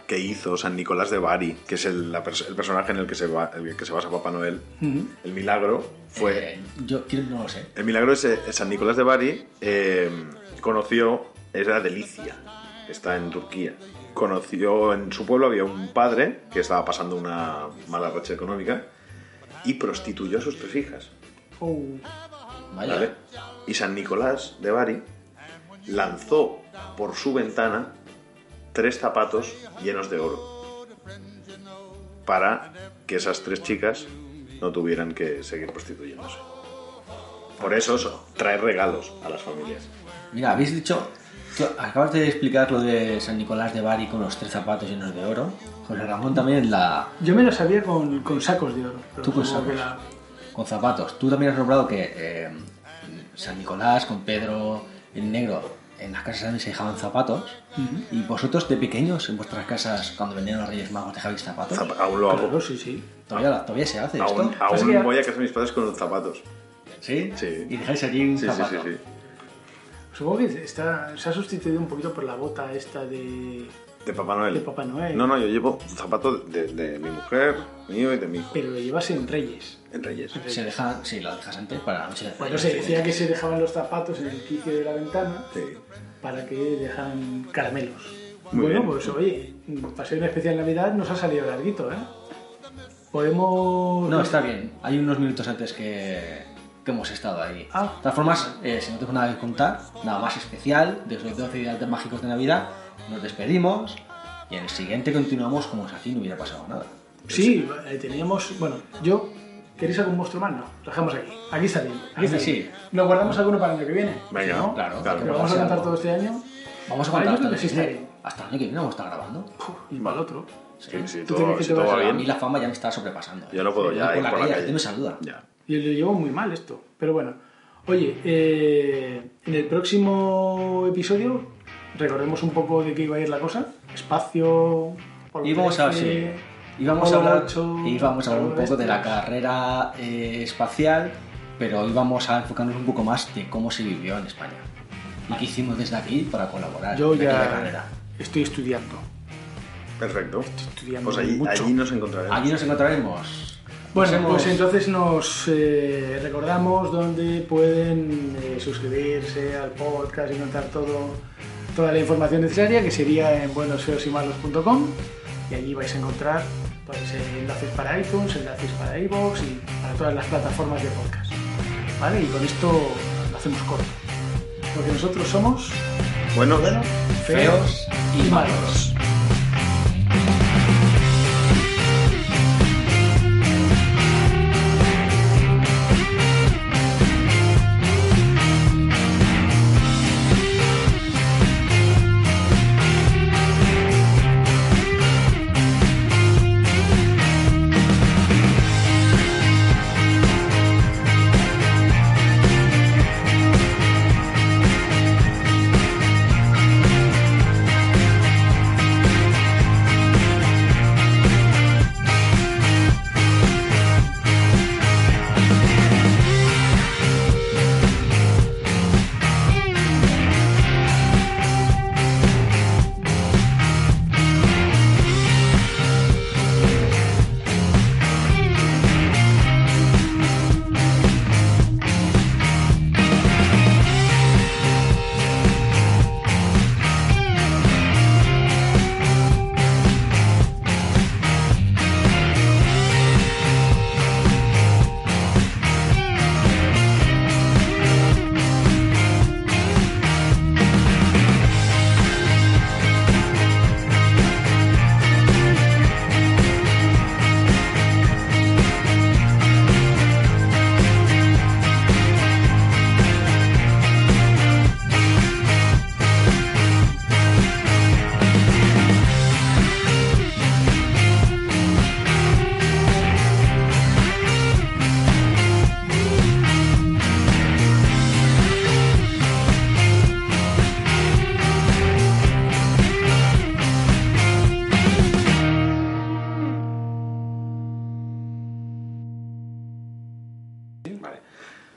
[SPEAKER 2] que hizo San Nicolás de Bari, que es el, la pers- el personaje en el que, se va- el que se basa Papá Noel. El milagro fue...
[SPEAKER 3] Eh, yo quiero- no lo sé.
[SPEAKER 2] El milagro es eh, San Nicolás de Bari eh, conoció, era de Licia, que está en Turquía. Conoció en su pueblo había un padre que estaba pasando una mala racha económica y prostituyó a sus tres hijas.
[SPEAKER 1] Oh,
[SPEAKER 3] Vaya.
[SPEAKER 2] ¿vale? Y San Nicolás de Bari lanzó por su ventana tres zapatos llenos de oro para que esas tres chicas no tuvieran que seguir prostituyéndose. Por eso eso, trae regalos a las familias.
[SPEAKER 3] Mira, habéis dicho. tío, acabas de explicar lo de San Nicolás de Bari con los tres zapatos llenos de oro. José Ramón también la.
[SPEAKER 1] yo me la sabía con, con sacos de oro. pero
[SPEAKER 3] Tú con
[SPEAKER 1] supongo que
[SPEAKER 3] sacos.
[SPEAKER 1] la-
[SPEAKER 3] con zapatos. Tú también has nombrado que eh, San Nicolás con Pedro el Negro en las casas también se dejaban zapatos. Y vosotros de pequeños en vuestras casas cuando venían los Reyes Magos dejabais zapatos.
[SPEAKER 2] Zap- aún lo hago.
[SPEAKER 1] Claro, sí, sí.
[SPEAKER 3] ¿Todavía, todavía se hace
[SPEAKER 2] Aún,
[SPEAKER 3] esto.
[SPEAKER 1] Así que-
[SPEAKER 2] aún voy a casa de mis padres con los zapatos.
[SPEAKER 3] ¿Sí?
[SPEAKER 2] Sí.
[SPEAKER 3] Y dejáis allí un
[SPEAKER 2] Sí, sí,
[SPEAKER 3] zapato.
[SPEAKER 2] sí, sí.
[SPEAKER 1] Supongo que está, se ha sustituido un poquito por la bota esta de.
[SPEAKER 2] De Papá Noel.
[SPEAKER 1] De Papá Noel.
[SPEAKER 2] No, no, yo llevo zapatos de, de mi mujer, mío y de mi hijo.
[SPEAKER 1] Pero lo llevas en Reyes.
[SPEAKER 2] En Reyes.
[SPEAKER 3] Se deja, sí, lo dejas antes para la noche de
[SPEAKER 1] Bueno, se decía que se dejaban los zapatos en el quicio de la ventana
[SPEAKER 2] Sí.
[SPEAKER 1] para que dejaran caramelos.
[SPEAKER 2] Muy
[SPEAKER 1] bueno,
[SPEAKER 2] bien.
[SPEAKER 1] pues oye, para ser una especial Navidad nos ha salido larguito, ¿eh? Podemos.
[SPEAKER 3] No, está bien. Hay unos minutos antes que, que hemos estado ahí.
[SPEAKER 1] Ah.
[SPEAKER 3] De todas formas, eh, si no tengo nada que contar, nada más especial, de los 12 días de mágicos de Navidad, nos despedimos y en el siguiente continuamos como si aquí no hubiera pasado nada.
[SPEAKER 1] Sí, eh, teníamos. Bueno, yo. ¿Queréis algún monstruo más? No, lo dejamos aquí. Aquí está bien. Aquí está
[SPEAKER 3] Aquí
[SPEAKER 1] bien.
[SPEAKER 3] sí.
[SPEAKER 1] ¿Nos guardamos alguno para el año que viene?
[SPEAKER 2] Venga,
[SPEAKER 1] ¿No?
[SPEAKER 3] claro,
[SPEAKER 1] ¿Que
[SPEAKER 2] claro.
[SPEAKER 1] lo vamos a cantar
[SPEAKER 3] Algo.
[SPEAKER 1] todo este año?
[SPEAKER 3] Vamos a
[SPEAKER 1] Vale,
[SPEAKER 3] contar
[SPEAKER 1] yo creo
[SPEAKER 3] hasta,
[SPEAKER 1] que sí está
[SPEAKER 3] el año que viene.
[SPEAKER 1] bien.
[SPEAKER 3] hasta el año que viene, vamos a estar grabando.
[SPEAKER 1] Y mal otro.
[SPEAKER 2] Sí, sí,
[SPEAKER 1] ¿Tú te
[SPEAKER 2] todo,
[SPEAKER 1] crees que
[SPEAKER 2] si
[SPEAKER 1] te
[SPEAKER 2] todo
[SPEAKER 1] vas
[SPEAKER 2] va
[SPEAKER 1] a
[SPEAKER 3] A
[SPEAKER 2] bien.
[SPEAKER 3] mí la fama ya me está sobrepasando. ¿eh?
[SPEAKER 2] Yo no puedo
[SPEAKER 3] Sí,
[SPEAKER 2] ya,
[SPEAKER 3] voy
[SPEAKER 2] ir por la calle.
[SPEAKER 3] la gente me saluda.
[SPEAKER 2] Ya.
[SPEAKER 1] Y lo llevo muy mal esto. Pero bueno, Oye, eh, en el próximo episodio recordemos un poco de qué iba a ir la cosa. Espacio. Apolo
[SPEAKER 3] Y vamos a ver, sí.
[SPEAKER 1] 13,
[SPEAKER 3] Y vamos a
[SPEAKER 1] Apolo
[SPEAKER 3] hablar,
[SPEAKER 1] 8,
[SPEAKER 3] y vamos a hablar un
[SPEAKER 1] todo
[SPEAKER 3] poco de
[SPEAKER 1] esto.
[SPEAKER 3] la carrera eh, espacial, pero hoy vamos a enfocarnos un poco más de cómo se vivió en España. Y qué hicimos desde aquí para colaborar
[SPEAKER 1] Yo
[SPEAKER 3] en aquella
[SPEAKER 1] ya
[SPEAKER 3] carrera.
[SPEAKER 1] estoy estudiando.
[SPEAKER 2] Perfecto.
[SPEAKER 1] estudiando
[SPEAKER 2] Pues allí,
[SPEAKER 1] mucho.
[SPEAKER 2] allí nos encontraremos.
[SPEAKER 3] Aquí nos encontraremos.
[SPEAKER 1] Bueno, pues
[SPEAKER 3] Nos vemos.
[SPEAKER 1] entonces nos eh, recordamos dónde pueden eh, suscribirse al podcast y encontrar todo, toda la información necesaria, que sería en buenosfeosymalos.com y allí vais a encontrar pues, eh, enlaces para iTunes, enlaces para iVoox y para todas las plataformas de podcast. ¿Vale? Y con esto lo hacemos corto. Porque nosotros somos
[SPEAKER 2] Bueno,
[SPEAKER 3] feos y malos.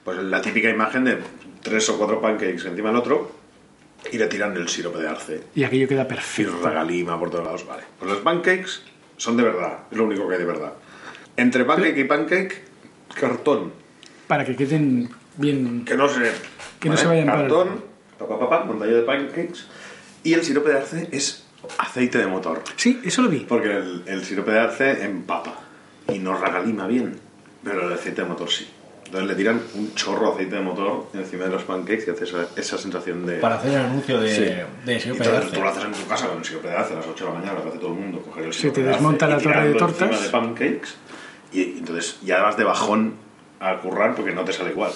[SPEAKER 2] pues la típica imagen de tres o cuatro pancakes encima del otro y le tiran el sirope de arce
[SPEAKER 1] Y aquello queda
[SPEAKER 2] y
[SPEAKER 1] perfecto.
[SPEAKER 2] regalima por todos lados. Vale. Pues los pancakes son de verdad, es lo único que hay de verdad. Entre pancake y pancake, cartón.
[SPEAKER 1] Para que queden bien.
[SPEAKER 2] Que no se.
[SPEAKER 1] Que no se vayan para el-
[SPEAKER 2] Cartón, pa, pa, pa, pa, montaña de pancakes. Y el sirope de arce es aceite de motor.
[SPEAKER 1] Sí, eso lo vi.
[SPEAKER 2] Porque el, el sirope de arce empapa y no regalima bien, pero el aceite de motor sí. Entonces le tiran un chorro de aceite de motor encima de los pancakes y hace esa, esa sensación de...
[SPEAKER 3] Para hacer el anuncio de,
[SPEAKER 2] Sí.
[SPEAKER 3] de
[SPEAKER 2] y
[SPEAKER 3] sirope de
[SPEAKER 2] entonces
[SPEAKER 3] arce.
[SPEAKER 2] tú lo haces en tu casa con el sirope de arce a las 8 de la mañana, lo que hace todo el mundo, coger el
[SPEAKER 1] Se
[SPEAKER 2] sirope
[SPEAKER 1] te
[SPEAKER 2] de arce
[SPEAKER 1] desmonta
[SPEAKER 2] y
[SPEAKER 1] la torre de
[SPEAKER 2] tirarlo
[SPEAKER 1] tortas.
[SPEAKER 2] encima de pancakes y entonces ya vas de bajón a currar porque no te sale igual.